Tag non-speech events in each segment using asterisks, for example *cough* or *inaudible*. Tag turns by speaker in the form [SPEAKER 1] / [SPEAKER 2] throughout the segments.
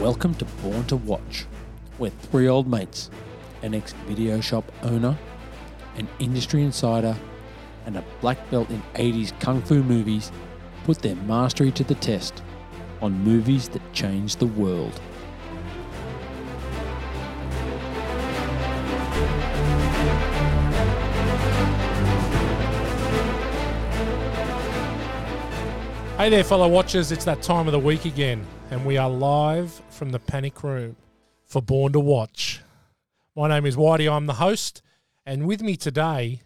[SPEAKER 1] Welcome to Born to Watch, where three old mates, an ex video shop owner, an industry insider, and a black belt in 80s kung fu movies put their mastery to the test on movies that changed the world.
[SPEAKER 2] Hey there, fellow watchers. It's that time of the week again, and we are live from the panic room for Born to Watch. My name is Whitey, I'm the host, and with me today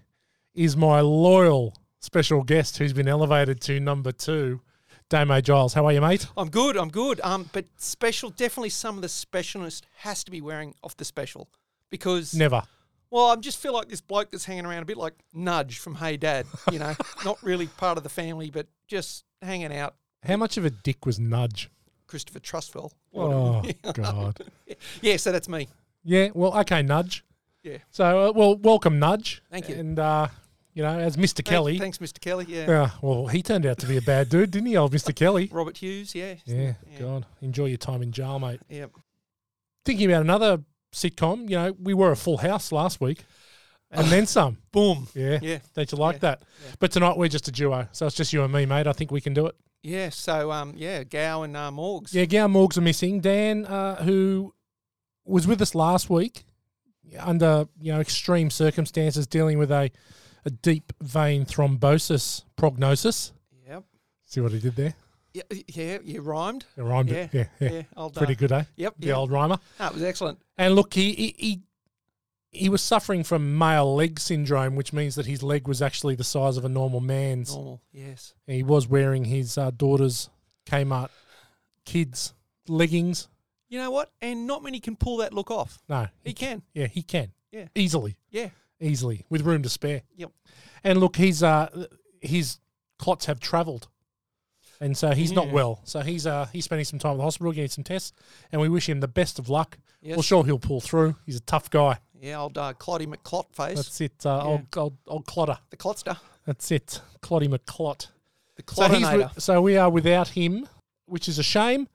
[SPEAKER 2] is my loyal special guest who's been elevated to number two, Damo Giles. How are you, mate?
[SPEAKER 3] I'm good. I'm good. Um, but special, definitely some of the specialness has to be wearing off the special because
[SPEAKER 2] Never.
[SPEAKER 3] well, I just feel like this bloke that's hanging around a bit like Nudge from Hey Dad.
[SPEAKER 2] *laughs*
[SPEAKER 3] You know, not really part of the family, but just hanging out.
[SPEAKER 2] How much of a dick was Nudge?
[SPEAKER 3] Christopher Trustwell. *laughs*
[SPEAKER 2] Oh, God.
[SPEAKER 3] Yeah, so that's me.
[SPEAKER 2] Yeah, well, okay, Nudge.
[SPEAKER 3] Yeah.
[SPEAKER 2] So, uh, well, welcome, Nudge.
[SPEAKER 3] Thank you.
[SPEAKER 2] And, uh, you know, as Mr. Kelly.
[SPEAKER 3] Thanks, Mr. Kelly. Yeah.
[SPEAKER 2] Yeah, well, he turned out to be a bad dude, didn't he, old Mr. Kelly?
[SPEAKER 3] Robert Hughes. Yeah.
[SPEAKER 2] Yeah,
[SPEAKER 3] Yeah.
[SPEAKER 2] God, enjoy your time in jail, mate.
[SPEAKER 3] Yeah.
[SPEAKER 2] Thinking about another sitcom, you know, we were a full house last week, and
[SPEAKER 3] *laughs*
[SPEAKER 2] then some.
[SPEAKER 3] Boom.
[SPEAKER 2] Yeah,
[SPEAKER 3] Yeah.
[SPEAKER 2] Don't you like
[SPEAKER 3] Yeah.
[SPEAKER 2] that?
[SPEAKER 3] Yeah.
[SPEAKER 2] But tonight we're just a duo, so it's just you and me, mate. I think we can do it.
[SPEAKER 3] Yeah. So um, yeah, Gow and uh, Morgs.
[SPEAKER 2] Yeah, Gow Morgs are missing. Dan, uh, who was with us last week, under you know extreme circumstances, dealing with a a deep vein thrombosis prognosis.
[SPEAKER 3] Yep.
[SPEAKER 2] See what he did there?
[SPEAKER 3] Yeah. Yeah. You rhymed.
[SPEAKER 2] It rhymed
[SPEAKER 3] Yeah.
[SPEAKER 2] it. Yeah, yeah.
[SPEAKER 3] Yeah. I'll do.
[SPEAKER 2] Pretty good, eh?
[SPEAKER 3] Yep.
[SPEAKER 2] The
[SPEAKER 3] yeah.
[SPEAKER 2] old rhymer.
[SPEAKER 3] That was excellent.
[SPEAKER 2] And look, he he, he he was suffering from male leg syndrome, which means that his leg was actually the size of a normal man's.
[SPEAKER 3] Normal. Yes.
[SPEAKER 2] And he was wearing his uh, daughter's Kmart kids leggings.
[SPEAKER 3] You know what? And not many can pull that look off.
[SPEAKER 2] No,
[SPEAKER 3] He can.
[SPEAKER 2] yeah, he can.
[SPEAKER 3] Yeah.
[SPEAKER 2] easily,
[SPEAKER 3] Yeah.
[SPEAKER 2] easily, with room to spare.
[SPEAKER 3] Yep.
[SPEAKER 2] And look, he's uh his clots have travelled, and so he's not
[SPEAKER 3] Yeah.
[SPEAKER 2] well. So he's uh he's spending some time at the hospital getting some tests, and we wish him the best of luck.
[SPEAKER 3] Yes.
[SPEAKER 2] We're sure he'll pull through. He's a tough guy.
[SPEAKER 3] Yeah, old uh, Clotty McClot face.
[SPEAKER 2] That's it. Uh, old, old old clotter.
[SPEAKER 3] the Clotster.
[SPEAKER 2] That's it, Cloddy McClot.
[SPEAKER 3] The
[SPEAKER 2] So, he's
[SPEAKER 3] Clotinator.
[SPEAKER 2] wi- so we are without him, which is a shame.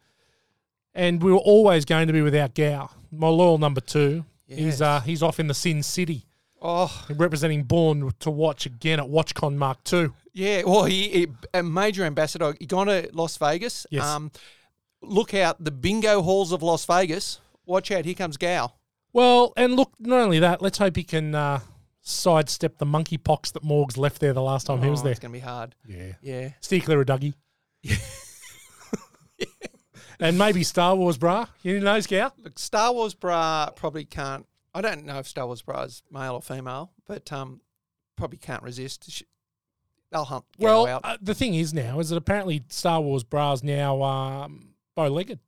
[SPEAKER 2] And we were always going to be without Gow. My loyal number two. He's
[SPEAKER 3] Yes.
[SPEAKER 2] uh, he's off in the Sin City,
[SPEAKER 3] oh,
[SPEAKER 2] representing Born to watch again at WatchCon Mark Two.
[SPEAKER 3] yeah. Well, he, he a major ambassador. He gone to Las Vegas.
[SPEAKER 2] Yes.
[SPEAKER 3] Um, look out the bingo halls of Las Vegas. Watch out! Here comes Gow.
[SPEAKER 2] Well, and look, not only that, let's hope he can uh, sidestep the monkeypox that Morgs left there the last time he was
[SPEAKER 3] Oh,
[SPEAKER 2] there.
[SPEAKER 3] It's gonna be hard.
[SPEAKER 2] Yeah,
[SPEAKER 3] Yeah.
[SPEAKER 2] steer clear of *laughs* Dougie. and maybe Star Wars, brah. You knows, Gow?
[SPEAKER 3] Look, Star Wars bra probably can't. I don't know if Star Wars bra is male or female, but um, probably can't resist. Sh- They'll hunt Gow
[SPEAKER 2] Well,
[SPEAKER 3] out.
[SPEAKER 2] uh, the thing is now is that apparently Star Wars bras now um, bow *laughs* legged.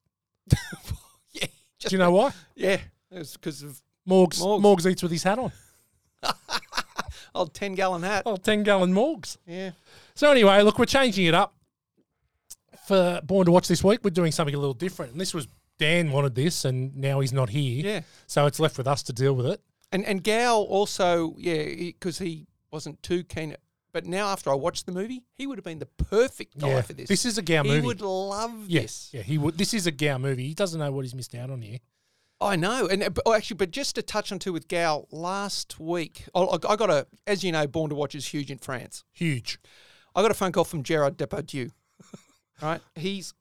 [SPEAKER 3] yeah. Just,
[SPEAKER 2] Do you know why?
[SPEAKER 3] yeah. It's because of
[SPEAKER 2] Morgs, Morgs
[SPEAKER 3] Morgs.
[SPEAKER 2] eats with his hat on.
[SPEAKER 3] old ten gallon hat.
[SPEAKER 2] Oh, 10 gallon Morgs.
[SPEAKER 3] Yeah.
[SPEAKER 2] So anyway, look, we're changing it up for Born to Watch this week. We're doing something a little different, and this was Dan wanted this, and now he's not here.
[SPEAKER 3] Yeah.
[SPEAKER 2] So it's left with us to deal with it.
[SPEAKER 3] And and Gal also, yeah, because he, wasn't too keen. But now after I watched the movie, he would have been the perfect guy
[SPEAKER 2] yeah.
[SPEAKER 3] for this.
[SPEAKER 2] is a Gow
[SPEAKER 3] he
[SPEAKER 2] movie.
[SPEAKER 3] would love
[SPEAKER 2] yes.
[SPEAKER 3] this.
[SPEAKER 2] Yeah, he would. This is a Gow movie. He doesn't know what he's missed out on here.
[SPEAKER 3] I know. And uh, but- oh, actually, but just to touch on to with Gal last week, I, I got a, as you know, Born to Watch is huge in France.
[SPEAKER 2] Huge.
[SPEAKER 3] I got a phone call from
[SPEAKER 2] *laughs*
[SPEAKER 3] Gerard Depardieu. right, he's,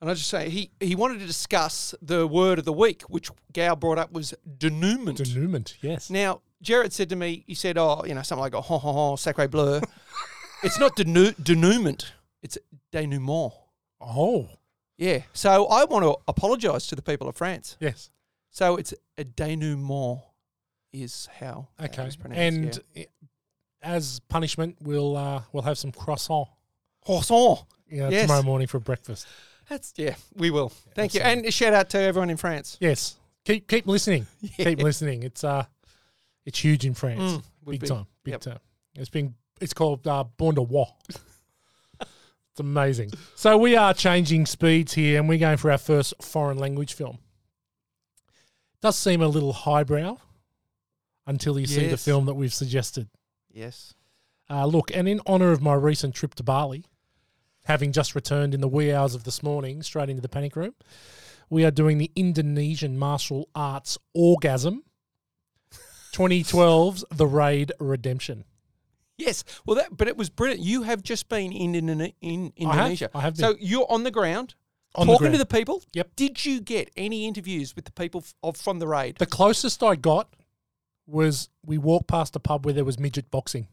[SPEAKER 3] and I just say he he wanted to discuss the word of the week, which Gal brought up was denouement.
[SPEAKER 2] Denouement. Yes.
[SPEAKER 3] Now, Jared said to me, he said, oh, you know, something like a ha ha ha, sacre bleu.
[SPEAKER 2] *laughs*
[SPEAKER 3] it's not denou- denouement, it's denouement.
[SPEAKER 2] oh.
[SPEAKER 3] Yeah. So I want to apologise to the people of France.
[SPEAKER 2] Yes.
[SPEAKER 3] So it's a denouement is how that
[SPEAKER 2] Okay.
[SPEAKER 3] was pronounced.
[SPEAKER 2] And
[SPEAKER 3] yeah.
[SPEAKER 2] i as punishment, we'll uh, we'll have some croissant
[SPEAKER 3] Croissant.
[SPEAKER 2] you know,
[SPEAKER 3] Yes.
[SPEAKER 2] tomorrow morning for breakfast.
[SPEAKER 3] That's, yeah, we will. Thank you. And a shout out to everyone in France.
[SPEAKER 2] Yes. Keep keep
[SPEAKER 3] *laughs*
[SPEAKER 2] listening. Keep listening. It's uh, it's huge in France.
[SPEAKER 3] Mm, would
[SPEAKER 2] big
[SPEAKER 3] be.
[SPEAKER 2] time. Big
[SPEAKER 3] Yep.
[SPEAKER 2] time. It's been it's called uh, Born to
[SPEAKER 3] *laughs*
[SPEAKER 2] War. it's amazing. So we are changing speeds here, and we're going for our first foreign language film. Does seem a little highbrow until you see the
[SPEAKER 3] Yes.
[SPEAKER 2] film that we've suggested.
[SPEAKER 3] Yes.
[SPEAKER 2] Uh, look, and in honour of my recent trip to Bali, having just returned in the wee hours of this morning, straight into the panic room, We are doing the Indonesian martial arts orgasm. 2012's The Raid Redemption.
[SPEAKER 3] Yes. Well, that but it was brilliant. You have just been in in, in, in
[SPEAKER 2] I have-
[SPEAKER 3] Indonesia.
[SPEAKER 2] I have
[SPEAKER 3] So you're on the ground
[SPEAKER 2] On the
[SPEAKER 3] talking to
[SPEAKER 2] ground.
[SPEAKER 3] the people.
[SPEAKER 2] Yep.
[SPEAKER 3] Did you get any interviews with the people f- of from the raid?
[SPEAKER 2] The closest I got was we walked past a pub where there was midget boxing.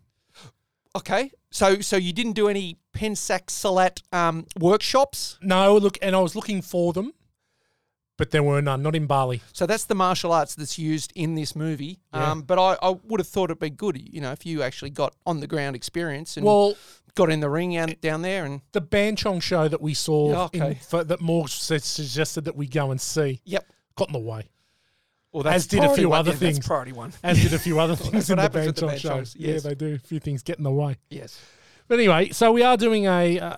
[SPEAKER 3] Okay. So so you didn't do any Pensac Salat um, workshops.
[SPEAKER 2] No, look, and I was looking for them, but there were none. Not in Bali.
[SPEAKER 3] So that's the martial arts that's used in this movie.
[SPEAKER 2] Yeah.
[SPEAKER 3] Um, but I, I would have thought it'd be good, you know, if you actually got on the ground experience and
[SPEAKER 2] Well,
[SPEAKER 3] got in the ring out, down there and
[SPEAKER 2] the Banchong show that we saw
[SPEAKER 3] Yeah,
[SPEAKER 2] in,
[SPEAKER 3] okay.
[SPEAKER 2] for, that Morg su- suggested that we go and see
[SPEAKER 3] yep.
[SPEAKER 2] got in the way,
[SPEAKER 3] Well,
[SPEAKER 2] As did a
[SPEAKER 3] priority
[SPEAKER 2] few
[SPEAKER 3] one,
[SPEAKER 2] other
[SPEAKER 3] yeah, that's
[SPEAKER 2] things.
[SPEAKER 3] priority one.
[SPEAKER 2] as did a few
[SPEAKER 3] *laughs*
[SPEAKER 2] other things in
[SPEAKER 3] what
[SPEAKER 2] the
[SPEAKER 3] happens with the
[SPEAKER 2] Banchong
[SPEAKER 3] Banchong
[SPEAKER 2] show.
[SPEAKER 3] shows, yes.
[SPEAKER 2] Yeah, they do. A few things get in the way.
[SPEAKER 3] Yes.
[SPEAKER 2] But anyway, so we are doing a uh,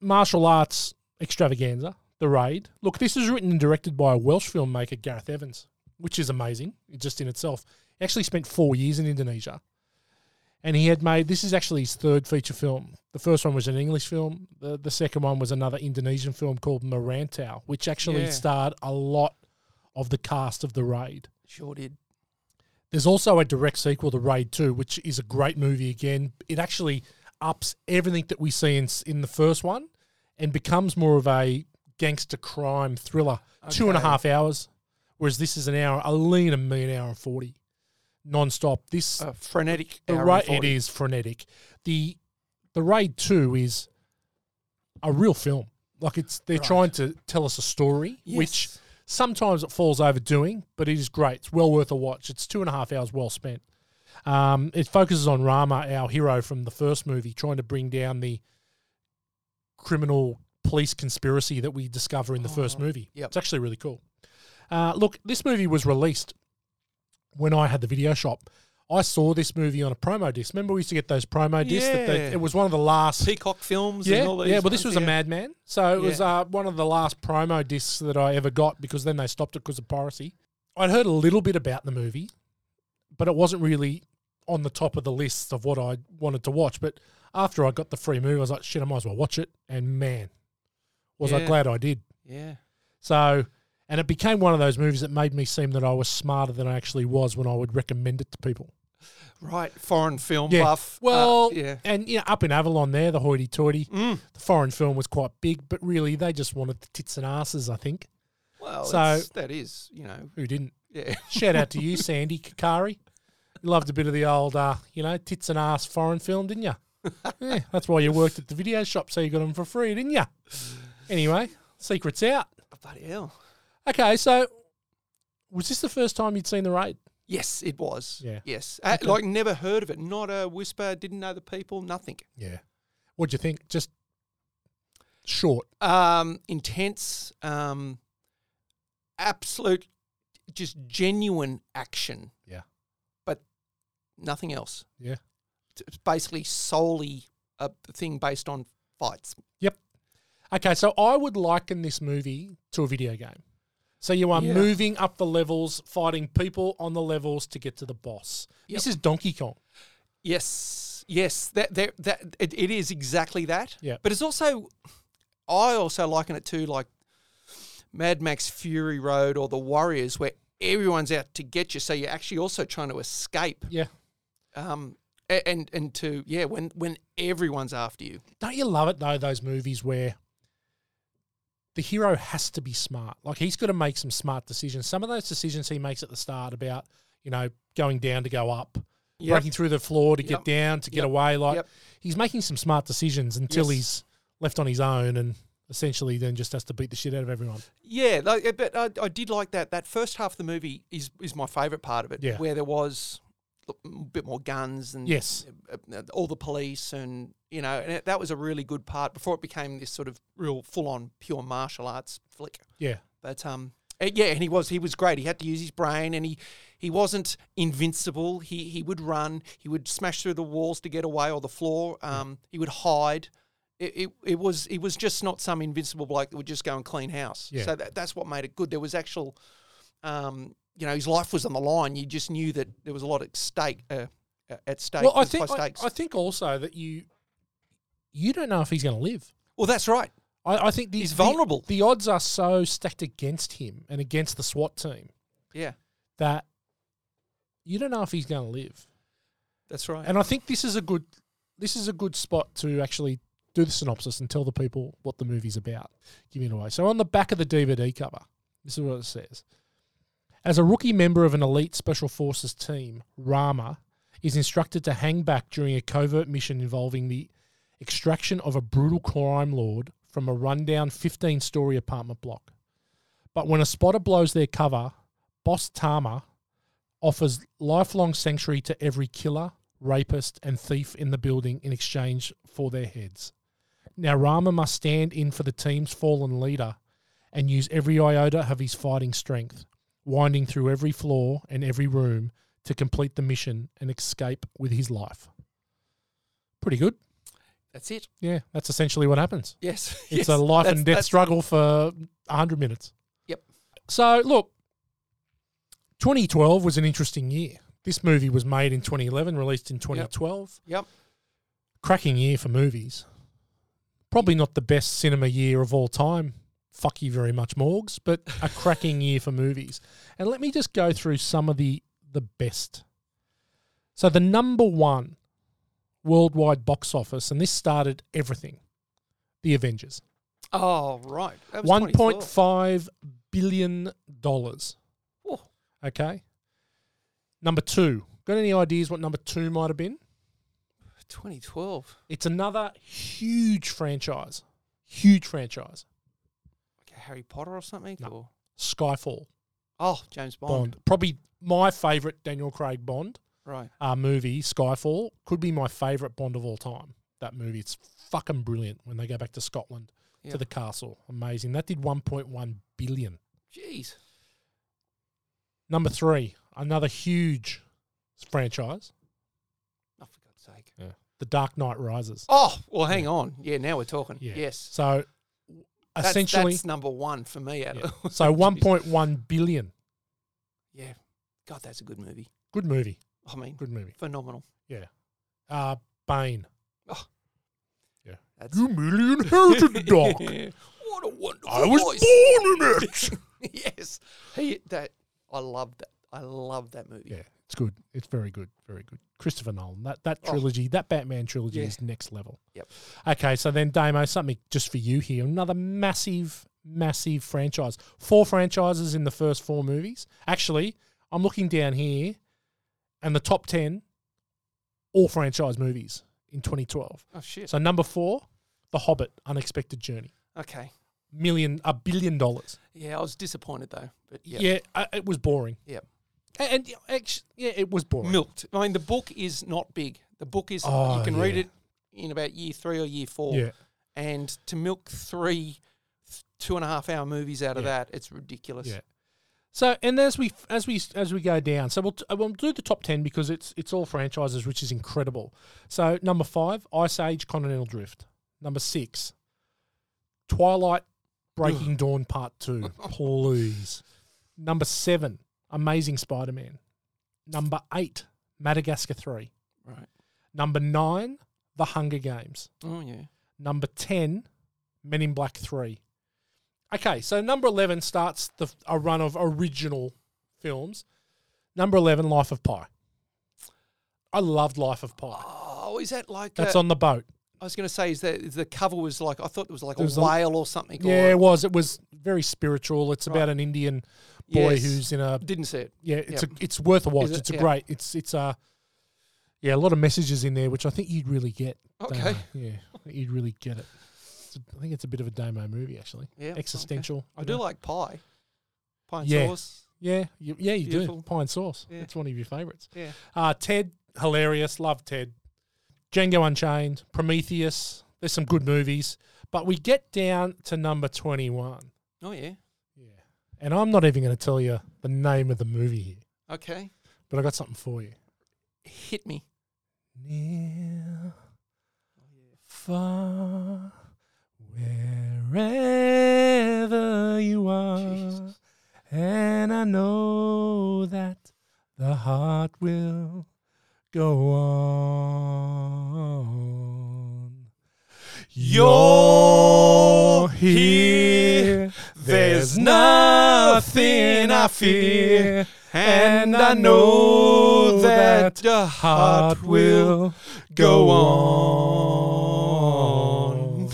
[SPEAKER 2] martial arts extravaganza, The Raid. Look, this is written and directed by a Welsh filmmaker, Gareth Evans, which is amazing just in itself. He actually spent four years in Indonesia. And he had made this is actually his third feature film. The first one was an English film. The, the second one was another Indonesian film called Marantau, which actually
[SPEAKER 3] Yeah.
[SPEAKER 2] starred a lot of the cast of The Raid.
[SPEAKER 3] Sure did.
[SPEAKER 2] There's also a direct sequel to Raid 2, which is a great movie again. It actually ups everything that we see in, s- in the first one and becomes more of a gangster crime thriller. Two and a
[SPEAKER 3] Okay.
[SPEAKER 2] half hours, whereas this is an hour, a lean and mean hour and 40, non stop. This,
[SPEAKER 3] A frenetic.
[SPEAKER 2] the
[SPEAKER 3] hour and
[SPEAKER 2] Raid, it
[SPEAKER 3] 40.
[SPEAKER 2] is frenetic. The, the Raid 2 is a real film. Like it's, they're trying to tell us a story, which
[SPEAKER 3] Yes.
[SPEAKER 2] sometimes it falls overdoing, but it is great. It's well worth a watch. It's two and a half hours well spent. Um, it focuses on Rama, our hero from the first movie, trying to bring down the criminal police conspiracy that we discover in the first movie.
[SPEAKER 3] Oh, yep.
[SPEAKER 2] It's actually really cool. Uh, look, this movie was released when I had the video shop. I saw this movie on a promo disc. Remember, we used to get those promo discs. That they,
[SPEAKER 3] Yeah.
[SPEAKER 2] it was one of the last
[SPEAKER 3] Peacock films
[SPEAKER 2] yeah,
[SPEAKER 3] and all these.
[SPEAKER 2] yeah. Well, this was
[SPEAKER 3] ones,
[SPEAKER 2] a Madman, so it was
[SPEAKER 3] Yeah.
[SPEAKER 2] uh, one of the last promo discs that I ever got because then they stopped it because of piracy. I'd heard a little bit about the movie, but it wasn't really on the top of the list of what I wanted to watch. But after I got the free movie, I was like, shit, I might as well watch it. And man, was I
[SPEAKER 3] Yeah.
[SPEAKER 2] glad I did.
[SPEAKER 3] Yeah.
[SPEAKER 2] So, and it became one of those movies that made me seem that I was smarter than I actually was when I would recommend it to people.
[SPEAKER 3] Right. Foreign film
[SPEAKER 2] Yeah.
[SPEAKER 3] buff. uh,
[SPEAKER 2] Well,
[SPEAKER 3] yeah.
[SPEAKER 2] and you know, up in Avalon there, the hoity-toity, the foreign film was quite big, but really they just wanted the tits and asses. I think
[SPEAKER 3] Well,
[SPEAKER 2] so-
[SPEAKER 3] that's that is, you know, *laughs*
[SPEAKER 2] who didn't.
[SPEAKER 3] yeah.
[SPEAKER 2] Shout out to you, Sandy Kakari. You loved a bit of the old, uh, you know, tits and ass foreign film, didn't you? yeah, that's why you worked at the video shop, so you got them for free, didn't you? Anyway, secrets out.
[SPEAKER 3] Bloody hell.
[SPEAKER 2] Okay, so was this the first time you'd seen the raid?
[SPEAKER 3] Yes, it was.
[SPEAKER 2] Yeah.
[SPEAKER 3] Yes. Uh, Like, never heard of it. Not a whisper. Didn't know the people. Nothing.
[SPEAKER 2] Yeah. What'd you think? Just short.
[SPEAKER 3] um, intense, um, absolute, just genuine action.
[SPEAKER 2] Yeah.
[SPEAKER 3] But nothing else.
[SPEAKER 2] Yeah.
[SPEAKER 3] It's basically solely a thing based on fights.
[SPEAKER 2] Okay, so I would liken this movie to a video game. So you are
[SPEAKER 3] Yeah.
[SPEAKER 2] moving up the levels, fighting people on the levels to get to the boss. This is Donkey Kong.
[SPEAKER 3] Yes. Yes. That that, that it, it is exactly that.
[SPEAKER 2] Yeah.
[SPEAKER 3] But it's also, I also liken it to like Mad Max Fury Road or The Warriors, where everyone's out to get you. So you're actually also trying to escape.
[SPEAKER 2] Yeah.
[SPEAKER 3] um, a- and and to yeah, when when everyone's after you,
[SPEAKER 2] Don't you love it though? Those movies where the hero has to be smart. Like he's got to make some smart decisions. Some of those decisions he makes at the start about you know going down to go up,
[SPEAKER 3] Yep.
[SPEAKER 2] breaking through the floor to
[SPEAKER 3] Yep.
[SPEAKER 2] get down to get
[SPEAKER 3] Yep.
[SPEAKER 2] away. Like
[SPEAKER 3] Yep.
[SPEAKER 2] he's making some smart decisions until
[SPEAKER 3] Yes.
[SPEAKER 2] he's left on his own and essentially then just has to beat the shit out of everyone.
[SPEAKER 3] yeah. Like, uh, but I, I did like that. That first half of the movie is is my favourite part of it,
[SPEAKER 2] Yeah.
[SPEAKER 3] where there was a bit more guns and
[SPEAKER 2] Yes.
[SPEAKER 3] uh, uh, all the police and you know, and it, that was a really good part before it became this sort of real full on pure martial arts flick.
[SPEAKER 2] Yeah.
[SPEAKER 3] But um, uh, yeah, and he was he was great. He had to use his brain, and he he wasn't invincible. He he would run. He would smash through the walls to get away or the floor. Um, he would hide. It, it, it was it was just not some invincible bloke that would just go and clean house.
[SPEAKER 2] Yeah.
[SPEAKER 3] So that, that's what made it good. There was actual, um, you know, his life was on the line. You just knew that there was a lot at stake. Uh, uh, at stake.
[SPEAKER 2] Well,
[SPEAKER 3] It
[SPEAKER 2] I
[SPEAKER 3] was
[SPEAKER 2] think
[SPEAKER 3] high
[SPEAKER 2] I,
[SPEAKER 3] stakes.
[SPEAKER 2] I think also that you you don't know if he's going to live.
[SPEAKER 3] well, that's right.
[SPEAKER 2] I, I think the,
[SPEAKER 3] He's
[SPEAKER 2] the-
[SPEAKER 3] vulnerable.
[SPEAKER 2] The, odds are so stacked against him and against the SWAT team
[SPEAKER 3] Yeah,
[SPEAKER 2] that you don't know if he's going to live.
[SPEAKER 3] that's right.
[SPEAKER 2] And I think this is a good this is a good spot to actually do the synopsis and tell the people what the movie's about, giving it away. So on the back of the DVD cover, this is what it says. As a rookie member of an elite special forces team, Rama is instructed to hang back during a covert mission involving the extraction of a brutal crime lord from a rundown 15-story apartment block. But when a spotter blows their cover, Boss Tama offers lifelong sanctuary to every killer, rapist, and thief in the building in exchange for their heads. Now, Rama must stand in for the team's fallen leader and use every iota of his fighting strength, winding through every floor and every room to complete the mission and escape with his life. Pretty good.
[SPEAKER 3] that's it.
[SPEAKER 2] Yeah, that's essentially what happens.
[SPEAKER 3] Yes, *laughs*
[SPEAKER 2] It's
[SPEAKER 3] yes,
[SPEAKER 2] a life
[SPEAKER 3] that's-
[SPEAKER 2] and death
[SPEAKER 3] that's-
[SPEAKER 2] struggle for 100 minutes.
[SPEAKER 3] Yep.
[SPEAKER 2] So, look, 2012 was an interesting year. This movie was made in 2011, released in 2012.
[SPEAKER 3] Yep.
[SPEAKER 2] Cracking year for movies. Probably not the best cinema year of all time. Fuck you very much, Morgs, but a
[SPEAKER 3] *laughs*
[SPEAKER 2] cracking year for movies. And let me just go through some of the the best. So the number one worldwide box office, and this started everything. The Avengers.
[SPEAKER 3] Oh right, that was
[SPEAKER 2] One point
[SPEAKER 3] 24.
[SPEAKER 2] five billion dollars.
[SPEAKER 3] Oh.
[SPEAKER 2] Okay. Number two. Got any ideas what number two might have been?
[SPEAKER 3] 2012.
[SPEAKER 2] It's another huge franchise. Huge franchise.
[SPEAKER 3] Like Harry Potter or something.
[SPEAKER 2] No.
[SPEAKER 3] Or,
[SPEAKER 2] Skyfall.
[SPEAKER 3] oh, James Bond.
[SPEAKER 2] Bond. Probably my favourite Daniel Craig Bond
[SPEAKER 3] Right.
[SPEAKER 2] uh, movie, Skyfall, could be my favourite Bond of all time. That movie. It's fucking brilliant when they go back to Scotland
[SPEAKER 3] Yeah.
[SPEAKER 2] to the castle. Amazing. That did one point one billion.
[SPEAKER 3] Jeez.
[SPEAKER 2] Number three, another huge franchise.
[SPEAKER 3] Oh, for God's sake.
[SPEAKER 2] The Dark Knight Rises.
[SPEAKER 3] Oh well, hang on. Yeah, now we're talking.
[SPEAKER 2] Yeah.
[SPEAKER 3] Yes.
[SPEAKER 2] So
[SPEAKER 3] That's-
[SPEAKER 2] essentially,
[SPEAKER 3] that's, number one for me. Out
[SPEAKER 2] yeah.
[SPEAKER 3] of
[SPEAKER 2] so
[SPEAKER 3] Jeez.
[SPEAKER 2] 1.1 billion.
[SPEAKER 3] *laughs* Yeah. God, that's a good movie.
[SPEAKER 2] Good movie.
[SPEAKER 3] I mean,
[SPEAKER 2] Good movie.
[SPEAKER 3] phenomenal.
[SPEAKER 2] Uh,
[SPEAKER 3] *laughs*
[SPEAKER 2] Bane.
[SPEAKER 3] That's
[SPEAKER 2] You merely inherited the
[SPEAKER 3] *laughs*
[SPEAKER 2] dark.
[SPEAKER 3] what a wonderful
[SPEAKER 2] I was
[SPEAKER 3] voice.
[SPEAKER 2] born in
[SPEAKER 3] *laughs*
[SPEAKER 2] it.
[SPEAKER 3] yes. He that I love that. I love that movie.
[SPEAKER 2] yeah, it's good. It's very good. Very good. Christopher Nolan. That that
[SPEAKER 3] Oh.
[SPEAKER 2] trilogy, that Batman trilogy
[SPEAKER 3] Yeah.
[SPEAKER 2] is next level.
[SPEAKER 3] Yep.
[SPEAKER 2] Okay, so then Damo, something just for you here. Another massive, massive franchise. Four franchises in the first four movies. Actually, I'm looking down here, and the top ten, all franchise movies in 2012.
[SPEAKER 3] Oh shit.
[SPEAKER 2] So number four, The Hobbit: Unexpected Journey,
[SPEAKER 3] Okay.
[SPEAKER 2] million a billion dollars.
[SPEAKER 3] Yeah, I was disappointed though. But yeah.
[SPEAKER 2] Yeah, uh, it was boring.
[SPEAKER 3] Yep.
[SPEAKER 2] A- and, actually, yeah, it was boring.
[SPEAKER 3] Milked. I mean, the book is not big. The book is
[SPEAKER 2] Oh,
[SPEAKER 3] you can read
[SPEAKER 2] yeah.
[SPEAKER 3] it in about year three or year four.
[SPEAKER 2] Yeah,
[SPEAKER 3] And to milk three th- two and a half hour movies out of
[SPEAKER 2] Yeah.
[SPEAKER 3] that, it's ridiculous.
[SPEAKER 2] Yeah. So and as we as we as we go down, so we'll t- we'll do the top ten because it's it's all franchises, which is incredible. So number five, Ice Age: Continental Drift. Number six, Twilight: Breaking Dawn Part Two. Please. Number seven, Amazing Spider-Man. Number eight, Madagascar Three.
[SPEAKER 3] Right.
[SPEAKER 2] Number nine, The Hunger Games.
[SPEAKER 3] Oh yeah.
[SPEAKER 2] Number 10, Men in Black 3. Okay, so number 11 starts the a run of original films. Number 11, Life of Pi. I loved Life of Pi.
[SPEAKER 3] Oh, is that like
[SPEAKER 2] That's
[SPEAKER 3] a-
[SPEAKER 2] on the boat.
[SPEAKER 3] I was going to say is that is the cover was like I thought it was like
[SPEAKER 2] It was
[SPEAKER 3] a
[SPEAKER 2] a-
[SPEAKER 3] whale or something.
[SPEAKER 2] Yeah,
[SPEAKER 3] or,
[SPEAKER 2] it was. It was very spiritual. It's about an Indian boy
[SPEAKER 3] Yes.
[SPEAKER 2] who's in a
[SPEAKER 3] didn't see it.
[SPEAKER 2] yeah, it's
[SPEAKER 3] Yep.
[SPEAKER 2] a, it's worth a watch.
[SPEAKER 3] it?
[SPEAKER 2] It's a
[SPEAKER 3] Yeah.
[SPEAKER 2] great. It's it's a yeah, a lot of messages in there, which I think you'd really get. Damo.
[SPEAKER 3] Okay.
[SPEAKER 2] yeah, I think you'd really get it. It's a, I think it's a bit of a demo movie actually.
[SPEAKER 3] Yeah, okay.
[SPEAKER 2] existential.
[SPEAKER 3] I
[SPEAKER 2] you
[SPEAKER 3] do
[SPEAKER 2] know.
[SPEAKER 3] like pie, pie and
[SPEAKER 2] Yeah.
[SPEAKER 3] sauce.
[SPEAKER 2] Yeah, you, yeah, you do.
[SPEAKER 3] Beautiful.
[SPEAKER 2] Pine Sauce.
[SPEAKER 3] Yeah.
[SPEAKER 2] It's one of your favourites.
[SPEAKER 3] Yeah.
[SPEAKER 2] Uh, Ted, hilarious. Love Ted. Django Unchained, Prometheus. There's some good movies. But we get down to number 21.
[SPEAKER 3] Oh yeah.
[SPEAKER 2] Yeah. And I'm not even going to tell you the name of the movie here,
[SPEAKER 3] Okay.
[SPEAKER 2] but I got something for you.
[SPEAKER 3] Hit me.
[SPEAKER 2] Near, far, wherever you are.
[SPEAKER 3] Jesus.
[SPEAKER 2] And I know that the heart will go on. You're here. There's nothing I fear, and I know that
[SPEAKER 3] your
[SPEAKER 2] heart will go on.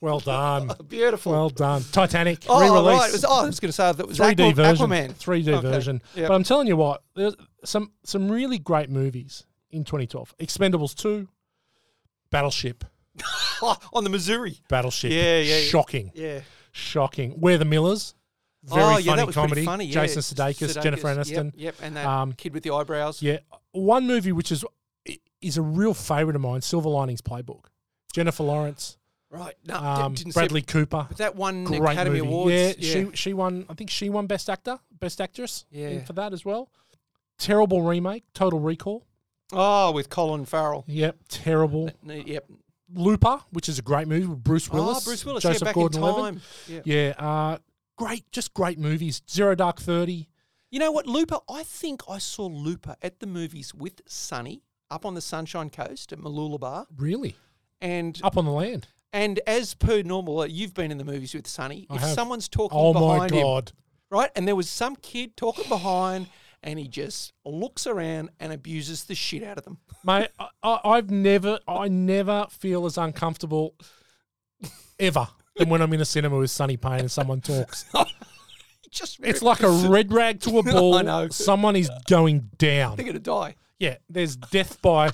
[SPEAKER 2] Well done.
[SPEAKER 3] Beautiful.
[SPEAKER 2] Well done. Titanic
[SPEAKER 3] oh,
[SPEAKER 2] re-release.
[SPEAKER 3] right. It was, oh, I was going to say that was
[SPEAKER 2] 3D
[SPEAKER 3] Aquaman.
[SPEAKER 2] version.
[SPEAKER 3] Aquaman.
[SPEAKER 2] 3D
[SPEAKER 3] Okay.
[SPEAKER 2] version.
[SPEAKER 3] Yep.
[SPEAKER 2] But I'm telling you what, there's some some really great movies in 2012. Expendables 2, Battleship,
[SPEAKER 3] *laughs* Oh, on the Missouri.
[SPEAKER 2] Battleship.
[SPEAKER 3] Yeah, yeah, yeah.
[SPEAKER 2] Shocking,
[SPEAKER 3] Yeah.
[SPEAKER 2] shocking. We're the Millers. Very
[SPEAKER 3] oh,
[SPEAKER 2] funny
[SPEAKER 3] yeah, that was pretty
[SPEAKER 2] comedy.
[SPEAKER 3] Funny, yeah.
[SPEAKER 2] Jason Sudeikis, Jennifer
[SPEAKER 3] Sudeikis,
[SPEAKER 2] Aniston.
[SPEAKER 3] Yep, yep. and that
[SPEAKER 2] Um,
[SPEAKER 3] kid with the eyebrows.
[SPEAKER 2] Yeah, one movie which is is a real favorite of mine, Silver Linings Playbook. Jennifer Lawrence,
[SPEAKER 3] Right. No, d-
[SPEAKER 2] um,
[SPEAKER 3] Uh, didn't see it.
[SPEAKER 2] Bradley Cooper.
[SPEAKER 3] But that one
[SPEAKER 2] Great
[SPEAKER 3] Academy
[SPEAKER 2] movie.
[SPEAKER 3] Awards.
[SPEAKER 2] Yeah, she she won. I think she won Best Actor, Best Actress. in-
[SPEAKER 3] Yeah.
[SPEAKER 2] for that as well. Terrible remake, Total Recall.
[SPEAKER 3] oh, with Colin Farrell.
[SPEAKER 2] Yep, terrible.
[SPEAKER 3] No, Yep.
[SPEAKER 2] Looper, which is a great movie with Bruce Willis.
[SPEAKER 3] oh, Bruce Willis.
[SPEAKER 2] Joseph
[SPEAKER 3] yeah, back in
[SPEAKER 2] Gordon-Levitt.
[SPEAKER 3] time. Yeah.
[SPEAKER 2] Yeah, uh, great, just great movies. Zero Dark Thirty.
[SPEAKER 3] You know what, Looper? I think I saw Looper at the movies with Sonny up on the Sunshine Coast at Malula Bar,
[SPEAKER 2] Really,
[SPEAKER 3] and
[SPEAKER 2] up on the land.
[SPEAKER 3] and as per normal, uh, you've been in the movies with Sonny.
[SPEAKER 2] I
[SPEAKER 3] if
[SPEAKER 2] have.
[SPEAKER 3] someone's talking
[SPEAKER 2] Oh my
[SPEAKER 3] behind him,
[SPEAKER 2] god.
[SPEAKER 3] right? And there was some kid talking behind, and he just looks around and abuses the shit out of them. *laughs*
[SPEAKER 2] Mate, I, I, I've never, I never feel as uncomfortable ever than when I'm in a cinema with Sonny Payne and someone talks.
[SPEAKER 3] He just
[SPEAKER 2] It's like
[SPEAKER 3] *laughs*
[SPEAKER 2] a red rag to a ball.
[SPEAKER 3] I know.
[SPEAKER 2] Someone is going
[SPEAKER 3] they're
[SPEAKER 2] down.
[SPEAKER 3] gonna die.
[SPEAKER 2] Yeah, there's death by,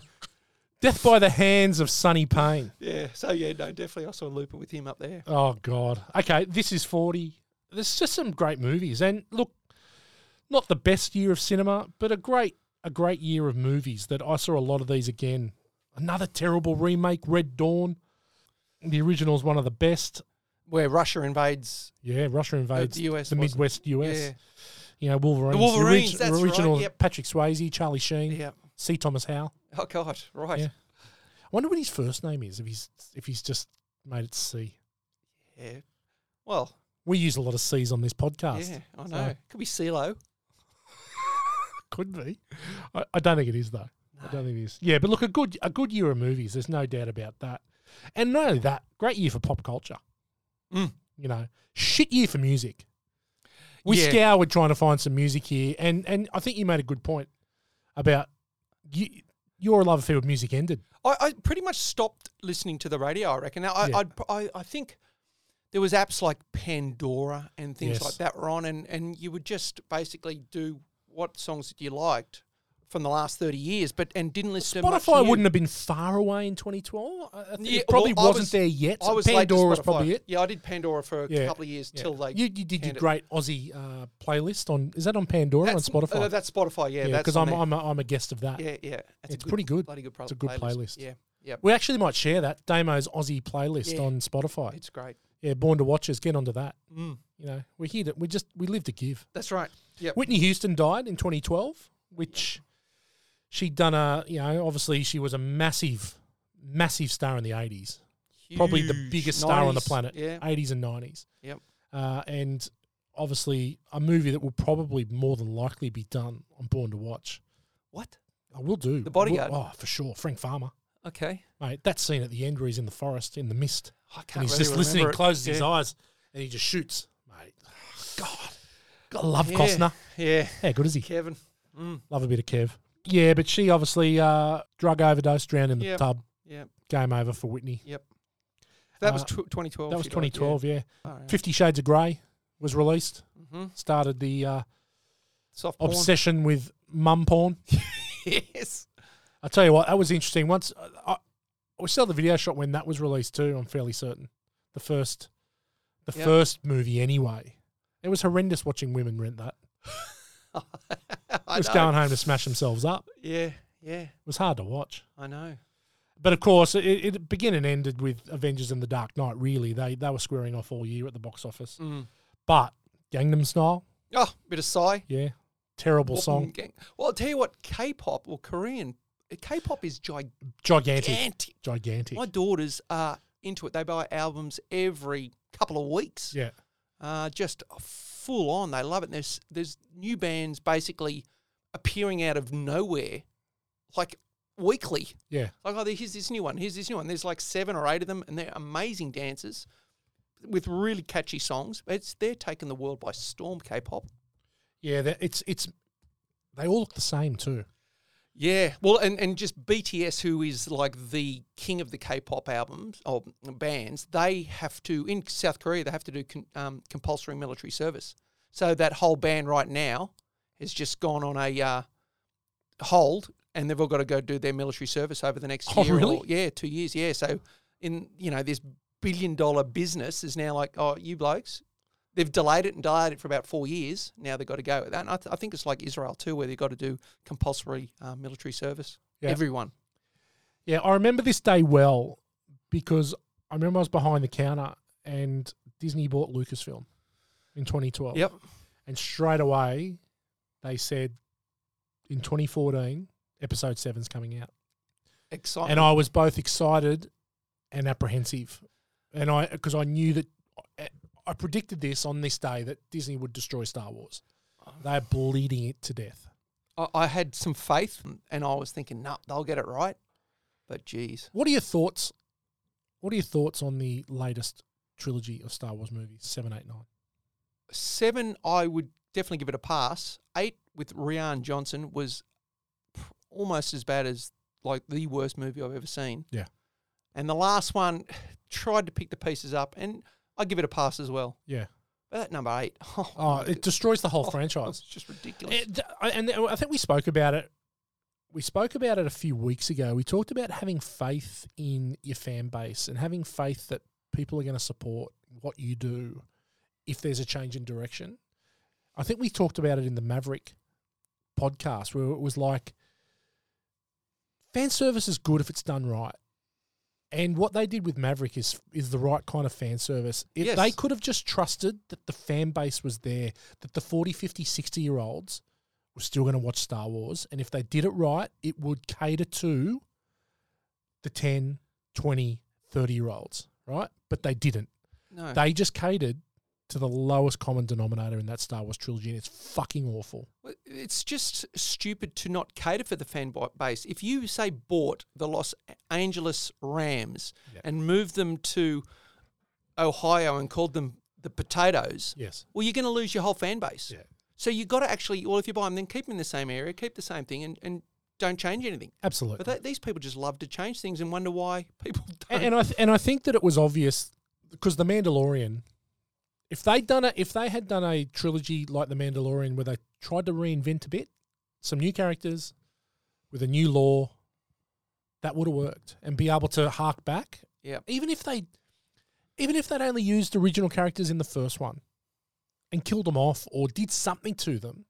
[SPEAKER 2] death by the hands of Sonny Payne.
[SPEAKER 3] Yeah. So yeah, no, definitely. I saw Looper with him up there.
[SPEAKER 2] Oh God. Okay, this is forty. There's just some great movies, and look, not the best year of cinema, but a great, a great year of movies. That I saw a lot of these again. Another terrible remake, Red Dawn. The original is one of the best.
[SPEAKER 3] Where Russia invades
[SPEAKER 2] Yeah, Russia invades
[SPEAKER 3] the US,
[SPEAKER 2] the
[SPEAKER 3] wasn't it?
[SPEAKER 2] Midwest US.
[SPEAKER 3] Yeah.
[SPEAKER 2] You know, Wolverine.
[SPEAKER 3] Wolverines,
[SPEAKER 2] the
[SPEAKER 3] that's right,
[SPEAKER 2] original
[SPEAKER 3] yep.
[SPEAKER 2] Patrick Swayze, Charlie Sheen,
[SPEAKER 3] Yeah.
[SPEAKER 2] C. Thomas Howe.
[SPEAKER 3] Oh God. Right.
[SPEAKER 2] Yeah. I wonder what his first name is. If he's if he's just made it C.
[SPEAKER 3] Yeah. Well.
[SPEAKER 2] We use a lot of C's on this podcast.
[SPEAKER 3] Yeah. I
[SPEAKER 2] So-
[SPEAKER 3] know. Could be CeeLo.
[SPEAKER 2] *laughs* Could be. I, I don't think it is though. I don't think it is. Yeah, but look, a good a good year of movies. There's no doubt about that. And not only that, great year for pop culture.
[SPEAKER 3] Mm.
[SPEAKER 2] You know, shit year for music. We
[SPEAKER 3] Yeah.
[SPEAKER 2] scoured trying to find some music here, and and I think you made a good point about you, your love affair with music ended.
[SPEAKER 3] I, I pretty much stopped listening to the radio. I reckon. Now I,
[SPEAKER 2] Yeah.
[SPEAKER 3] I'd, pr- I I think there was apps like Pandora and things
[SPEAKER 2] Yes.
[SPEAKER 3] like that were on, and and you would just basically do what songs that you liked from the last thirty years, but and didn't listen. to much
[SPEAKER 2] Spotify
[SPEAKER 3] new.
[SPEAKER 2] wouldn't have been far away in 2012. I- I think
[SPEAKER 3] Yeah,
[SPEAKER 2] uh, it probably
[SPEAKER 3] well, I
[SPEAKER 2] wasn't
[SPEAKER 3] was-
[SPEAKER 2] there yet.
[SPEAKER 3] I was late to
[SPEAKER 2] Pandora was
[SPEAKER 3] Spotify.
[SPEAKER 2] probably it.
[SPEAKER 3] Yeah, I did Pandora for a
[SPEAKER 2] Yeah.
[SPEAKER 3] couple of years
[SPEAKER 2] Yeah.
[SPEAKER 3] till they.
[SPEAKER 2] you, you did your
[SPEAKER 3] canned it.
[SPEAKER 2] great Aussie uh, playlist on is that on Pandora or on
[SPEAKER 3] That's-
[SPEAKER 2] Spotify?
[SPEAKER 3] Uh, that's Spotify. Yeah,
[SPEAKER 2] Yeah,
[SPEAKER 3] that's
[SPEAKER 2] because
[SPEAKER 3] on
[SPEAKER 2] I'm,
[SPEAKER 3] there.
[SPEAKER 2] I'm, a, I'm a guest of that.
[SPEAKER 3] yeah, yeah. That's
[SPEAKER 2] it's pretty good.
[SPEAKER 3] Bloody good. Pro-
[SPEAKER 2] It's a good playlist.
[SPEAKER 3] Yeah, yeah.
[SPEAKER 2] We actually might share that Damo's Aussie playlist
[SPEAKER 3] Yeah.
[SPEAKER 2] on Spotify.
[SPEAKER 3] It's great.
[SPEAKER 2] yeah, Born to Watchers, get onto that.
[SPEAKER 3] Mm.
[SPEAKER 2] You know, we're here to, we just, we live to give.
[SPEAKER 3] That's right. Yep.
[SPEAKER 2] Whitney Houston died in 2012, which she'd done a, you know, obviously she was a massive, massive star in the 80s. Probably the
[SPEAKER 3] Huge.
[SPEAKER 2] biggest star on the
[SPEAKER 3] 90s.
[SPEAKER 2] planet,
[SPEAKER 3] Yeah.
[SPEAKER 2] 80s and 90s.
[SPEAKER 3] Yep.
[SPEAKER 2] Uh, and obviously a movie that will probably more than likely be done on Born to Watch.
[SPEAKER 3] What?
[SPEAKER 2] I will do.
[SPEAKER 3] The
[SPEAKER 2] I will-
[SPEAKER 3] Bodyguard.
[SPEAKER 2] oh, for sure. Frank Farmer.
[SPEAKER 3] Okay.
[SPEAKER 2] Mate, that scene at the end where he's in the forest in the mist
[SPEAKER 3] I
[SPEAKER 2] and
[SPEAKER 3] can't
[SPEAKER 2] he's
[SPEAKER 3] really
[SPEAKER 2] just listening,
[SPEAKER 3] remember it.
[SPEAKER 2] closes
[SPEAKER 3] yeah.
[SPEAKER 2] his eyes, and he just shoots.
[SPEAKER 3] *sighs*
[SPEAKER 2] Mate, God, gotta love
[SPEAKER 3] Yeah.
[SPEAKER 2] Costner.
[SPEAKER 3] Yeah,
[SPEAKER 2] How good is he?
[SPEAKER 3] Kevin. Mm.
[SPEAKER 2] Love a bit of Kev. Yeah, but she obviously uh, drug overdose, drowned in the
[SPEAKER 3] Yep.
[SPEAKER 2] tub.
[SPEAKER 3] Yep.
[SPEAKER 2] Game over for Whitney.
[SPEAKER 3] That was
[SPEAKER 2] Uh,
[SPEAKER 3] tw- 2012.
[SPEAKER 2] That was
[SPEAKER 3] she died, yeah.
[SPEAKER 2] 2012. Yeah,
[SPEAKER 3] All right.
[SPEAKER 2] Fifty Shades of Grey was released.
[SPEAKER 3] Mhm.
[SPEAKER 2] Started the uh,
[SPEAKER 3] Soft porn.
[SPEAKER 2] obsession with mum porn.
[SPEAKER 3] *laughs* yes. *laughs*
[SPEAKER 2] I tell you what, that was interesting. Once uh, I, I was still at the video shop when that was released too. I'm fairly certain the first, the
[SPEAKER 3] Yep.
[SPEAKER 2] first movie anyway. It was horrendous watching women rent that.
[SPEAKER 3] I
[SPEAKER 2] It was
[SPEAKER 3] know.
[SPEAKER 2] going home to smash themselves up.
[SPEAKER 3] Yeah, yeah,
[SPEAKER 2] It was hard to watch.
[SPEAKER 3] I know.
[SPEAKER 2] But of course, it, it began and ended with Avengers and the Dark Knight. Really, they they were squaring off all year at the box office.
[SPEAKER 3] Mm.
[SPEAKER 2] But Gangnam Style,
[SPEAKER 3] Oh, bit of sigh.
[SPEAKER 2] yeah, terrible song,
[SPEAKER 3] Gang- Well, I'll tell you what, K-pop or Korean, K-pop is gigantic.
[SPEAKER 2] gigantic, gigantic.
[SPEAKER 3] My daughters are into it. They buy albums every couple of weeks.
[SPEAKER 2] Yeah,
[SPEAKER 3] uh, just full on. They love it. And there's there's new bands basically appearing out of nowhere, like weekly.
[SPEAKER 2] yeah.
[SPEAKER 3] Like oh, there- here's this new one. Here's this new one. There's like seven or eight of them, and they're amazing dancers. with really catchy songs. It's they're taking the world by storm. K-pop.
[SPEAKER 2] Yeah, that- it's it's they all look the same too.
[SPEAKER 3] Yeah, well, and, and just BTS, who is like the king of the K-pop albums or bands, they have to in South Korea they have to do con, um, compulsory military service. So that whole band right now has just gone on a uh, hold, and they've all got to go do their military service over the next
[SPEAKER 2] Oh,
[SPEAKER 3] year. or-
[SPEAKER 2] really?
[SPEAKER 3] yeah, two years. Yeah, so in you know this billion dollar business is now like, oh, you blokes, they've delayed it and delayed it for about four years. Now they've got to go with that. And I, th- I think it's like Israel too, where they've got to do compulsory uh, military service.
[SPEAKER 2] Yeah.
[SPEAKER 3] Everyone.
[SPEAKER 2] Yeah, I remember this day well because I remember I was behind the counter and Disney bought Lucasfilm in 2012.
[SPEAKER 3] Yep.
[SPEAKER 2] And straight away, they said in 2014, episode seven's coming out.
[SPEAKER 3] Exciting.
[SPEAKER 2] And I was both excited and apprehensive. And I, because I knew that eh, I predicted this on this day that Disney would destroy Star Wars. They're bleeding it to death.
[SPEAKER 3] I, I had some faith, and I was thinking, nah, they'll get it right. But geez,
[SPEAKER 2] What are your thoughts? What are your thoughts on the latest trilogy of Star Wars movies, seven, eight, nine?
[SPEAKER 3] seven, I would definitely give it a pass. Eight with Rian Johnson was pr- almost as bad as like the worst movie I've ever seen.
[SPEAKER 2] Yeah.
[SPEAKER 3] And the last one *sighs* tried to pick the pieces up, and I give it a pass as well.
[SPEAKER 2] Yeah.
[SPEAKER 3] But that number eight, *laughs* oh,
[SPEAKER 2] Oh, it destroys the whole
[SPEAKER 3] Oh, It's *laughs*
[SPEAKER 2] franchise.
[SPEAKER 3] just ridiculous.
[SPEAKER 2] It, th- I- and I think we spoke about it. We spoke about it a few weeks ago. We talked about having faith in your fan base and having faith that people are going to support what you do if there's a change in direction. I think we talked about it in the Maverick podcast where it was like fan service is good if it's done right. And what they did with Maverick is is the right kind of fan service. If
[SPEAKER 3] Yes.
[SPEAKER 2] they could have just trusted that the fan base was there, that the 40, 50, 60 year olds were still going to watch Star Wars. And if they did it right, it would cater to the 10, 20, 30 year olds, right? But they didn't.
[SPEAKER 3] no.
[SPEAKER 2] They just catered to the lowest common denominator in that Star Wars trilogy, and it's fucking awful.
[SPEAKER 3] Well, It's just stupid to not cater for the fan bo- base. If you say bought the Los Angeles Rams
[SPEAKER 2] Yep.
[SPEAKER 3] and moved them to Ohio and called them the Potatoes,
[SPEAKER 2] Yes.
[SPEAKER 3] well, you're going to lose your whole fan base.
[SPEAKER 2] Yeah.
[SPEAKER 3] So you got to actually, well, if you buy them, then keep them in the same area, keep the same thing, and, and don't change anything.
[SPEAKER 2] Absolutely.
[SPEAKER 3] But th these people just love to change things and wonder why people
[SPEAKER 2] and,
[SPEAKER 3] don't.
[SPEAKER 2] and I th- and I think that it was obvious because the Mandalorian, if they'd done a, if they had done a trilogy like the Mandalorian where they tried to reinvent a bit, some new characters, with a new lore, that would have worked and be able to hark back.
[SPEAKER 3] yeah.
[SPEAKER 2] Even if they, even if they'd only used original characters in the first one, and killed them off or did something to them,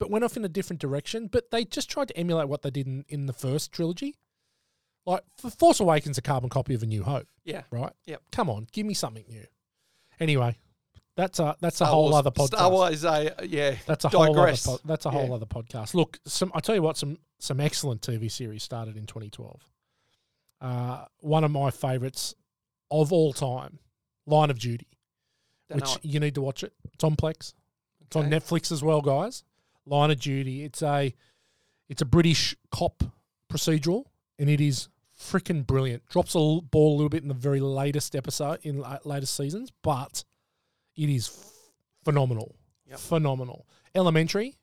[SPEAKER 2] but went off in a different direction. But they just tried to emulate what they did in, in the first trilogy. Like F- Force Awakens, a carbon copy of A New Hope
[SPEAKER 3] Yeah.
[SPEAKER 2] right?
[SPEAKER 3] Yep.
[SPEAKER 2] Come on, give me something new. Anyway, that's a that's a
[SPEAKER 3] Star
[SPEAKER 2] whole
[SPEAKER 3] Wars-
[SPEAKER 2] other podcast.
[SPEAKER 3] Star Wars, uh, yeah.
[SPEAKER 2] That's a
[SPEAKER 3] digress.
[SPEAKER 2] whole other po- that's a whole
[SPEAKER 3] Yeah.
[SPEAKER 2] other podcast. Look, some I tell you what, some some excellent TV series started in 2012. Uh, one of my favorites of all time, Line of Duty,
[SPEAKER 3] Don't know
[SPEAKER 2] which
[SPEAKER 3] it.
[SPEAKER 2] you need to watch it. It's on Plex. It's on
[SPEAKER 3] Okay.
[SPEAKER 2] Netflix as well, guys. Line of Duty. It's a it's a British cop procedural, and it is freaking brilliant. Drops a l- ball a little bit in the very latest episode in la- latest seasons, but it is f- phenomenal,
[SPEAKER 3] Yep.
[SPEAKER 2] phenomenal. Elementary,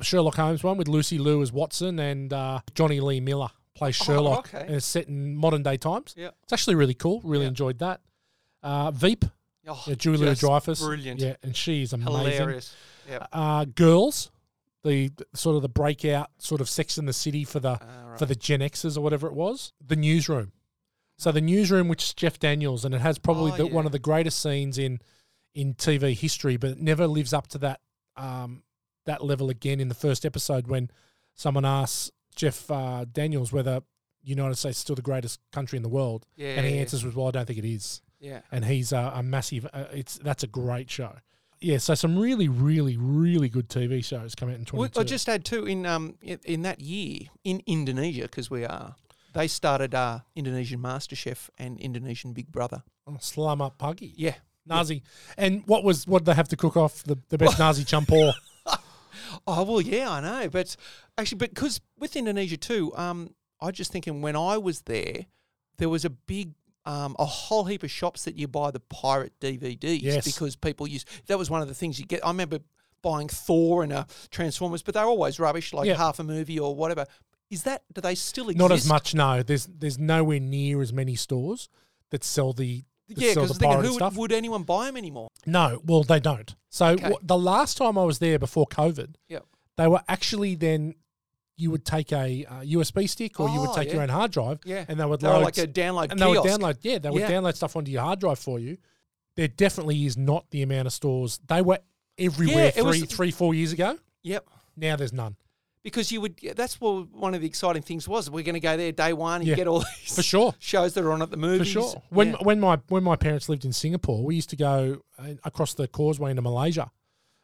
[SPEAKER 2] Sherlock Holmes one with Lucy Liu as Watson and uh, Johnny Lee Miller plays
[SPEAKER 3] Oh,
[SPEAKER 2] Sherlock,
[SPEAKER 3] okay.
[SPEAKER 2] and it's set in modern day times.
[SPEAKER 3] Yep.
[SPEAKER 2] It's actually really cool. Really
[SPEAKER 3] Yep.
[SPEAKER 2] enjoyed that. Uh, Veep,
[SPEAKER 3] Oh,
[SPEAKER 2] yeah, Julia
[SPEAKER 3] just
[SPEAKER 2] Dreyfus,
[SPEAKER 3] Brilliant.
[SPEAKER 2] yeah, and she is amazing
[SPEAKER 3] Hilarious. Yeah.
[SPEAKER 2] uh, girls, the the- sort of the breakout sort of Sex in the City for the
[SPEAKER 3] Ah,
[SPEAKER 2] for the Gen Xers or whatever it was, the newsroom. So the newsroom, which is Jeff Daniels, and it has probably
[SPEAKER 3] Oh,
[SPEAKER 2] the, one
[SPEAKER 3] yeah.
[SPEAKER 2] of the greatest scenes in in TV history, but it never lives up to that um, that level again in the first episode when someone asks Jeff uh, Daniels whether United States is still the greatest country in the world,
[SPEAKER 3] Yeah.
[SPEAKER 2] and he
[SPEAKER 3] yeah,
[SPEAKER 2] answers with, "Well, I don't think it is."
[SPEAKER 3] Yeah.
[SPEAKER 2] and he's a, a massive. Uh, it's that's a great show. Yeah, so some really, really, really good TV shows come out in
[SPEAKER 3] Well,
[SPEAKER 2] 22.
[SPEAKER 3] I just add too in um in, in that year in Indonesia because we are they started uh, Indonesian MasterChef and Indonesian Big Brother.
[SPEAKER 2] oh, slum up puggy,
[SPEAKER 3] Yeah,
[SPEAKER 2] Nazi, and what was what did they have to cook off the, the best Nazi
[SPEAKER 3] *laughs*
[SPEAKER 2] champor?
[SPEAKER 3] Oh well, yeah, I know. But actually, because with Indonesia too, um, I just thinking when I was there, there was a big um, a whole heap of shops that you buy the pirate DVDs
[SPEAKER 2] Yes.
[SPEAKER 3] because people use that was one of the things you get. I remember buying Thor and uh, Transformers, but they're always rubbish, like
[SPEAKER 2] Yeah.
[SPEAKER 3] half a movie or whatever. Is that do they still exist?
[SPEAKER 2] Not as much. No, there's there's nowhere near as many stores that sell the that
[SPEAKER 3] Yeah,
[SPEAKER 2] sell
[SPEAKER 3] because
[SPEAKER 2] the
[SPEAKER 3] I'm thinking,
[SPEAKER 2] pirate
[SPEAKER 3] who would,
[SPEAKER 2] stuff.
[SPEAKER 3] would anyone buy them anymore?
[SPEAKER 2] No, well they don't. So
[SPEAKER 3] Okay.
[SPEAKER 2] wh- the last time I was there before COVID,
[SPEAKER 3] Yep.
[SPEAKER 2] they were actually then you would take a uh, USB stick or you would
[SPEAKER 3] Oh,
[SPEAKER 2] take your
[SPEAKER 3] yeah.
[SPEAKER 2] own hard drive,
[SPEAKER 3] Yeah.
[SPEAKER 2] and they would
[SPEAKER 3] They're
[SPEAKER 2] load
[SPEAKER 3] like a download
[SPEAKER 2] and they would
[SPEAKER 3] kiosk.
[SPEAKER 2] download yeah they would
[SPEAKER 3] Yeah.
[SPEAKER 2] download stuff onto your hard drive for you. There definitely is not the amount of stores they were everywhere
[SPEAKER 3] Yeah, it
[SPEAKER 2] three
[SPEAKER 3] was-
[SPEAKER 2] three four years ago.
[SPEAKER 3] Yep.
[SPEAKER 2] Now there's none
[SPEAKER 3] Because you would, yeah, that's what one of the exciting things was. We're going to go there day one and
[SPEAKER 2] Yeah.
[SPEAKER 3] get all *laughs* these
[SPEAKER 2] for sure.
[SPEAKER 3] shows that are on at the
[SPEAKER 2] For
[SPEAKER 3] movies.
[SPEAKER 2] sure. When
[SPEAKER 3] Yeah.
[SPEAKER 2] when my when my parents lived in Singapore, we used to go uh, across the causeway into Malaysia,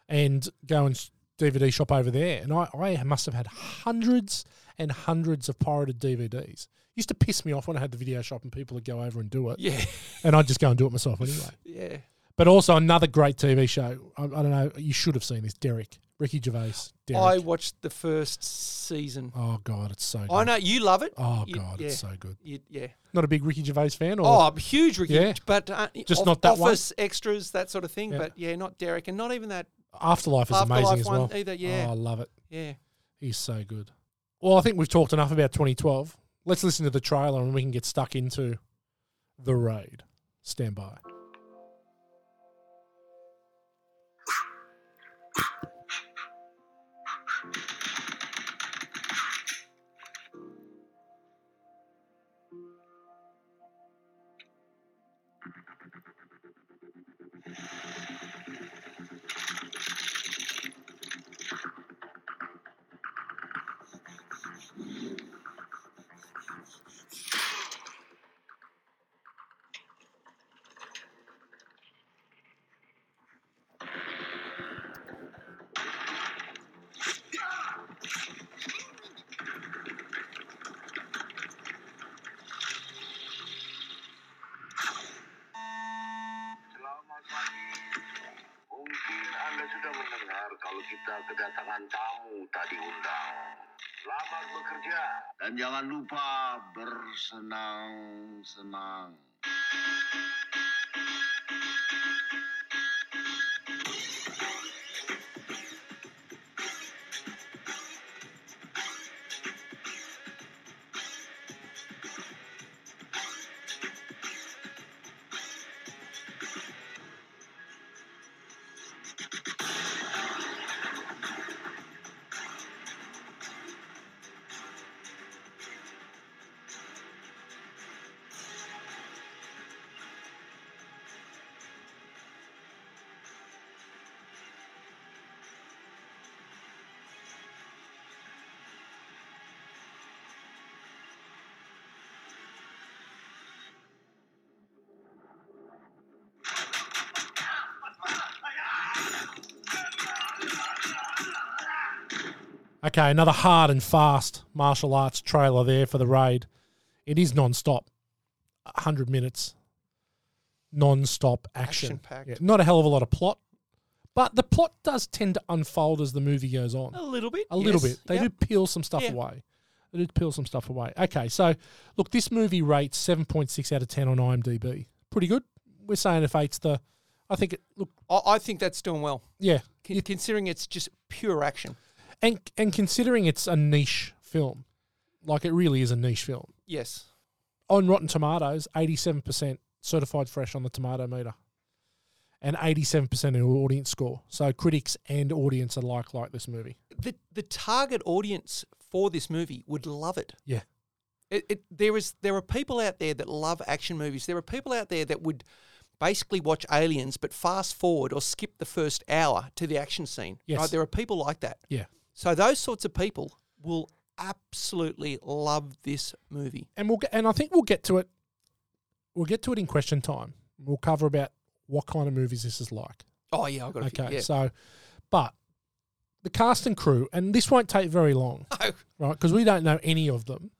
[SPEAKER 2] and go and s- DVD shop over there. And I, I must have had hundreds and hundreds of pirated DVDs. Used to piss me off when I had the video shop and people would go over and do it,
[SPEAKER 3] yeah,
[SPEAKER 2] and I'd just go and do it myself anyway.
[SPEAKER 3] yeah.
[SPEAKER 2] But also another great TV show. I, I don't know. You should have seen this, Derek, Ricky Gervais. Derek.
[SPEAKER 3] I watched the first season.
[SPEAKER 2] oh God, it's so. good.
[SPEAKER 3] I know you love it.
[SPEAKER 2] Oh
[SPEAKER 3] You-
[SPEAKER 2] God, it's
[SPEAKER 3] yeah.
[SPEAKER 2] so good.
[SPEAKER 3] You, yeah.
[SPEAKER 2] Not a big Ricky Gervais fan, or
[SPEAKER 3] Oh, I'm huge, Ricky.
[SPEAKER 2] Yeah.
[SPEAKER 3] But uh,
[SPEAKER 2] Just
[SPEAKER 3] off-
[SPEAKER 2] not that one?
[SPEAKER 3] office extras, that sort of thing.
[SPEAKER 2] Yeah.
[SPEAKER 3] But yeah, not Derek, and not even that.
[SPEAKER 2] Afterlife is
[SPEAKER 3] Afterlife
[SPEAKER 2] amazing as
[SPEAKER 3] one
[SPEAKER 2] well.
[SPEAKER 3] either, yeah.
[SPEAKER 2] Oh, I love it.
[SPEAKER 3] Yeah.
[SPEAKER 2] He's so good. Well, I think we've talked enough about 2012. Let's listen to the trailer and we can get stuck into the raid. Stand by.
[SPEAKER 4] Selamat pagi. Mungkin Anda sudah mendengar kalau kita kedatangan tamu tak diundang. Selamat bekerja dan jangan lupa bersenang-senang.
[SPEAKER 2] Okay, another hard and fast martial arts trailer there for the raid. It is non stop 100 minutes, non stop action.
[SPEAKER 3] Action-packed.
[SPEAKER 2] Yeah, not a hell of a lot of plot, but the plot does tend to unfold as the movie goes on.
[SPEAKER 3] A little bit.
[SPEAKER 2] A little
[SPEAKER 3] yes,
[SPEAKER 2] bit. They
[SPEAKER 3] yep.
[SPEAKER 2] did peel some stuff
[SPEAKER 3] Yeah.
[SPEAKER 2] away. They did peel some stuff away. Okay, so look, this movie rates seven point six out of ten on IMDb. Pretty good. We're saying if eight's the, I think it. Look,
[SPEAKER 3] I, I think that's doing well,
[SPEAKER 2] yeah,
[SPEAKER 3] con- considering it's just pure action.
[SPEAKER 2] and and considering it's a niche film, like it really is a niche film.
[SPEAKER 3] Yes.
[SPEAKER 2] On Rotten Tomatoes, eighty-seven percent certified fresh on the tomato meter, and eighty-seven percent in audience score. So critics and audience alike like this movie.
[SPEAKER 3] The the target audience for this movie would love it.
[SPEAKER 2] Yeah,
[SPEAKER 3] It, it there is there are people out there that love action movies. There are people out there that would basically watch Aliens but fast forward or skip the first hour to the action scene.
[SPEAKER 2] Yes.
[SPEAKER 3] Right? There are people like that.
[SPEAKER 2] yeah.
[SPEAKER 3] So those sorts of people will absolutely love this movie.
[SPEAKER 2] and we'll get, and I think we'll get to it. We'll get to it in question time. We'll cover about what kind of movies this is like.
[SPEAKER 3] Oh yeah, I got it.
[SPEAKER 2] Okay,
[SPEAKER 3] yeah. *laughs*
[SPEAKER 2] so, but the cast and crew, and this won't take very long,
[SPEAKER 3] No.
[SPEAKER 2] right? Because we don't know any of them,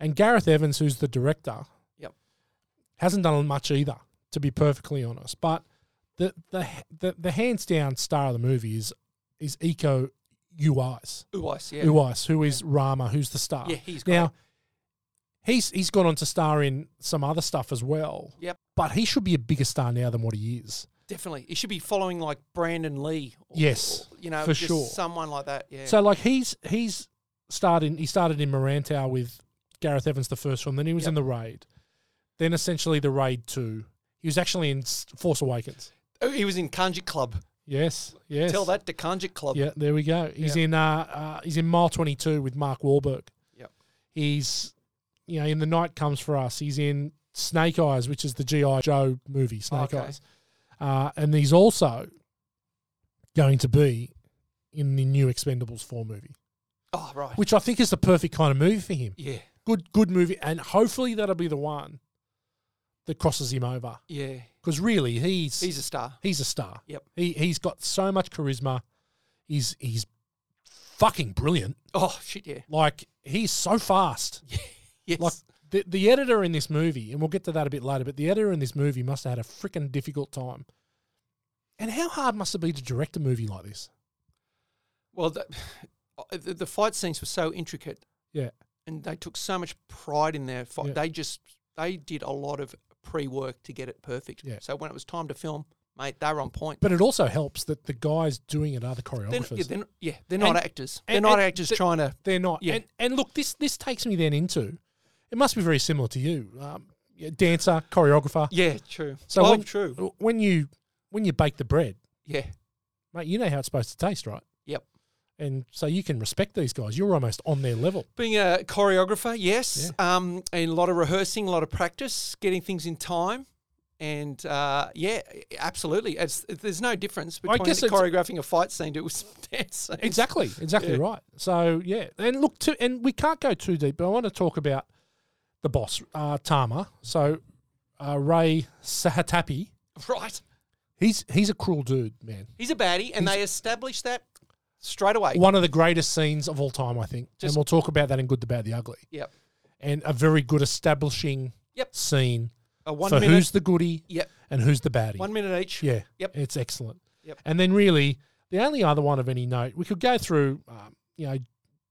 [SPEAKER 2] and Gareth Evans, who's the director,
[SPEAKER 3] Yep.
[SPEAKER 2] hasn't done much either, to be perfectly honest. But the the the, the hands down star of the movie is is Eco Uwais.
[SPEAKER 3] Uwais, yeah.
[SPEAKER 2] Uwais, who is Rama, who's the star.
[SPEAKER 3] Yeah, he's
[SPEAKER 2] now. He's he's gone on to star in some other stuff as well.
[SPEAKER 3] Yep.
[SPEAKER 2] But he should be a bigger star now than what he is.
[SPEAKER 3] Definitely. He should be following like Brandon Lee. or-
[SPEAKER 2] Yes,
[SPEAKER 3] or, you know,
[SPEAKER 2] for
[SPEAKER 3] just
[SPEAKER 2] sure.
[SPEAKER 3] someone like that. Yeah.
[SPEAKER 2] So like he's he's started he started in Morantau with Gareth Evans the first film. Then he was in the Raid. Then essentially the Raid Two. He was actually in S- Force Awakens.
[SPEAKER 3] Oh, he was in Kanjik Club.
[SPEAKER 2] Yes. Yes.
[SPEAKER 3] Tell that to Kanjik Club.
[SPEAKER 2] Yeah, there we go. He's
[SPEAKER 3] Yeah.
[SPEAKER 2] in uh, uh he's in Mile 22 with Mark Wahlberg.
[SPEAKER 3] Yep.
[SPEAKER 2] He's you know in The Night Comes for Us. He's in Snake Eyes, which is the GI Joe movie, Snake
[SPEAKER 3] Oh, Okay.
[SPEAKER 2] Eyes. Uh, and he's also going to be in the new Expendables 4 movie,
[SPEAKER 3] Oh right.
[SPEAKER 2] which I think is the perfect kind of movie for him.
[SPEAKER 3] yeah.
[SPEAKER 2] Good good movie and hopefully that'll be the one that crosses him over
[SPEAKER 3] Yeah.
[SPEAKER 2] because really he's
[SPEAKER 3] He's a star.
[SPEAKER 2] he's a star.
[SPEAKER 3] Yep.
[SPEAKER 2] He he's got so much charisma. He's he's fucking brilliant.
[SPEAKER 3] Oh
[SPEAKER 2] *laughs*
[SPEAKER 3] shit. Yeah.
[SPEAKER 2] Like he's so fast.
[SPEAKER 3] Yes.
[SPEAKER 2] Like the the editor in this movie, and we'll get to that a bit later, but the editor in this movie must have had a freaking difficult time. And how hard must it be to direct a movie like this?
[SPEAKER 3] well, the, uh, the, the fight scenes were so intricate,
[SPEAKER 2] Yeah.
[SPEAKER 3] and they took so much pride in their fight.
[SPEAKER 2] Yeah.
[SPEAKER 3] They just they did a lot of pre work to get it perfect.
[SPEAKER 2] Yeah.
[SPEAKER 3] So when it was time to film, mate, they were on point.
[SPEAKER 2] But it also helps that the guys doing it are the
[SPEAKER 3] They're,
[SPEAKER 2] choreographers.
[SPEAKER 3] yeah, they're, not- yeah, they're not
[SPEAKER 2] And-
[SPEAKER 3] actors.
[SPEAKER 2] and-
[SPEAKER 3] They're not
[SPEAKER 2] and
[SPEAKER 3] actors
[SPEAKER 2] th-
[SPEAKER 3] trying to.
[SPEAKER 2] They're not.
[SPEAKER 3] Yeah.
[SPEAKER 2] And and look, this this takes me then into it must be very similar to you. Um, yeah, dancer, choreographer.
[SPEAKER 3] Yeah, true.
[SPEAKER 2] So
[SPEAKER 3] oh,
[SPEAKER 2] when,
[SPEAKER 3] true.
[SPEAKER 2] When you when you bake the bread,
[SPEAKER 3] Yeah.
[SPEAKER 2] mate, you know how it's supposed to taste, right?
[SPEAKER 3] Yep.
[SPEAKER 2] And so you can respect these guys. You're almost on their level.
[SPEAKER 3] Being a choreographer, yes, um, and a lot of rehearsing, a lot of practice, getting things in time, and uh, yeah, absolutely. It's, there's no difference between
[SPEAKER 2] guess it's-
[SPEAKER 3] choreographing a fight scene to a *laughs* dance scene.
[SPEAKER 2] Exactly. Exactly
[SPEAKER 3] Yeah.
[SPEAKER 2] right. So yeah, and look, to, and we can't go too deep, but I want to talk about the boss, uh, Tama. So uh, Ray Sahatapi.
[SPEAKER 3] Right.
[SPEAKER 2] He's he's a cruel dude, man.
[SPEAKER 3] He's a baddie, and they established that straight away.
[SPEAKER 2] One of the greatest scenes of all time, I think. and
[SPEAKER 3] Just-
[SPEAKER 2] we'll talk about that in Good, the Bad, the Ugly.
[SPEAKER 3] Yep.
[SPEAKER 2] And a very good establishing
[SPEAKER 3] Yep.
[SPEAKER 2] scene
[SPEAKER 3] A one
[SPEAKER 2] for
[SPEAKER 3] minute.
[SPEAKER 2] who's the goody
[SPEAKER 3] yep.
[SPEAKER 2] and who's the baddie.
[SPEAKER 3] One minute each.
[SPEAKER 2] Yeah.
[SPEAKER 3] Yep.
[SPEAKER 2] It's excellent.
[SPEAKER 3] Yep.
[SPEAKER 2] And then really the only other one of any note, we could go through, um, you know,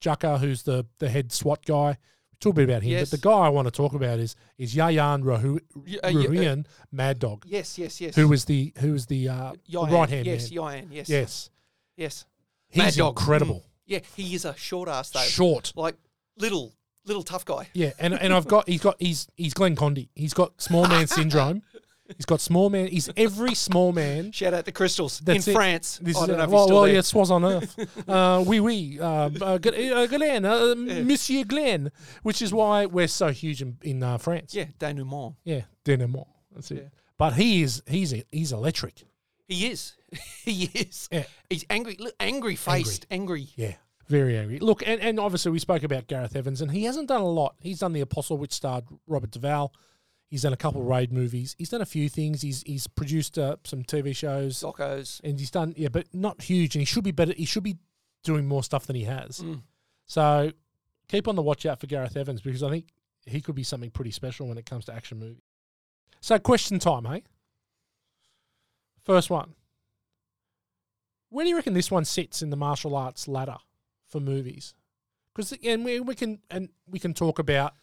[SPEAKER 2] Jaka, who's the, the head SWAT guy. We talk a bit about him,
[SPEAKER 3] Yes.
[SPEAKER 2] but the guy I want to talk about is is Yayan Rahu,
[SPEAKER 3] Y- uh, yeah, uh,
[SPEAKER 2] Ruhian Mad Dog,
[SPEAKER 3] Yes. Yes. Yes.
[SPEAKER 2] who was the who was the uh,
[SPEAKER 3] Yoan,
[SPEAKER 2] right hand
[SPEAKER 3] Yes.
[SPEAKER 2] man.
[SPEAKER 3] Yoan. Yes.
[SPEAKER 2] Yes,
[SPEAKER 3] Yes.
[SPEAKER 2] he's
[SPEAKER 3] Mad Dog. Mm.
[SPEAKER 2] incredible,
[SPEAKER 3] Yeah. He is a short ass though.
[SPEAKER 2] short.
[SPEAKER 3] Like little, little tough guy.
[SPEAKER 2] Yeah, and and I've got he's got he's he's Glenn Condy. He's got small man syndrome. He's got small man. He's every small man
[SPEAKER 3] Shout out the crystals
[SPEAKER 2] That's
[SPEAKER 3] in
[SPEAKER 2] it.
[SPEAKER 3] France.
[SPEAKER 2] This
[SPEAKER 3] I
[SPEAKER 2] is,
[SPEAKER 3] don't know if he's
[SPEAKER 2] well,
[SPEAKER 3] still
[SPEAKER 2] well
[SPEAKER 3] there.
[SPEAKER 2] yes, was on
[SPEAKER 3] *laughs*
[SPEAKER 2] Earth. uh, oui, oui. Uh, uh, Gl- uh, Glenn, uh, Monsieur Glenn, which is why we're so huge in, in uh, France.
[SPEAKER 3] Yeah, denouement.
[SPEAKER 2] yeah, denouement. That's it.
[SPEAKER 3] Yeah.
[SPEAKER 2] But he is he's he's electric.
[SPEAKER 3] He is. *laughs* he is.
[SPEAKER 2] Yeah.
[SPEAKER 3] He's angry. Look, angry faced. Angry.
[SPEAKER 2] Yeah, very angry. Look, and, and obviously we spoke about Gareth Evans, and he hasn't done a lot. He's done The Apostle, which starred Robert Duvall. He's done a couple of raid movies. He's done a few things. He's he's produced uh, some TV shows,
[SPEAKER 3] Sockos.
[SPEAKER 2] and he's done yeah, but not huge. And he should be better. He should be doing more stuff than he has. So keep on the watch out for Gareth Evans because I think he could be something pretty special when it comes to action movies. So question time, hey. First one. Where do you reckon this one sits in the martial arts ladder for movies? Because and we, we can and we can talk about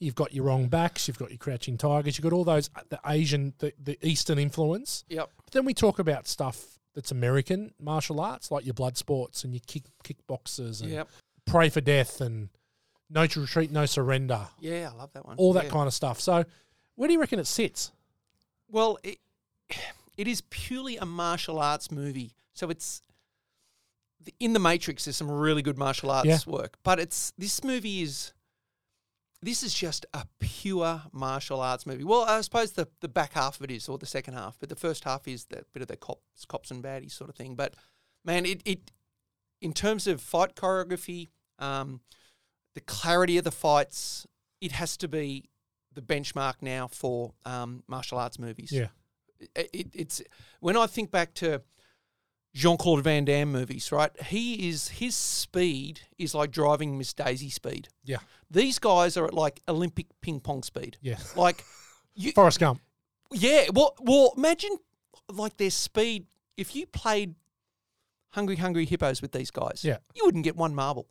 [SPEAKER 2] you've got your wrong backs, you've got your crouching tigers, you've got all those uh, the Asian the, the Eastern influence.
[SPEAKER 3] Yep.
[SPEAKER 2] But then we talk about stuff that's American martial arts, like your blood sports and your kick kickboxers and
[SPEAKER 3] Yep.
[SPEAKER 2] pray for death and no to retreat, no surrender,
[SPEAKER 3] Yeah, I love that one.
[SPEAKER 2] all that
[SPEAKER 3] Yeah.
[SPEAKER 2] kind of stuff. So where do you reckon it sits?
[SPEAKER 3] Well, it, it is purely a martial arts movie, so it's the- in the Matrix. There's some really good martial arts
[SPEAKER 2] Yeah.
[SPEAKER 3] work, but it's this movie is this is just a pure martial arts movie. Well, I suppose the the back half of it is, or the second half, but the first half is that bit of the cops, cops and baddies sort of thing. But man, it it in terms of fight choreography, um, the clarity of the fights, it has to be the benchmark now for um, martial arts movies it, it, it's when I think back to Jean Claude Van Damme movies, right? He is his speed is like driving Miss Daisy speed.
[SPEAKER 2] Yeah.
[SPEAKER 3] These guys are at like Olympic ping pong speed.
[SPEAKER 2] Yeah.
[SPEAKER 3] *laughs* Like, you,
[SPEAKER 2] Forrest Gump. *laughs*
[SPEAKER 3] yeah. Well, well, imagine like their speed. If you played Hungry Hungry Hippos with these guys,
[SPEAKER 2] Yeah.
[SPEAKER 3] you wouldn't get one marble.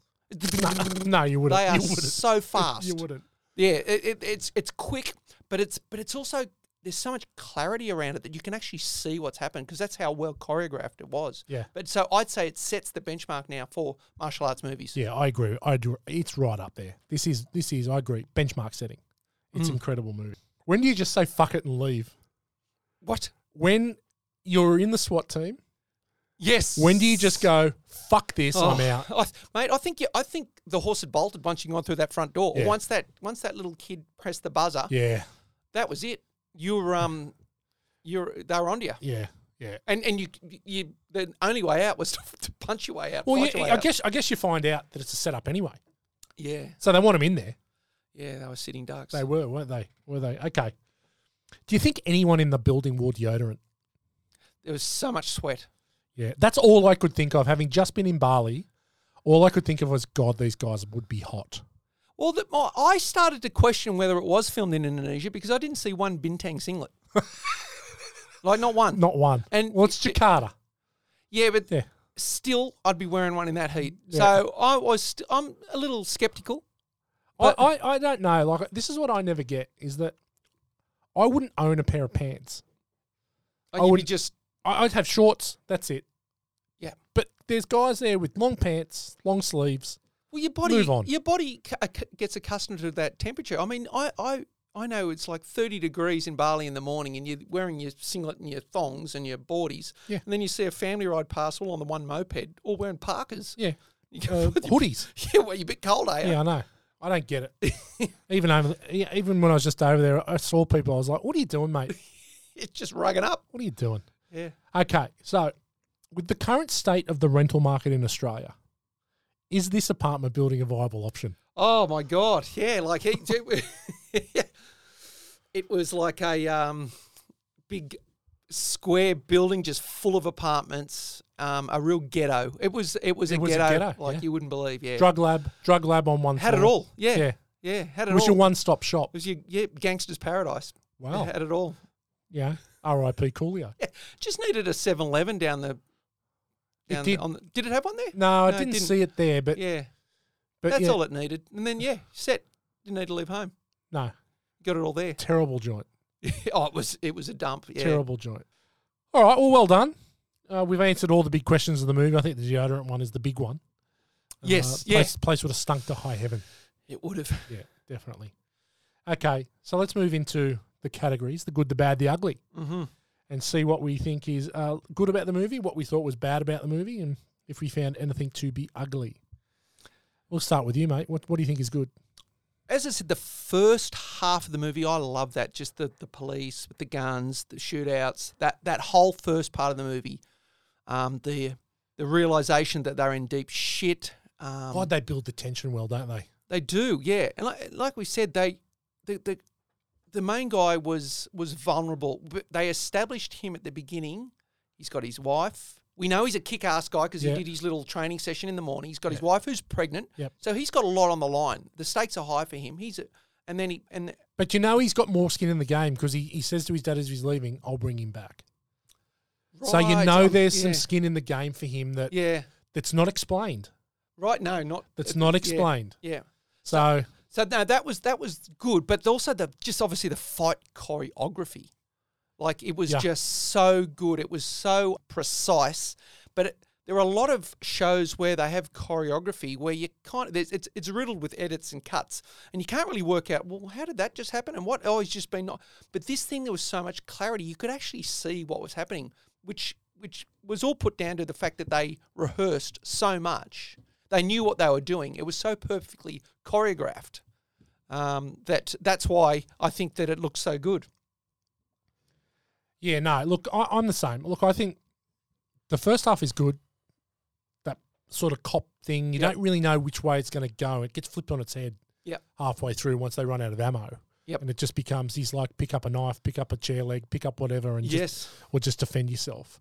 [SPEAKER 2] no, *laughs* you wouldn't.
[SPEAKER 3] They are
[SPEAKER 2] you wouldn't.
[SPEAKER 3] so fast.
[SPEAKER 2] You wouldn't.
[SPEAKER 3] Yeah, it, it, it's it's quick, but it's but it's also there's so much clarity around it that you can actually see what's happened because that's how well choreographed it was.
[SPEAKER 2] Yeah.
[SPEAKER 3] But so I'd say it sets the benchmark now for martial arts movies.
[SPEAKER 2] Yeah, I agree. I do, it's right up there. This is this is I agree. Benchmark setting. It's incredible movie. When do you just say fuck it and leave?
[SPEAKER 3] What?
[SPEAKER 2] When you're in the SWAT team,
[SPEAKER 3] Yes.
[SPEAKER 2] when do you just go fuck this? I'm
[SPEAKER 3] Oh,
[SPEAKER 2] out.
[SPEAKER 3] *laughs* I, mate. I think you, I think the horse had bolted once you gone through that front door.
[SPEAKER 2] Yeah.
[SPEAKER 3] Once that once that little kid pressed the buzzer,
[SPEAKER 2] Yeah,
[SPEAKER 3] that was it. You were um, you were they were onto you,
[SPEAKER 2] yeah, yeah.
[SPEAKER 3] and and you you the only way out was *laughs* to, to punch your way out.
[SPEAKER 2] Well,
[SPEAKER 3] fight your
[SPEAKER 2] yeah,
[SPEAKER 3] way
[SPEAKER 2] I
[SPEAKER 3] out.
[SPEAKER 2] guess I guess you find out that it's a setup anyway.
[SPEAKER 3] yeah,
[SPEAKER 2] So they want him in there.
[SPEAKER 3] yeah, they were sitting ducks.
[SPEAKER 2] They were, weren't they? Were they? Okay. Do you think anyone in the building wore deodorant?
[SPEAKER 3] there was so much sweat.
[SPEAKER 2] Yeah, that's all I could think of. Having just been in Bali, all I could think of was, God, these guys would be hot.
[SPEAKER 3] Well, that my, I started to question whether it was filmed in Indonesia because I didn't see one
[SPEAKER 2] *laughs*
[SPEAKER 3] bintang singlet, like not one.
[SPEAKER 2] Not one.
[SPEAKER 3] And-
[SPEAKER 2] well, it's Jakarta.
[SPEAKER 3] Yeah, but
[SPEAKER 2] Yeah.
[SPEAKER 3] still, I'd be wearing one in that heat.
[SPEAKER 2] Yeah.
[SPEAKER 3] So I was, st- I'm a little skeptical.
[SPEAKER 2] I,
[SPEAKER 3] But-
[SPEAKER 2] I, I don't know. Like this is what I never get is that I wouldn't own a pair of pants.
[SPEAKER 3] I
[SPEAKER 2] I
[SPEAKER 3] would
[SPEAKER 2] would-
[SPEAKER 3] just,
[SPEAKER 2] I, I'd have shorts. That's it.
[SPEAKER 3] Yeah.
[SPEAKER 2] But there's guys there with long pants, long sleeves.
[SPEAKER 3] well, your body,
[SPEAKER 2] Move on.
[SPEAKER 3] your body c- ac- gets accustomed to that temperature. I mean, I, I, I know it's like 30 degrees in Bali in the morning, and you're wearing your singlet and your thongs and your boardies,
[SPEAKER 2] Yeah.
[SPEAKER 3] and then you see a family ride past all on the one moped, all wearing parkas.
[SPEAKER 2] Yeah.
[SPEAKER 3] You go,
[SPEAKER 2] Uh, hoodies.
[SPEAKER 3] *laughs* yeah, well, you're a bit cold, eh?
[SPEAKER 2] Yeah, I know. I don't get
[SPEAKER 3] *laughs*
[SPEAKER 2] it. even over, yeah, even when I was just over there, I saw people. I was like, "What are you doing, mate?
[SPEAKER 3] It's just rugging up.
[SPEAKER 2] What are you doing?"
[SPEAKER 3] Yeah.
[SPEAKER 2] Okay, so with the current state of the rental market in Australia, is this apartment building a viable option?
[SPEAKER 3] Oh my god, yeah, like he, *laughs* it was like a um, big square building just full of apartments, um, a real ghetto. It was it was, a,
[SPEAKER 2] was a
[SPEAKER 3] ghetto,
[SPEAKER 2] ghetto,
[SPEAKER 3] like
[SPEAKER 2] yeah.
[SPEAKER 3] you wouldn't believe. Yeah,
[SPEAKER 2] Drug lab, drug lab on one.
[SPEAKER 3] had it
[SPEAKER 2] floor.
[SPEAKER 3] all. Yeah,
[SPEAKER 2] Yeah.
[SPEAKER 3] yeah, had it
[SPEAKER 2] It was
[SPEAKER 3] all.
[SPEAKER 2] your one-stop shop.
[SPEAKER 3] it was your yeah, gangster's paradise.
[SPEAKER 2] Wow.
[SPEAKER 3] It had it all.
[SPEAKER 2] Yeah. R.I.P. Coolio.
[SPEAKER 3] Yeah. Just needed a 7-Eleven down the.
[SPEAKER 2] did.
[SPEAKER 3] Down The, on the, did it have one there?
[SPEAKER 2] No, I
[SPEAKER 3] No, it
[SPEAKER 2] didn't,
[SPEAKER 3] didn't.
[SPEAKER 2] see it there, but
[SPEAKER 3] Yeah,
[SPEAKER 2] but
[SPEAKER 3] that's
[SPEAKER 2] yeah,
[SPEAKER 3] all it needed, and then yeah, set. Didn't need to leave home.
[SPEAKER 2] no,
[SPEAKER 3] Got it all there.
[SPEAKER 2] terrible joint,
[SPEAKER 3] *laughs* oh, it was it was a dump. Yeah.
[SPEAKER 2] terrible joint. All right, well, well done. Uh, we've answered all the big questions of the movie. I think the deodorant one is the big one.
[SPEAKER 3] Yes,
[SPEAKER 2] uh,
[SPEAKER 3] yeah.
[SPEAKER 2] place, place would have stunk to high heaven.
[SPEAKER 3] It would have.
[SPEAKER 2] Yeah, definitely. Okay, so let's move into the categories: the good, the bad, the ugly,
[SPEAKER 3] Mm-hmm.
[SPEAKER 2] and see what we think is uh, good about the movie, what we thought was bad about the movie, and if we found anything to be ugly. We'll start with you, mate. What What do you think is good?
[SPEAKER 3] As I said, the first half of the movie, I love that. Just the, the police with the guns, the shootouts, that that whole first part of the movie, um, the the realization that they're in deep shit. Um,
[SPEAKER 2] God, they build the tension well, don't they?
[SPEAKER 3] They do, yeah. And like, like we said, they the, the the main guy was was vulnerable. But They established him at the beginning. He's got his wife. We know he's a kick-ass guy because
[SPEAKER 2] Yeah.
[SPEAKER 3] he did his little training session in the morning. He's got his wife who's pregnant,
[SPEAKER 2] Yep.
[SPEAKER 3] so he's got a lot on the line. The stakes are high for him. He's a, and then he and
[SPEAKER 2] But you know he's got more skin in the game because he, he says to his dad as he's leaving, "I'll bring him back." so you
[SPEAKER 3] Right,
[SPEAKER 2] know
[SPEAKER 3] um,
[SPEAKER 2] there's
[SPEAKER 3] yeah.
[SPEAKER 2] some skin in the game for him that
[SPEAKER 3] yeah
[SPEAKER 2] that's not explained.
[SPEAKER 3] right no not
[SPEAKER 2] That's not
[SPEAKER 3] yeah,
[SPEAKER 2] explained.
[SPEAKER 3] yeah.
[SPEAKER 2] So
[SPEAKER 3] So no, that was that was good, but also the just obviously the fight choreography, like it was
[SPEAKER 2] Yeah.
[SPEAKER 3] just so good. It was so precise, but it, there are a lot of shows where they have choreography where you kind of there's, it's it's riddled with edits and cuts, and you can't really work out well how did that just happen and what oh he's just been not. But this thing there was so much clarity, you could actually see what was happening, which which was all put down to the fact that they rehearsed so much. They knew what they were doing. It was so perfectly choreographed um, that that's why I think that it looks so good.
[SPEAKER 2] yeah, no. Look, I, I'm the same. Look, I think the first half is good. That sort of cop thing. You
[SPEAKER 3] Yep.
[SPEAKER 2] don't really know which way it's going to go. It gets flipped on its head
[SPEAKER 3] Yep.
[SPEAKER 2] halfway through once they run out of ammo.
[SPEAKER 3] Yep.
[SPEAKER 2] And it just becomes he's like pick up a knife, pick up a chair leg, pick up whatever, and just
[SPEAKER 3] yes.
[SPEAKER 2] or just defend yourself.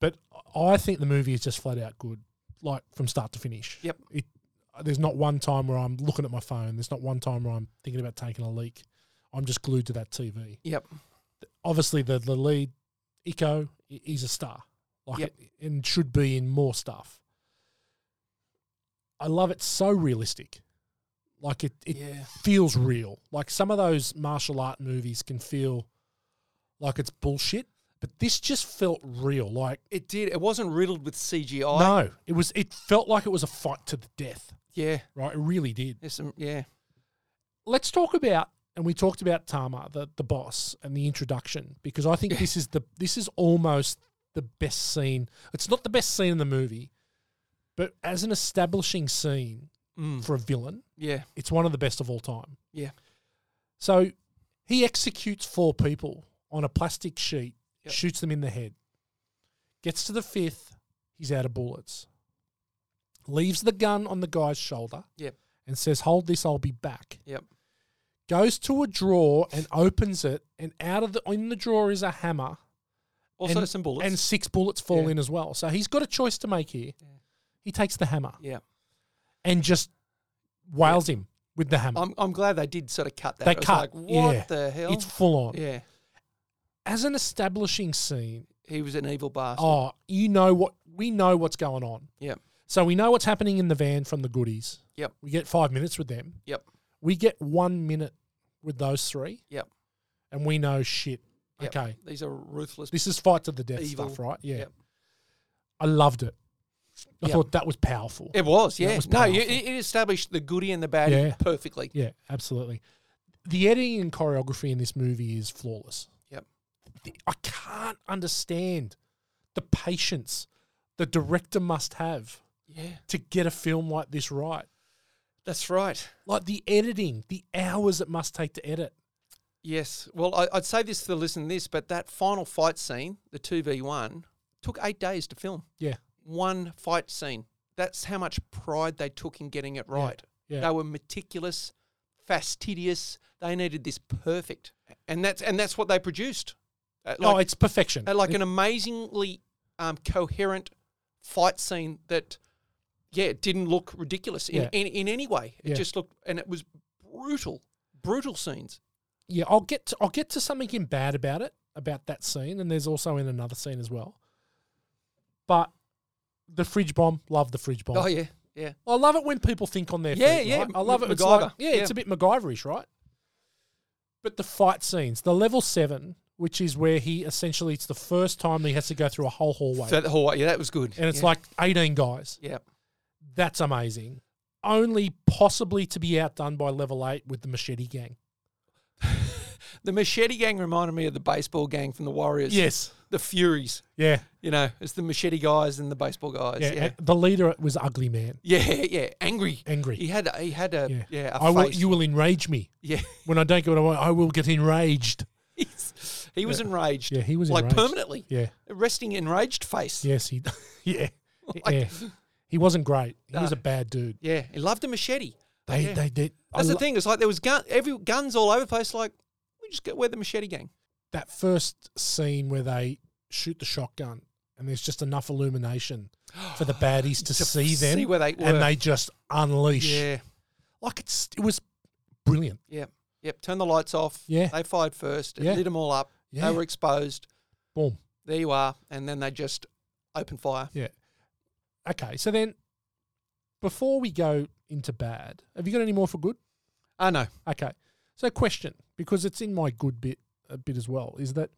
[SPEAKER 2] But I think the movie is just flat out good, like from start to finish.
[SPEAKER 3] Yep.
[SPEAKER 2] It, there's not one time where I'm looking at my phone. There's not one time where I'm thinking about taking a leak. I'm just glued to that TV.
[SPEAKER 3] Yep.
[SPEAKER 2] Obviously, the, the lead, Ico, i- he's a star. Like,
[SPEAKER 3] Yep.
[SPEAKER 2] it- and should be in more stuff. I love it. So realistic. Like it, it feels real. Like some of those martial art movies can feel like it's bullshit, but this just felt real. Like
[SPEAKER 3] It did. It wasn't riddled with CGI.
[SPEAKER 2] no, it was. It felt like it was a fight to the death.
[SPEAKER 3] Yeah.
[SPEAKER 2] Right, it really did.
[SPEAKER 3] There's some. Yeah.
[SPEAKER 2] Let's talk about, and we talked about Tama, the the boss, and the introduction because I think this is the this is almost the best scene. It's not the best scene in the movie, but as an establishing scene
[SPEAKER 3] Mm.
[SPEAKER 2] for a villain,
[SPEAKER 3] Yeah.
[SPEAKER 2] it's one of the best of all time.
[SPEAKER 3] Yeah.
[SPEAKER 2] So he executes four people on a plastic sheet,
[SPEAKER 3] Yep.
[SPEAKER 2] shoots them in the head. Gets to the fifth, he's out of bullets. Leaves the gun on the guy's shoulder
[SPEAKER 3] Yep.
[SPEAKER 2] and says, Hold this, I'll be back.
[SPEAKER 3] Yep.
[SPEAKER 2] Goes to a drawer and opens it, and out of the in the drawer is a hammer
[SPEAKER 3] Also
[SPEAKER 2] and-
[SPEAKER 3] some bullets.
[SPEAKER 2] and six bullets fall
[SPEAKER 3] Yeah.
[SPEAKER 2] in as well. So he's got a choice to make here. He takes the hammer
[SPEAKER 3] yeah.
[SPEAKER 2] and just wails him with the hammer.
[SPEAKER 3] I'm, I'm glad they did sort of cut that.
[SPEAKER 2] They
[SPEAKER 3] It was
[SPEAKER 2] cut,
[SPEAKER 3] Like, what
[SPEAKER 2] yeah.
[SPEAKER 3] the hell?
[SPEAKER 2] It's full on.
[SPEAKER 3] yeah.
[SPEAKER 2] As an establishing scene,
[SPEAKER 3] He was an evil bastard.
[SPEAKER 2] oh, you know what we know what's going on.
[SPEAKER 3] Yep.
[SPEAKER 2] So we know what's happening in the van from the goodies.
[SPEAKER 3] Yep.
[SPEAKER 2] We get five minutes with them.
[SPEAKER 3] Yep.
[SPEAKER 2] We get one minute with those three.
[SPEAKER 3] Yep.
[SPEAKER 2] And we know shit.
[SPEAKER 3] Yep.
[SPEAKER 2] Okay.
[SPEAKER 3] These are ruthless.
[SPEAKER 2] This is fight to the death
[SPEAKER 3] Evil.
[SPEAKER 2] stuff, right? Yeah.
[SPEAKER 3] Yep.
[SPEAKER 2] I loved it. I
[SPEAKER 3] Yep.
[SPEAKER 2] thought that was powerful.
[SPEAKER 3] It was,
[SPEAKER 2] That
[SPEAKER 3] yeah.
[SPEAKER 2] was
[SPEAKER 3] no, you,
[SPEAKER 2] powerful.
[SPEAKER 3] it it established the goody and the baddie
[SPEAKER 2] Yeah.
[SPEAKER 3] perfectly.
[SPEAKER 2] Yeah, absolutely. The editing and choreography in this movie is flawless.
[SPEAKER 3] Yep.
[SPEAKER 2] The- I can't understand the patience the director must have
[SPEAKER 3] Yeah,
[SPEAKER 2] to get a film like this right.
[SPEAKER 3] that's right.
[SPEAKER 2] Like the editing, the hours it must take to edit.
[SPEAKER 3] Yes. Well, I, I'd say this to the listen to this, but that final fight scene, the two v one, took eight days to film.
[SPEAKER 2] Yeah.
[SPEAKER 3] One fight scene. That's how much pride they took in getting it right.
[SPEAKER 2] yeah.
[SPEAKER 3] They were meticulous, fastidious. They needed this perfect, and that's and that's what they produced. Uh,
[SPEAKER 2] oh,
[SPEAKER 3] like-
[SPEAKER 2] it's perfection.
[SPEAKER 3] Uh, like
[SPEAKER 2] It-
[SPEAKER 3] an amazingly um, coherent fight scene that, yeah, it didn't look ridiculous in,
[SPEAKER 2] Yeah.
[SPEAKER 3] in, in any way. It
[SPEAKER 2] Yeah.
[SPEAKER 3] just looked, and it was brutal, brutal scenes.
[SPEAKER 2] yeah, I'll get to, I'll get to something in bad about it about that scene, and there's also in another scene as well. But the fridge bomb, love the fridge bomb.
[SPEAKER 3] Oh, yeah, yeah.
[SPEAKER 2] I love it when people think on their
[SPEAKER 3] Yeah,
[SPEAKER 2] feet.
[SPEAKER 3] yeah,
[SPEAKER 2] right? I love it.
[SPEAKER 3] M-
[SPEAKER 2] It's like,
[SPEAKER 3] MacGyver.
[SPEAKER 2] yeah, it's
[SPEAKER 3] Yeah.
[SPEAKER 2] a bit MacGyverish, right? But the fight scenes, the level seven, which is where he essentially it's the first time he has to go through a whole hallway,
[SPEAKER 3] So the whole, yeah, that was good.
[SPEAKER 2] and it's
[SPEAKER 3] Yeah.
[SPEAKER 2] like eighteen guys.
[SPEAKER 3] yeah,
[SPEAKER 2] That's amazing. Only possibly to be outdone by level eight with the machete gang.
[SPEAKER 3] the machete gang reminded me of the baseball gang from the Warriors.
[SPEAKER 2] Yes.
[SPEAKER 3] the Furies.
[SPEAKER 2] Yeah.
[SPEAKER 3] You know, it's the machete guys and the baseball guys.
[SPEAKER 2] Yeah.
[SPEAKER 3] Yeah, yeah,
[SPEAKER 2] and The leader was ugly man,
[SPEAKER 3] yeah. Angry,
[SPEAKER 2] angry.
[SPEAKER 3] He had, a, he had a, yeah, a
[SPEAKER 2] I will,
[SPEAKER 3] face.
[SPEAKER 2] you will enrage me
[SPEAKER 3] *laughs* yeah,
[SPEAKER 2] when I don't get what I want. I will get enraged.
[SPEAKER 3] He's- he was enraged.
[SPEAKER 2] Yeah, he was
[SPEAKER 3] like
[SPEAKER 2] enraged.
[SPEAKER 3] permanently.
[SPEAKER 2] Yeah.
[SPEAKER 3] A resting enraged face. Yeah.
[SPEAKER 2] Yes. He. *laughs* yeah. yeah. He wasn't great. He was
[SPEAKER 3] No.
[SPEAKER 2] a bad dude.
[SPEAKER 3] he loved a machete.
[SPEAKER 2] They
[SPEAKER 3] Yeah.
[SPEAKER 2] they did. I
[SPEAKER 3] That's the
[SPEAKER 2] lo-
[SPEAKER 3] thing. It's like there was gun, every guns all over the place. Like we just get we're the machete gang.
[SPEAKER 2] That first scene where they shoot the shotgun and there's just enough *gasps* illumination for the baddies to,
[SPEAKER 3] To
[SPEAKER 2] see them
[SPEAKER 3] see where they were.
[SPEAKER 2] and they just unleash.
[SPEAKER 3] Yeah,
[SPEAKER 2] Like it's it was brilliant.
[SPEAKER 3] yeah, yep. Turn the lights off.
[SPEAKER 2] Yeah.
[SPEAKER 3] they fired first. It
[SPEAKER 2] Yeah.
[SPEAKER 3] lit them all up.
[SPEAKER 2] Yeah.
[SPEAKER 3] They were exposed.
[SPEAKER 2] Boom.
[SPEAKER 3] There you are, and then they just open fire.
[SPEAKER 2] Yeah. Okay, so then before we go into bad, have you got any more for good?
[SPEAKER 3] I know.
[SPEAKER 2] Okay. So question, because it's in my good bit a bit as well, is that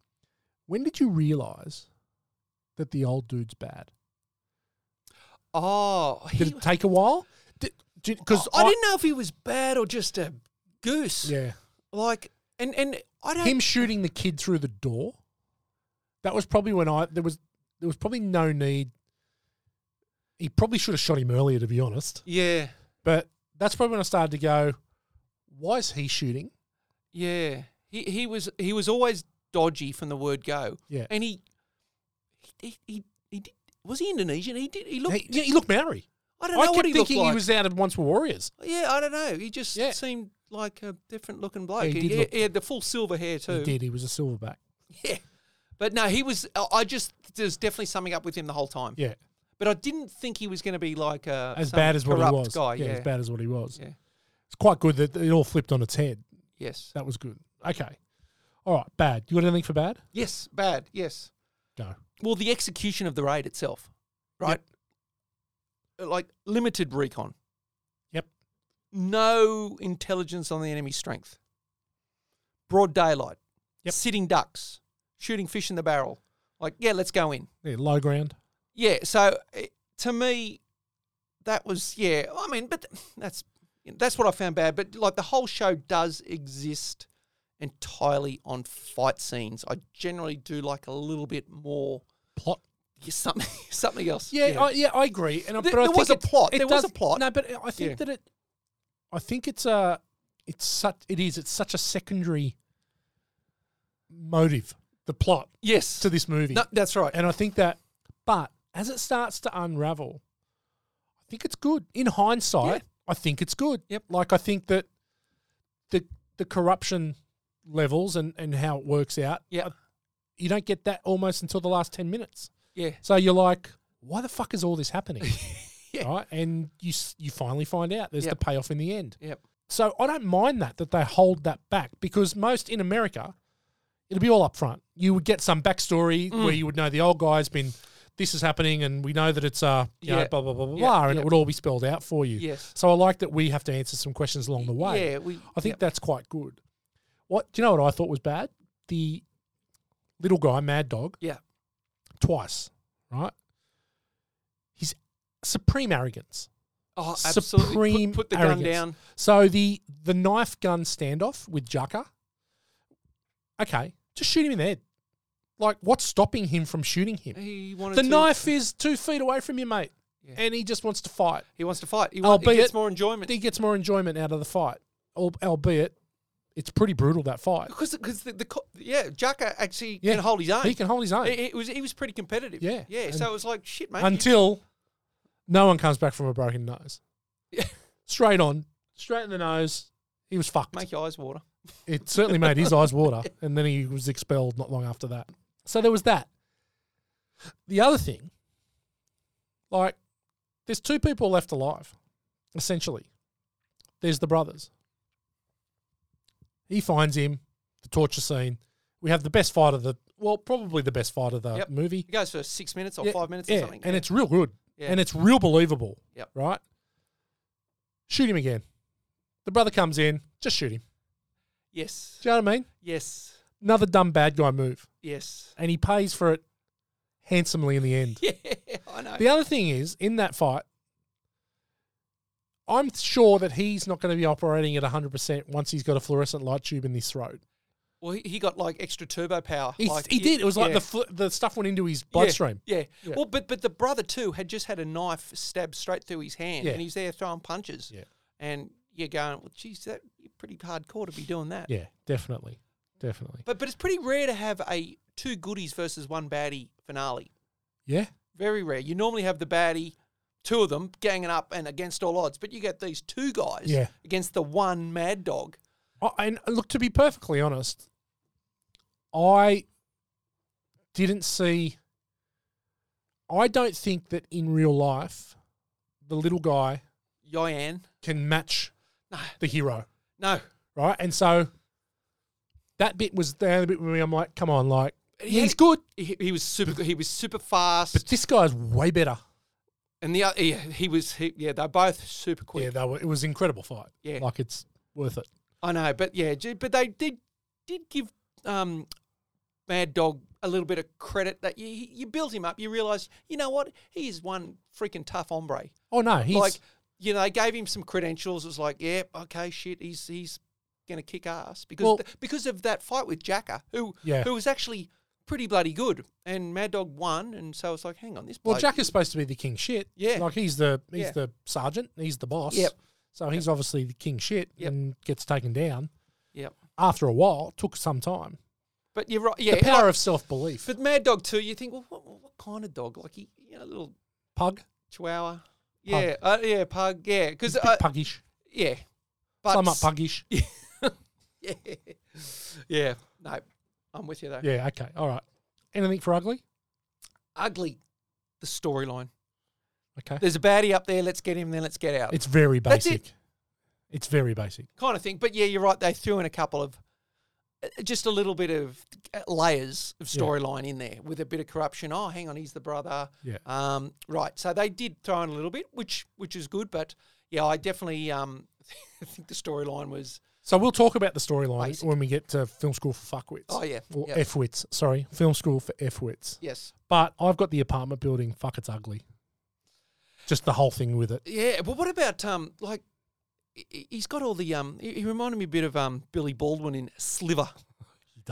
[SPEAKER 2] when did you realise that the old dude's bad?
[SPEAKER 3] Oh, he,
[SPEAKER 2] Did it take a while? Because
[SPEAKER 3] I, didn't know if he was bad or just a goose.
[SPEAKER 2] Yeah.
[SPEAKER 3] Like, and and I don't.
[SPEAKER 2] Him shooting the kid through the door. That was probably when I there was there was probably no need. He probably should have shot him earlier, to be honest.
[SPEAKER 3] Yeah,
[SPEAKER 2] But that's probably when I started to go, why is he shooting?
[SPEAKER 3] yeah. He he was he was always dodgy from the word go.
[SPEAKER 2] Yeah.
[SPEAKER 3] and he he he, he, he did. Was he Indonesian? He did. He looked.
[SPEAKER 2] he, yeah, he looked Maori.
[SPEAKER 3] I
[SPEAKER 2] I,
[SPEAKER 3] don't know
[SPEAKER 2] kept
[SPEAKER 3] what he
[SPEAKER 2] thinking
[SPEAKER 3] looked like.
[SPEAKER 2] he was out of Once Were Warriors.
[SPEAKER 3] Yeah, I don't know. He just
[SPEAKER 2] Yeah.
[SPEAKER 3] seemed like a different looking bloke.
[SPEAKER 2] he
[SPEAKER 3] he,
[SPEAKER 2] did
[SPEAKER 3] he-
[SPEAKER 2] look-
[SPEAKER 3] he had the full silver hair
[SPEAKER 2] He
[SPEAKER 3] too.
[SPEAKER 2] did. He was a silverback.
[SPEAKER 3] *laughs* Yeah, but no, he was. I- I just there's definitely something up with him the whole time.
[SPEAKER 2] Yeah,
[SPEAKER 3] But I didn't think he was going to be like a
[SPEAKER 2] as
[SPEAKER 3] some
[SPEAKER 2] bad as what he
[SPEAKER 3] corrupt
[SPEAKER 2] was.
[SPEAKER 3] Guy,
[SPEAKER 2] yeah,
[SPEAKER 3] yeah,
[SPEAKER 2] as bad as what he was.
[SPEAKER 3] Yeah.
[SPEAKER 2] It's quite good that it all flipped on its head.
[SPEAKER 3] yes,
[SPEAKER 2] That was good. Okay. All right. Bad. You got anything for bad?
[SPEAKER 3] yes, bad, yes.
[SPEAKER 2] Go.
[SPEAKER 3] Well, the execution of the raid itself, right? Like limited recon.
[SPEAKER 2] Yep.
[SPEAKER 3] no intelligence on the enemy's strength. Broad daylight,
[SPEAKER 2] Yep.
[SPEAKER 3] sitting ducks, shooting fish in the barrel. Like, yeah, let's go in.
[SPEAKER 2] Yeah, low ground.
[SPEAKER 3] Yeah. So it, to me, that was yeah. I mean, but that's that's what I found bad. But like the whole show does exist entirely on fight scenes. I generally do like a little bit more
[SPEAKER 2] Plot.
[SPEAKER 3] something *laughs* something else.
[SPEAKER 2] Yeah, I, yeah, I agree. And I-
[SPEAKER 3] There-
[SPEAKER 2] but I
[SPEAKER 3] there was
[SPEAKER 2] think
[SPEAKER 3] a
[SPEAKER 2] it-
[SPEAKER 3] plot.
[SPEAKER 2] it
[SPEAKER 3] There was
[SPEAKER 2] does-
[SPEAKER 3] a plot.
[SPEAKER 2] No, but I think
[SPEAKER 3] Yeah.
[SPEAKER 2] that it. I think it's a. It's such. It is. It's such a secondary motive. The plot
[SPEAKER 3] yes.
[SPEAKER 2] to this movie.
[SPEAKER 3] No, that's right.
[SPEAKER 2] And I think that, but as it starts to unravel, I think it's good. In hindsight, I think it's good.
[SPEAKER 3] Yep.
[SPEAKER 2] Like I think that the the corruption levels and and how it works out.
[SPEAKER 3] Yeah.
[SPEAKER 2] I- You don't get that almost until the last ten minutes.
[SPEAKER 3] yeah.
[SPEAKER 2] So you're like, why the fuck is all this
[SPEAKER 3] *laughs*
[SPEAKER 2] happening? Right, and you s- you finally find out there's the
[SPEAKER 3] Yep.
[SPEAKER 2] payoff in the end.
[SPEAKER 3] Yep.
[SPEAKER 2] So I don't mind that that they hold that back because most in America, it'll be all up front. You would get some backstory
[SPEAKER 3] Mm.
[SPEAKER 2] where you would know the old guy's been this is happening and we know that it's uh you know
[SPEAKER 3] Yeah.
[SPEAKER 2] blah blah blah blah
[SPEAKER 3] Yeah,
[SPEAKER 2] blah and
[SPEAKER 3] yeah.
[SPEAKER 2] it would all be spelled out for you.
[SPEAKER 3] Yes.
[SPEAKER 2] So I like that we have to answer some questions along the way.
[SPEAKER 3] Yeah. We.
[SPEAKER 2] I think
[SPEAKER 3] yep.
[SPEAKER 2] that's quite good. What do you know what I thought was bad? The little guy, Mad Dog,
[SPEAKER 3] Yeah.
[SPEAKER 2] twice, right? His supreme arrogance.
[SPEAKER 3] Oh, absolutely.
[SPEAKER 2] Supreme
[SPEAKER 3] put, put the
[SPEAKER 2] arrogance.
[SPEAKER 3] gun down.
[SPEAKER 2] So the the knife gun standoff with Jucker. Okay, just shoot him in the head. Like, what's stopping him from shooting him?
[SPEAKER 3] He wanted
[SPEAKER 2] The
[SPEAKER 3] to-
[SPEAKER 2] knife is two feet away from you, mate,
[SPEAKER 3] Yeah.
[SPEAKER 2] and he just wants to fight.
[SPEAKER 3] He wants to fight. He, wants, he
[SPEAKER 2] Albeit-
[SPEAKER 3] gets more enjoyment.
[SPEAKER 2] He gets more enjoyment out of the fight, al- albeit it's pretty brutal that fight.
[SPEAKER 3] Because because the, the co- yeah, Jaka actually
[SPEAKER 2] Yeah,
[SPEAKER 3] can hold his own.
[SPEAKER 2] He can hold his own
[SPEAKER 3] He- he was he was pretty competitive.
[SPEAKER 2] Yeah,
[SPEAKER 3] yeah.
[SPEAKER 2] and-
[SPEAKER 3] so it was like shit, mate. you-
[SPEAKER 2] until no one comes back from a broken
[SPEAKER 3] *laughs*
[SPEAKER 2] nose.
[SPEAKER 3] Yeah.
[SPEAKER 2] Straight on, straight in the nose. He was fucked.
[SPEAKER 3] make your eyes water.
[SPEAKER 2] It certainly made his eyes water, and then he was expelled not long after that. So there was that. The other thing, like, there's two people left alive, essentially. There's the brothers. He finds him, the torture scene. We have the best fight of the, well, probably the best fight of the
[SPEAKER 3] Yep.
[SPEAKER 2] movie.
[SPEAKER 3] It goes for six minutes or
[SPEAKER 2] Yeah,
[SPEAKER 3] five minutes or
[SPEAKER 2] yeah,
[SPEAKER 3] something.
[SPEAKER 2] And it's real good.
[SPEAKER 3] Yeah.
[SPEAKER 2] And it's real believable.
[SPEAKER 3] Yep.
[SPEAKER 2] Right? Shoot him again. The brother comes in, just shoot him.
[SPEAKER 3] yes,
[SPEAKER 2] Do you know what I mean?
[SPEAKER 3] yes,
[SPEAKER 2] another dumb bad guy move,
[SPEAKER 3] yes. *laughs*
[SPEAKER 2] and he pays for it handsomely in the end.
[SPEAKER 3] Yeah, I know.
[SPEAKER 2] The other thing is, in that fight, I'm sure that he's not going to be operating at 100% once he's got a fluorescent light tube in his throat.
[SPEAKER 3] Well, he, he got like extra turbo power.
[SPEAKER 2] He,
[SPEAKER 3] like,
[SPEAKER 2] he did. It was like
[SPEAKER 3] yeah,
[SPEAKER 2] the fl- the stuff went into his
[SPEAKER 3] yeah,
[SPEAKER 2] bloodstream.
[SPEAKER 3] Yeah.
[SPEAKER 2] Yeah.
[SPEAKER 3] Well, but but the brother too had just had a knife stabbed straight through his hand,
[SPEAKER 2] Yeah.
[SPEAKER 3] and he's there throwing punches.
[SPEAKER 2] Yeah.
[SPEAKER 3] And you're going, well, geez, that you're pretty hardcore to be doing that.
[SPEAKER 2] Yeah, definitely. Definitely.
[SPEAKER 3] But but it's pretty rare to have a two goodies versus one baddie finale.
[SPEAKER 2] Yeah.
[SPEAKER 3] Very rare. You normally have the baddie, two of them ganging up and against all odds, but you get these two guys
[SPEAKER 2] Yeah.
[SPEAKER 3] against the one mad dog.
[SPEAKER 2] I, and look, to be perfectly honest, I didn't see. I don't think that in real life, the little guy
[SPEAKER 3] Yoan.
[SPEAKER 2] can match
[SPEAKER 3] No.
[SPEAKER 2] the hero,
[SPEAKER 3] No.
[SPEAKER 2] right? And so that bit was the only bit where I'm like, come on, like
[SPEAKER 3] He-
[SPEAKER 2] he's good,
[SPEAKER 3] He, he was super good. He was super fast.
[SPEAKER 2] but this guy's way better.
[SPEAKER 3] and the other, yeah, he was, he, yeah, they're both super quick.
[SPEAKER 2] Yeah, they were, it was an incredible fight.
[SPEAKER 3] Yeah.
[SPEAKER 2] like it's worth it.
[SPEAKER 3] I know, but yeah, gee, but they did did give um, Mad Dog a little bit of credit that you you build him up. You realise, you know what, he is one freaking tough hombre.
[SPEAKER 2] Oh no, he's
[SPEAKER 3] like you know, they gave him some credentials. It was like, yeah, okay, shit, he's he's gonna kick ass because
[SPEAKER 2] Well-
[SPEAKER 3] th- because of that fight with Jacker, who
[SPEAKER 2] Yeah.
[SPEAKER 3] who was actually pretty bloody good, and Mad Dog won, and so it's like, hang on, this
[SPEAKER 2] well,
[SPEAKER 3] bloke-
[SPEAKER 2] Jack is supposed to be the king shit.
[SPEAKER 3] Yeah.
[SPEAKER 2] like he's the he's
[SPEAKER 3] Yeah.
[SPEAKER 2] the sergeant, he's the boss.
[SPEAKER 3] Yep.
[SPEAKER 2] So he's obviously the king shit
[SPEAKER 3] Yep.
[SPEAKER 2] and gets taken down
[SPEAKER 3] yeah,
[SPEAKER 2] after a while. Took some time.
[SPEAKER 3] but you're right, yeah,
[SPEAKER 2] the power
[SPEAKER 3] like,
[SPEAKER 2] of self belief.
[SPEAKER 3] but Mad Dog too. You think, well, what, what kind of dog? Like he, you know, little
[SPEAKER 2] Pug,
[SPEAKER 3] chihuahua, yeah, uh, yeah, pug, yeah, because
[SPEAKER 2] Bit
[SPEAKER 3] uh,
[SPEAKER 2] puggish,
[SPEAKER 3] yeah, but
[SPEAKER 2] some up puggish.
[SPEAKER 3] *laughs* yeah, yeah, no, I'm with you though.
[SPEAKER 2] Yeah, okay, all right. Anything for ugly?
[SPEAKER 3] Ugly, the storyline.
[SPEAKER 2] Okay,
[SPEAKER 3] There's a baddie up there. Let's get him. Then let's get out.
[SPEAKER 2] it's very
[SPEAKER 3] That's it.
[SPEAKER 2] basic. It's very basic.
[SPEAKER 3] kind of thing. But yeah, you're right. They threw in a couple of uh, just a little bit of uh, layers of
[SPEAKER 2] Yeah.
[SPEAKER 3] storyline in there with a bit of corruption. Oh, hang on, he's the brother.
[SPEAKER 2] Yeah.
[SPEAKER 3] Um, right. So they did throw in a little bit, which which is good. But yeah, I definitely um, *laughs* I think the storyline was
[SPEAKER 2] So we'll talk about the storyline
[SPEAKER 3] Basic.
[SPEAKER 2] when we get to film school for fuckwits.
[SPEAKER 3] oh yeah,
[SPEAKER 2] Or
[SPEAKER 3] yeah,
[SPEAKER 2] F wits, sorry. Film school for F wits.
[SPEAKER 3] yes,
[SPEAKER 2] But I've got the apartment building. Fuck, it's ugly. Just the whole thing with it.
[SPEAKER 3] yeah. But what about um like he- he- he's got all the um he, he reminded me a bit of um Billy Baldwin in Sliver.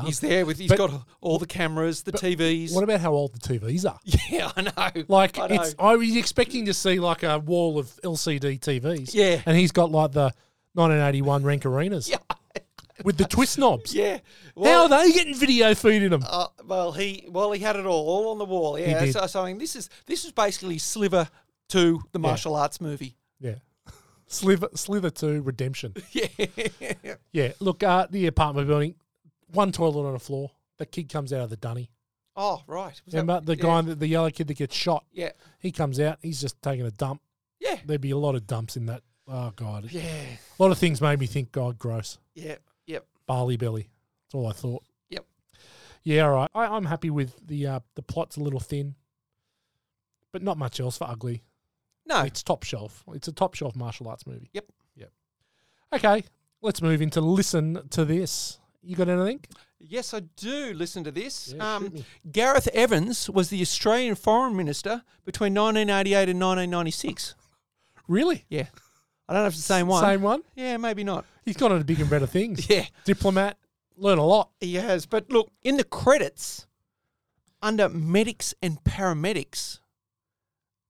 [SPEAKER 3] He's there with he's
[SPEAKER 2] But-
[SPEAKER 3] got all the cameras, the
[SPEAKER 2] but
[SPEAKER 3] TVs. *laughs*
[SPEAKER 2] What about how old the TVs are?
[SPEAKER 3] yeah, I know.
[SPEAKER 2] Like
[SPEAKER 3] I
[SPEAKER 2] it's,
[SPEAKER 3] know. *laughs*
[SPEAKER 2] I was expecting to see like a wall of LCD TVs.
[SPEAKER 3] Yeah.
[SPEAKER 2] and he's got like the 1981 Rankarinas
[SPEAKER 3] *laughs* yeah,
[SPEAKER 2] with the twist knobs.
[SPEAKER 3] yeah.
[SPEAKER 2] How
[SPEAKER 3] Well,
[SPEAKER 2] are they getting video feed in them?
[SPEAKER 3] uh, well, he well he had it all, all on the wall. Yeah,
[SPEAKER 2] did.
[SPEAKER 3] so, so I mean, this is this is basically Sliver to the martial arts movie. *laughs*
[SPEAKER 2] yeah, Slither, Slither Two Redemption.
[SPEAKER 3] Yeah,
[SPEAKER 2] Yeah, look, uh, the apartment building, one toilet on a floor. The kid comes out of the dunny.
[SPEAKER 3] Oh, right. Was that-
[SPEAKER 2] Remember the
[SPEAKER 3] yeah,
[SPEAKER 2] guy, that- the yellow kid that gets shot.
[SPEAKER 3] Yeah.
[SPEAKER 2] He comes out. He's just taking a dump.
[SPEAKER 3] Yeah.
[SPEAKER 2] There'd be a lot of dumps in that. Oh god,
[SPEAKER 3] Yeah.
[SPEAKER 2] a lot of things made me think. God, gross.
[SPEAKER 3] Yeah. Yep.
[SPEAKER 2] Barley Belly. That's all I thought.
[SPEAKER 3] Yep.
[SPEAKER 2] Yeah, all right. I, I'm happy with the uh, the plot's a little thin, but not much else for ugly.
[SPEAKER 3] No.
[SPEAKER 2] It's top shelf. It's a top shelf martial arts movie.
[SPEAKER 3] Yep.
[SPEAKER 2] Yep. Okay, let's move into listen to this. You got anything?
[SPEAKER 3] Yes, I do listen to this.
[SPEAKER 2] Yeah, shoot
[SPEAKER 3] um,
[SPEAKER 2] me.
[SPEAKER 3] Gareth Evans was the Australian Foreign Minister between 1988 and 1996.
[SPEAKER 2] Really?
[SPEAKER 3] Yeah. I don't know if it's the same one.
[SPEAKER 2] Same one.
[SPEAKER 3] Yeah, maybe not.
[SPEAKER 2] He's gone on to bigger and better things.
[SPEAKER 3] *laughs* Yeah,
[SPEAKER 2] Diplomat. Learn a lot.
[SPEAKER 3] he has. But look, in the credits, under medics and paramedics,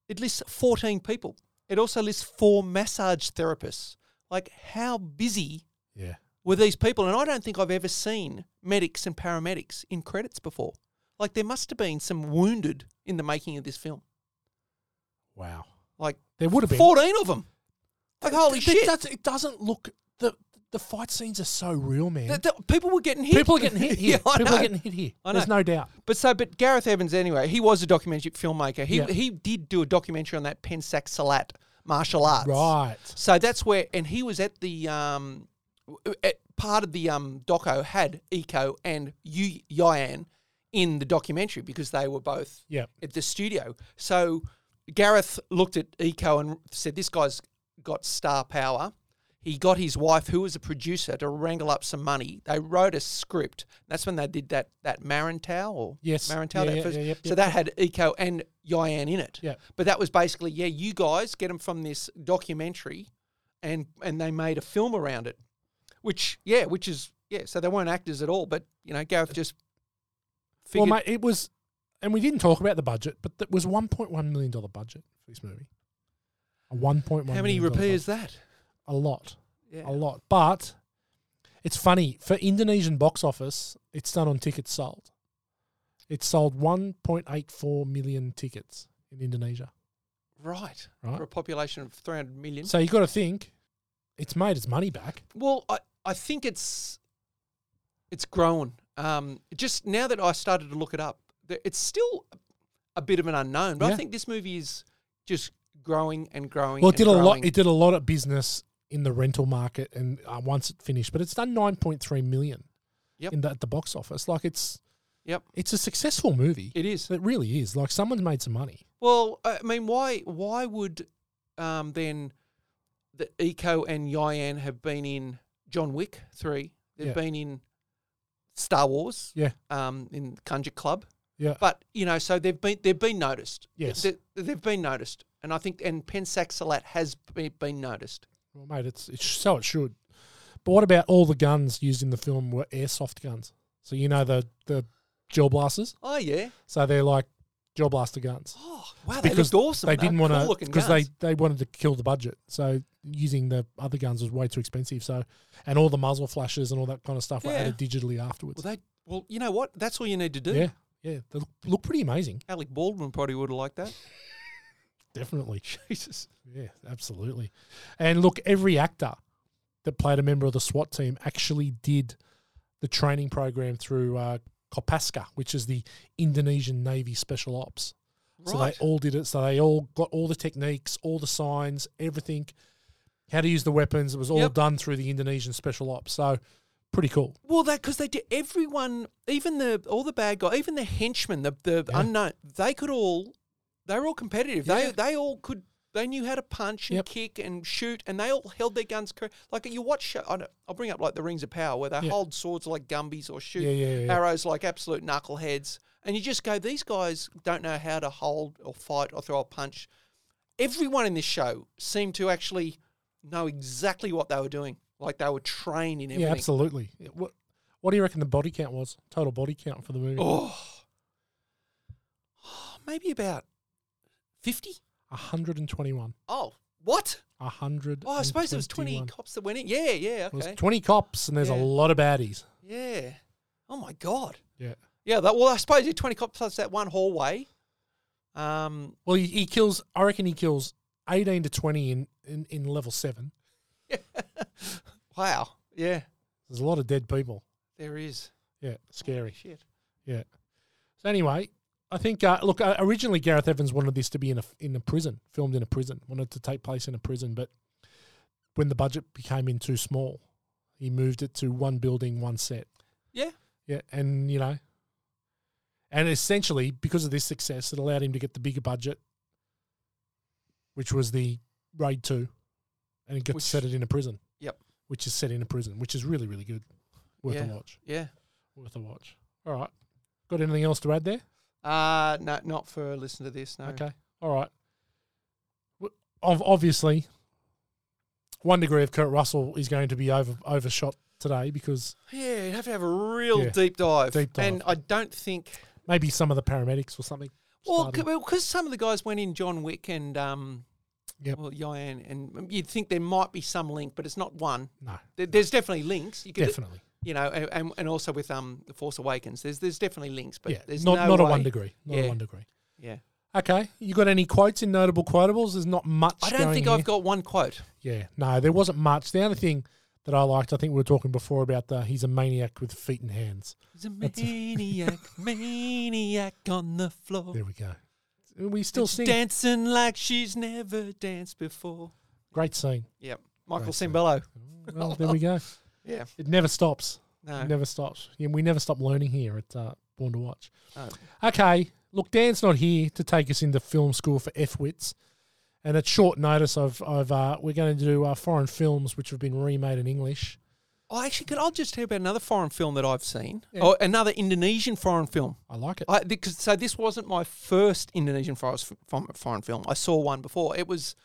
[SPEAKER 3] it lists 14 people. It also lists four massage therapists. Like, how busy
[SPEAKER 2] Yeah.
[SPEAKER 3] were these people, and I don't think I've ever seen medics and paramedics in credits before. Like there must have been some wounded in the making of this film.
[SPEAKER 2] Wow.
[SPEAKER 3] Like
[SPEAKER 2] There would have been.
[SPEAKER 3] fourteen of them. Like holy
[SPEAKER 2] Th- th-
[SPEAKER 3] shit!
[SPEAKER 2] that's- It doesn't look the the fight scenes are so real, man.
[SPEAKER 3] Th- th- people were getting hit.
[SPEAKER 2] People are getting hit here.
[SPEAKER 3] *laughs* yeah, I
[SPEAKER 2] People
[SPEAKER 3] know.
[SPEAKER 2] are getting hit here.
[SPEAKER 3] I
[SPEAKER 2] There's no doubt.
[SPEAKER 3] But so, but Gareth Evans anyway. He was a documentary filmmaker. He
[SPEAKER 2] Yeah.
[SPEAKER 3] he did do a documentary on that Pensac Salat martial arts.
[SPEAKER 2] Right.
[SPEAKER 3] So that's where, and he was at the um, w- at part of the um doco had Eco and Yu Yan in the documentary because they were both
[SPEAKER 2] Yeah.
[SPEAKER 3] at the studio. So Gareth looked at Eco and said, "This guy's got star power." He got his wife, who was a producer, to wrangle up some money. They wrote a script. That's when they did that that Marantow or
[SPEAKER 2] Yes. Yeah,
[SPEAKER 3] Marantow. that
[SPEAKER 2] yeah,
[SPEAKER 3] first.
[SPEAKER 2] yeah, yep,
[SPEAKER 3] so
[SPEAKER 2] yep,
[SPEAKER 3] that had Eco and Yan in it.
[SPEAKER 2] Yeah.
[SPEAKER 3] But that was basically, yeah, you guys get them from this documentary, and and they made a film around it, which yeah, which is yeah. So they weren't actors at all, but you know, Gareth just figured,
[SPEAKER 2] Uh, Well, mate, it was, and we didn't talk about the budget, but it was one point one million dollar budget for this movie. A one point one.
[SPEAKER 3] how many repair is that?
[SPEAKER 2] A lot,
[SPEAKER 3] Yeah.
[SPEAKER 2] a lot. But it's funny for Indonesian box office. It's done on tickets sold. It sold one point eight four million tickets in Indonesia.
[SPEAKER 3] Right.
[SPEAKER 2] Right.
[SPEAKER 3] For a population of 300 million.
[SPEAKER 2] So you got to think, it's made its money back.
[SPEAKER 3] well, I, I think it's it's grown. Um, just now that I started to look it up, th- it's still a bit of an unknown, but
[SPEAKER 2] Yeah.
[SPEAKER 3] I think this movie is just growing and growing.
[SPEAKER 2] Well, it
[SPEAKER 3] and
[SPEAKER 2] did a lot.
[SPEAKER 3] growing.
[SPEAKER 2] It did a lot of business in the rental market, and uh, once it finished, but it's done nine point three million.
[SPEAKER 3] Yep.
[SPEAKER 2] In the, at the box office, like it's
[SPEAKER 3] Yep.
[SPEAKER 2] it's a successful movie.
[SPEAKER 3] It is.
[SPEAKER 2] It really is. Like someone's made some money.
[SPEAKER 3] Well, I mean, why why would um, then the Eco and Yan have been in John Wick three? They've
[SPEAKER 2] Yeah.
[SPEAKER 3] been in Star Wars,
[SPEAKER 2] Yeah.
[SPEAKER 3] um, in Conjure Club,
[SPEAKER 2] Yeah.
[SPEAKER 3] But you know, so they've been they've been noticed.
[SPEAKER 2] Yes.
[SPEAKER 3] they, have been noticed, and I think and Pensac Salat has be- been noticed.
[SPEAKER 2] Well, mate, it's, it's so it should. But what about all the guns used in the film were airsoft guns? So you know the the gel blasters.
[SPEAKER 3] Oh yeah.
[SPEAKER 2] So they're like gel blaster guns.
[SPEAKER 3] Oh wow, they looked awesome.
[SPEAKER 2] They
[SPEAKER 3] though.
[SPEAKER 2] didn't
[SPEAKER 3] cool
[SPEAKER 2] want to
[SPEAKER 3] looking
[SPEAKER 2] because they
[SPEAKER 3] guns.
[SPEAKER 2] they wanted to kill the budget. So using the other guns was way too expensive. So and all the muzzle flashes and all that kind of stuff were
[SPEAKER 3] Yeah.
[SPEAKER 2] added digitally afterwards.
[SPEAKER 3] well they well you know what that's all you need to do.
[SPEAKER 2] yeah, yeah, they look, look pretty amazing.
[SPEAKER 3] Alec Baldwin probably would have liked that.
[SPEAKER 2] Definitely. *laughs*
[SPEAKER 3] Jesus.
[SPEAKER 2] Yeah, absolutely. And look, every actor that played a member of the SWAT team actually did the training program through uh, Kopaska, which is the Indonesian Navy Special Ops. So they
[SPEAKER 3] Right.
[SPEAKER 2] all did it. So they all got all the techniques, all the signs, everything, how to use the weapons. It was all
[SPEAKER 3] Yep.
[SPEAKER 2] done through the Indonesian Special Ops. So pretty cool.
[SPEAKER 3] Well, that because they did everyone, even the all the bad guys, even the henchmen, the the
[SPEAKER 2] Yeah.
[SPEAKER 3] unknown, they could all, they were all competitive.
[SPEAKER 2] Yeah.
[SPEAKER 3] They they all could. They knew how to punch and
[SPEAKER 2] Yep.
[SPEAKER 3] kick and shoot, and they all held their guns. Cor- like you watch, show- I don't, I'll bring up like the Rings of Power, where they
[SPEAKER 2] Yeah.
[SPEAKER 3] hold swords like Gumbies or shoot
[SPEAKER 2] Yeah, yeah, yeah.
[SPEAKER 3] arrows like absolute knuckleheads, and you just go, these guys don't know how to hold or fight or throw a punch. Everyone in this show seemed to actually know exactly what they were doing. Like they were trained in everything.
[SPEAKER 2] Yeah, absolutely. Yeah, What What do you reckon the body count was? Total body count for the movie? A *sighs*
[SPEAKER 3] Oh, maybe about 50?
[SPEAKER 2] hundred and twenty-one.
[SPEAKER 3] Oh, what?
[SPEAKER 2] A hundred.
[SPEAKER 3] Oh, I
[SPEAKER 2] and
[SPEAKER 3] suppose there was 20
[SPEAKER 2] 21.
[SPEAKER 3] cops that went in. Yeah, yeah,
[SPEAKER 2] Mm, It was
[SPEAKER 3] okay.
[SPEAKER 2] twenty cops, and there's
[SPEAKER 3] Yeah.
[SPEAKER 2] a lot of baddies.
[SPEAKER 3] Yeah. Oh, my God.
[SPEAKER 2] Yeah.
[SPEAKER 3] Yeah, that, well, I suppose you're 20 cops plus that one hallway. Um,
[SPEAKER 2] Well, he, he kills. I reckon he kills eighteen to twenty in in, in level seven.
[SPEAKER 3] wow. Yeah,
[SPEAKER 2] There's a lot of dead people.
[SPEAKER 3] there is.
[SPEAKER 2] Yeah, scary.
[SPEAKER 3] Shit.
[SPEAKER 2] Yeah. So anyway, I think uh, look uh, originally Gareth Evans wanted this to be in a in a prison, filmed in a prison, wanted to take place in a prison, but when the budget became in too small, he moved it to one building, one set.
[SPEAKER 3] Yeah.
[SPEAKER 2] Yeah, and you know, and essentially because of this success, it allowed him to get the bigger budget, which was the Raid Two, and it got
[SPEAKER 3] Which-
[SPEAKER 2] set it in a prison.
[SPEAKER 3] Yep.
[SPEAKER 2] Which is set in a prison, which is really really good, worth
[SPEAKER 3] Yeah.
[SPEAKER 2] a watch,
[SPEAKER 3] Yeah.
[SPEAKER 2] worth a watch. All right, got anything else to add there?
[SPEAKER 3] Uh, no, not for a listen to this, no.
[SPEAKER 2] Okay. All right. W- Ov- obviously, one degree of Kurt Russell is going to be over overshot today because
[SPEAKER 3] Yeah, you'd have to have a real
[SPEAKER 2] Yeah.
[SPEAKER 3] deep dive.
[SPEAKER 2] Deep dive.
[SPEAKER 3] And I don't think
[SPEAKER 2] maybe some of the paramedics or something.
[SPEAKER 3] Well,
[SPEAKER 2] started.
[SPEAKER 3] because some of the guys went in John Wick and um,
[SPEAKER 2] Yep.
[SPEAKER 3] well, Yan, and you'd think there might be some link, but it's not one.
[SPEAKER 2] no,
[SPEAKER 3] There- There's definitely links. You could,
[SPEAKER 2] definitely.
[SPEAKER 3] you know, and, and- and also with um, the Force Awakens, there's there's definitely links, but
[SPEAKER 2] yeah,
[SPEAKER 3] there's
[SPEAKER 2] not
[SPEAKER 3] no
[SPEAKER 2] not a
[SPEAKER 3] way-
[SPEAKER 2] one degree. Not a
[SPEAKER 3] Yeah.
[SPEAKER 2] one degree.
[SPEAKER 3] Yeah,
[SPEAKER 2] Okay, you got any quotes in notable quotables? There's not much.
[SPEAKER 3] I don't
[SPEAKER 2] going
[SPEAKER 3] think I've got one quote.
[SPEAKER 2] here. Yeah, no, there wasn't much. The only thing that I liked, I think we were talking before about the he's a maniac with feet and hands.
[SPEAKER 3] There's
[SPEAKER 2] *laughs*
[SPEAKER 3] a maniac, maniac on the floor,
[SPEAKER 2] There we go. We still sing.
[SPEAKER 3] dancing like she's never danced before.
[SPEAKER 2] Great scene.
[SPEAKER 3] Yep, Michael
[SPEAKER 2] Great scene.
[SPEAKER 3] Cimbello.
[SPEAKER 2] Well, there we go.
[SPEAKER 3] Yeah,
[SPEAKER 2] It never stops.
[SPEAKER 3] no,
[SPEAKER 2] It never stops. Yeah, we never stop learning here at uh, Born to Watch.
[SPEAKER 3] No.
[SPEAKER 2] Okay, look, Dan's not here to take us into film school for F wits, and at short notice, I've, I've uh, we're going to do uh, foreign films which have been remade in English.
[SPEAKER 3] Oh, actually, could I just hear about another foreign film that I've seen,
[SPEAKER 2] Yeah.
[SPEAKER 3] or another Indonesian foreign film?
[SPEAKER 2] I like it.
[SPEAKER 3] I, because, so this wasn't my first Indonesian foreign, foreign film. I saw one before. It was,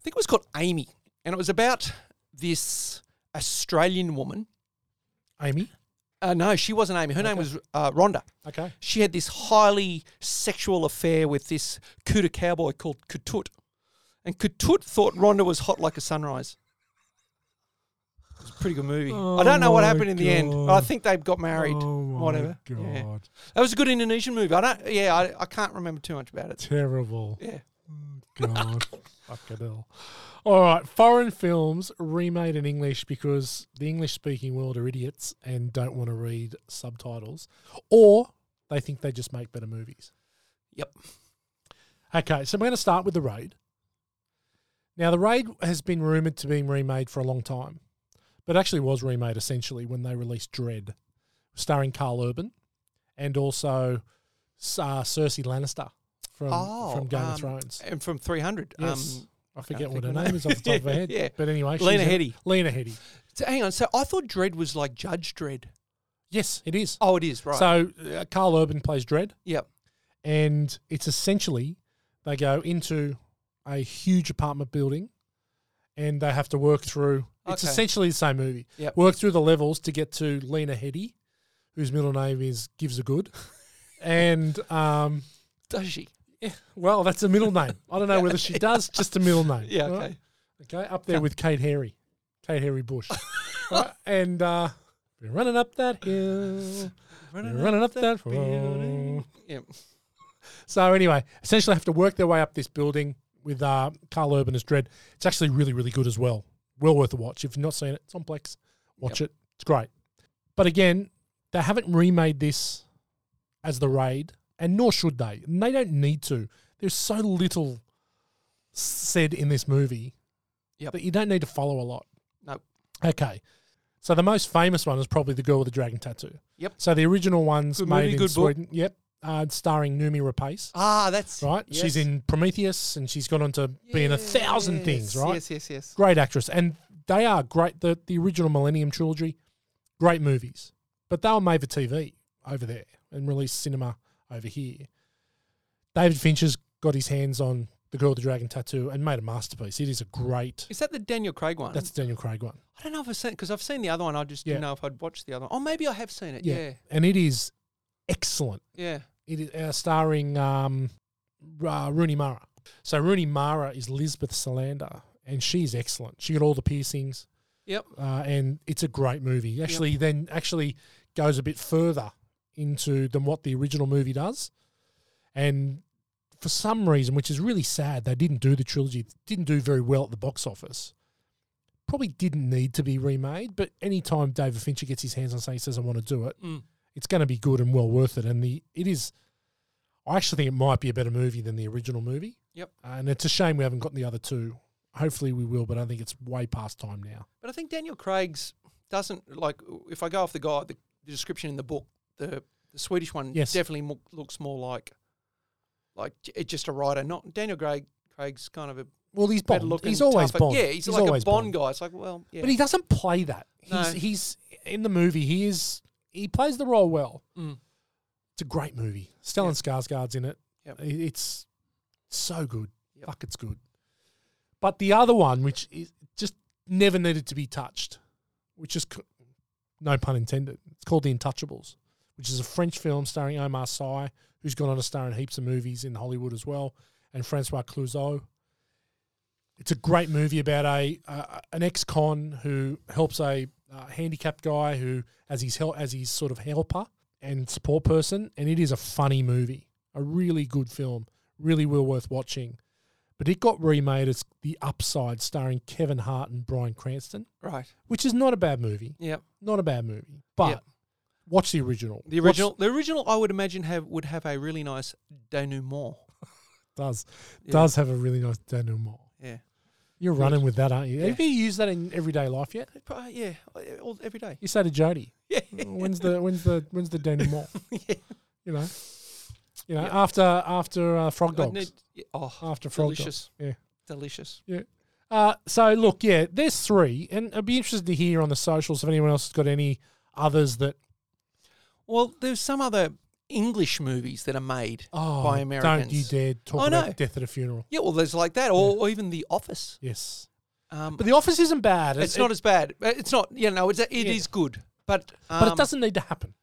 [SPEAKER 3] I think it was called Amy, and it was about this Australian woman.
[SPEAKER 2] Amy.
[SPEAKER 3] Uh, no, she wasn't Amy. Her name was uh, Rhonda.
[SPEAKER 2] Okay.
[SPEAKER 3] She had this highly sexual affair with this Kuta cowboy called Kutut, and Kutut thought Rhonda was hot like a sunrise. It was a pretty good movie. I don't know what
[SPEAKER 2] Oh my
[SPEAKER 3] happened in the end, but I
[SPEAKER 2] God. Oh
[SPEAKER 3] think they got married. Whatever. Yeah. That was a good Indonesian movie. I don't. Yeah, I, I can't remember too much about
[SPEAKER 2] *laughs*
[SPEAKER 3] it.
[SPEAKER 2] Terrible.
[SPEAKER 3] Yeah.
[SPEAKER 2] God. Fucking hell. All right, foreign films remade in English because the English speaking world are idiots and don't want to read subtitles, or they think they just make better movies.
[SPEAKER 3] Yep.
[SPEAKER 2] Okay, so we're going to start with The Raid. Now, The Raid has been rumored to be remade for a long time, but actually was remade essentially when they released Dread, starring Carl Urban and also uh, Cersei Lannister from,
[SPEAKER 3] Oh,
[SPEAKER 2] from Game
[SPEAKER 3] um,
[SPEAKER 2] of Thrones.
[SPEAKER 3] And from 300.
[SPEAKER 2] Yes.
[SPEAKER 3] Um,
[SPEAKER 2] I forget
[SPEAKER 3] can't
[SPEAKER 2] what her
[SPEAKER 3] think of
[SPEAKER 2] name is off the top of her head.
[SPEAKER 3] *laughs* Yeah.
[SPEAKER 2] But anyway,
[SPEAKER 3] Lena
[SPEAKER 2] she's in-
[SPEAKER 3] Headey.
[SPEAKER 2] Lena Headey.
[SPEAKER 3] so hang on. So I thought Dread was like Judge Dread.
[SPEAKER 2] Yes, it is.
[SPEAKER 3] Oh, it is, right.
[SPEAKER 2] So uh, Carl Urban plays Dread,
[SPEAKER 3] yep.
[SPEAKER 2] and it's essentially they go into a huge apartment building, and they have to work through. It's
[SPEAKER 3] Okay.
[SPEAKER 2] essentially the same movie.
[SPEAKER 3] Yep.
[SPEAKER 2] Work through the levels to get to Lena Headey, whose middle name is Gives a Good, and um,
[SPEAKER 3] Does she?
[SPEAKER 2] well, that's a middle name. I don't know whether
[SPEAKER 3] *laughs*
[SPEAKER 2] she does just a middle name.
[SPEAKER 3] Yeah,
[SPEAKER 2] right?
[SPEAKER 3] okay.
[SPEAKER 2] Okay, up there with Kate Harry, Kate Harry
[SPEAKER 3] *laughs*
[SPEAKER 2] Bush, Right, and uh, we're running up that hill, running, running up that hill.
[SPEAKER 3] Yep.
[SPEAKER 2] So anyway, essentially have to work their way up this building with uh, Carl Urban as Dread. It's actually really, really good as well. Well worth a watch if you've not seen it. It's on Plex. Watch it. It's great. But again, they haven't remade this as the raid, and nor should they. And they don't need to. There's so little said in this movie
[SPEAKER 3] Yep.
[SPEAKER 2] that you don't need to follow a lot.
[SPEAKER 3] Nope.
[SPEAKER 2] Okay. So the most famous one is probably the girl with the dragon tattoo.
[SPEAKER 3] Yep.
[SPEAKER 2] So the original ones
[SPEAKER 3] Good
[SPEAKER 2] made
[SPEAKER 3] movie,
[SPEAKER 2] in
[SPEAKER 3] good book.
[SPEAKER 2] Sweden. Yep. uh, starring Numi Rapace.
[SPEAKER 3] Ah, that's
[SPEAKER 2] right? She's
[SPEAKER 3] yes.
[SPEAKER 2] in Prometheus and she's gone on to be in a thousand things,
[SPEAKER 3] Yes,
[SPEAKER 2] right?
[SPEAKER 3] Yes, yes, yes.
[SPEAKER 2] Great actress. And they are great. The, the original Millennium Trilogy, great movies. But they were made for TV over there and released cinema over here. David Fincher's got his hands on The Girl with the Dragon Tattoo and made a masterpiece. It is a great.
[SPEAKER 3] Is that the Daniel Craig one?
[SPEAKER 2] That's the Daniel Craig one.
[SPEAKER 3] I don't know if I've seen because I've seen the other one. I just
[SPEAKER 2] Yeah.
[SPEAKER 3] didn't know if I'd watched the other one. Oh, maybe I have seen it. Yeah,
[SPEAKER 2] And it is excellent.
[SPEAKER 3] yeah.
[SPEAKER 2] It is uh, starring um, uh, Rooney Mara. So Rooney Mara is Lisbeth Salander, and she's excellent. She got all the piercings,
[SPEAKER 3] Yep.
[SPEAKER 2] uh, and it's a great movie. Actually, then actually goes a bit further into than what the original movie does, and for some reason, which is really sad, they didn't do the trilogy. Didn't do very well at the box office. Probably didn't need to be remade, but anytime David Fincher gets his hands on something, he says, "I want to do it,"
[SPEAKER 3] Mm.
[SPEAKER 2] it's going to be good and well worth it. And the it is, I actually think it might be a better movie than the original movie. Uh,
[SPEAKER 3] Yep.
[SPEAKER 2] And it's a shame we haven't gotten the other two. Hopefully we will, but I think it's way past time now.
[SPEAKER 3] But I think Daniel Craig's doesn't like if I go off the guy the, the description in the book the the Swedish one
[SPEAKER 2] Yes.
[SPEAKER 3] definitely mo- looks more like like j- it's just a writer. Not Daniel Craig. Craig's kind of a
[SPEAKER 2] Well, he's
[SPEAKER 3] better
[SPEAKER 2] Bond.
[SPEAKER 3] looking.
[SPEAKER 2] he's always
[SPEAKER 3] tougher-
[SPEAKER 2] Bond.
[SPEAKER 3] Yeah, he's, like
[SPEAKER 2] always
[SPEAKER 3] a Bond, guy. It's like well, yeah.
[SPEAKER 2] But he doesn't play that. He's,
[SPEAKER 3] No.
[SPEAKER 2] he's in the movie. He is he plays the role well.
[SPEAKER 3] Mm.
[SPEAKER 2] It's a great movie. Stellan Skarsgård's in it.
[SPEAKER 3] Yep.
[SPEAKER 2] I- It's so good.
[SPEAKER 3] Yep.
[SPEAKER 2] Fuck, it's good. But the other one, which is just never needed to be touched, which is c- no pun intended. It's called The Untouchables, which is a French film starring Omar Sy, who's gone on to star in heaps of movies in Hollywood as well, and Francois Clouseau. It's a great movie about a uh, an ex-con who helps a uh, handicapped guy who as his hel- as his sort of helper and support person, and it is a funny movie, a really good film, really well worth watching. But it got remade as The Upside, starring Kevin Hart and Brian Cranston,
[SPEAKER 3] right.
[SPEAKER 2] which is not a bad movie,
[SPEAKER 3] Yep.
[SPEAKER 2] not a bad movie. But
[SPEAKER 3] Yep.
[SPEAKER 2] watch the original.
[SPEAKER 3] The
[SPEAKER 2] Watch-
[SPEAKER 3] original, the original, I would imagine have would have a really nice denouement.
[SPEAKER 2] does
[SPEAKER 3] Yeah.
[SPEAKER 2] does have a really nice denouement.
[SPEAKER 3] Yeah,
[SPEAKER 2] You're running with that, aren't you?
[SPEAKER 3] Yeah.
[SPEAKER 2] Have you used that in everyday life yet?
[SPEAKER 3] Pro- yeah, uh, all, every day.
[SPEAKER 2] You say to Jody,
[SPEAKER 3] *laughs* Yeah,
[SPEAKER 2] when's the when's the when's the denouement?
[SPEAKER 3] *laughs* Yeah.
[SPEAKER 2] You know, you know, after after uh, frog
[SPEAKER 3] I
[SPEAKER 2] dogs,
[SPEAKER 3] need- yeah, oh,
[SPEAKER 2] after frog dogs.
[SPEAKER 3] delicious.
[SPEAKER 2] Yeah.
[SPEAKER 3] Delicious.
[SPEAKER 2] Uh, so look, yeah, there's three, and I'd be interested to hear on the socials if anyone else has got any others that
[SPEAKER 3] Well, there's some other English movies that are made
[SPEAKER 2] oh,
[SPEAKER 3] by
[SPEAKER 2] don't you
[SPEAKER 3] Americans. Oh,
[SPEAKER 2] dare talk
[SPEAKER 3] I
[SPEAKER 2] about
[SPEAKER 3] know.
[SPEAKER 2] death at a funeral.
[SPEAKER 3] yeah, well, there's like that, or, or even The Office.
[SPEAKER 2] Yes,
[SPEAKER 3] Um,
[SPEAKER 2] but the office isn't bad.
[SPEAKER 3] it's not as bad. Uh, It's not. You know, it's it is
[SPEAKER 2] Yeah.
[SPEAKER 3] good, but um,
[SPEAKER 2] but it doesn't need to happen.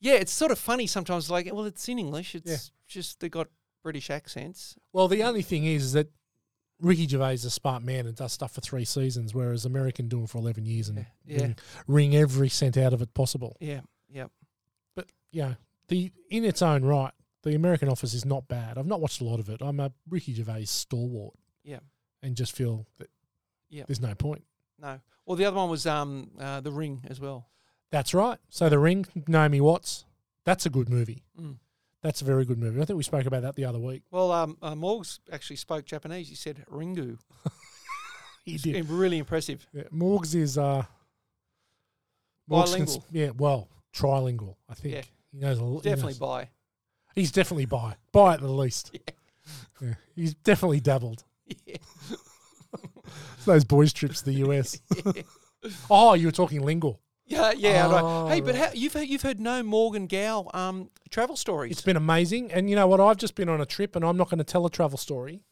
[SPEAKER 3] Yeah, it's sort of funny sometimes. Like, well, it's in English. It's just they got British accents.
[SPEAKER 2] Well, the only thing is that Ricky Gervais is a smart man and does stuff for three seasons, whereas American do it for eleven years and
[SPEAKER 3] Yeah.
[SPEAKER 2] Wring, wring every cent out of it possible.
[SPEAKER 3] Yeah, yeah.
[SPEAKER 2] But yeah, the in its own right, the American Office is not bad. I've not watched a lot of it. I'm a Ricky Gervais stalwart.
[SPEAKER 3] Yeah.
[SPEAKER 2] and just feel that
[SPEAKER 3] Yeah.
[SPEAKER 2] there's no point.
[SPEAKER 3] No. Well, the other one was um uh, The Ring as well.
[SPEAKER 2] That's right. So The Ring, Naomi Watts. That's a good movie.
[SPEAKER 3] Mm.
[SPEAKER 2] That's a very good movie. I think we spoke about that the other week.
[SPEAKER 3] Well, um, uh, Morgs actually spoke Japanese. He said Ringu.
[SPEAKER 2] He
[SPEAKER 3] Yeah, Really impressive.
[SPEAKER 2] Yeah. Morgs is uh, Morgs can s-
[SPEAKER 3] Bilingual.
[SPEAKER 2] yeah, well, trilingual. I think
[SPEAKER 3] Yeah.
[SPEAKER 2] he knows a lot.
[SPEAKER 3] Definitely bi.
[SPEAKER 2] he's definitely bi, bi at the
[SPEAKER 3] *laughs*
[SPEAKER 2] least. Yeah. He's definitely dabbled.
[SPEAKER 3] Yeah.
[SPEAKER 2] It's *laughs* those boys trips to
[SPEAKER 3] *laughs*
[SPEAKER 2] the US. oh, you were talking lingual.
[SPEAKER 3] Yeah, yeah.
[SPEAKER 2] Oh,
[SPEAKER 3] right. Hey, but
[SPEAKER 2] right.
[SPEAKER 3] how, you've heard, you've heard no Morgan Gow um travel stories.
[SPEAKER 2] It's been amazing, and you know what? I've just been on a trip, and I'm not going to tell a travel
[SPEAKER 3] *laughs*
[SPEAKER 2] story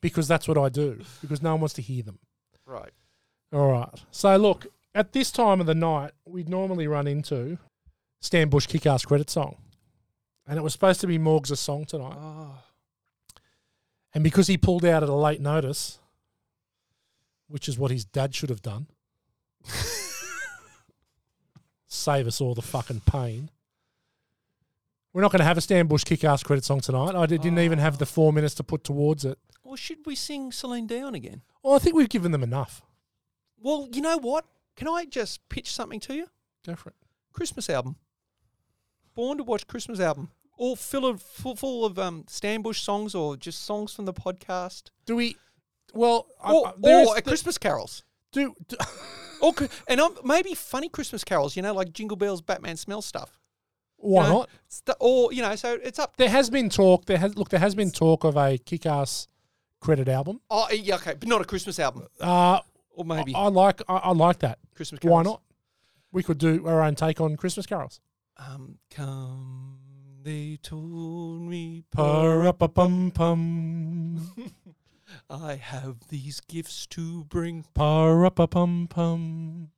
[SPEAKER 2] because that's what I do. Because no one wants to hear them.
[SPEAKER 3] right.
[SPEAKER 2] All right. So look, at this time of the night, we'd normally run into Stan Bush Kickass credit song, and it was supposed to be Morgs' song tonight.
[SPEAKER 3] Oh,
[SPEAKER 2] And because he pulled out at a late notice, which is what his dad should have done, *laughs* save us all the fucking pain. We're not going to have a Stan Bush kick ass credit song tonight. I didn't even have the four minutes to put towards it.
[SPEAKER 3] well, should we sing Celine Dion again?
[SPEAKER 2] Well, I think we've given them enough.
[SPEAKER 3] Well, you know what? Can I just pitch something to you?
[SPEAKER 2] Go for it.
[SPEAKER 3] Christmas album. Born to watch Christmas album. All full of full, full of um Stan Bush songs or just songs from the podcast.
[SPEAKER 2] Do we? Well, I-
[SPEAKER 3] Or,
[SPEAKER 2] I- there
[SPEAKER 3] or
[SPEAKER 2] is
[SPEAKER 3] a
[SPEAKER 2] the-
[SPEAKER 3] Christmas carols.
[SPEAKER 2] Do, do
[SPEAKER 3] Or, cri- and um, maybe funny Christmas carols, you know, like Jingle Bells, Batman Smells stuff.
[SPEAKER 2] Why
[SPEAKER 3] you know,
[SPEAKER 2] not?
[SPEAKER 3] st- or you know, so it's up.
[SPEAKER 2] There has been talk. There has look. There has been talk of a kick-ass credit album.
[SPEAKER 3] Oh, yeah, okay, but not a Christmas album,
[SPEAKER 2] Uh,
[SPEAKER 3] or maybe
[SPEAKER 2] I, I like. I, I like that.
[SPEAKER 3] Christmas.
[SPEAKER 2] oh, Why
[SPEAKER 3] carols.
[SPEAKER 2] not? We could do our own take on Christmas carols.
[SPEAKER 3] Um, come, they told me
[SPEAKER 2] Parapapum pum,
[SPEAKER 3] I have these gifts to bring.
[SPEAKER 2] parapapum pum.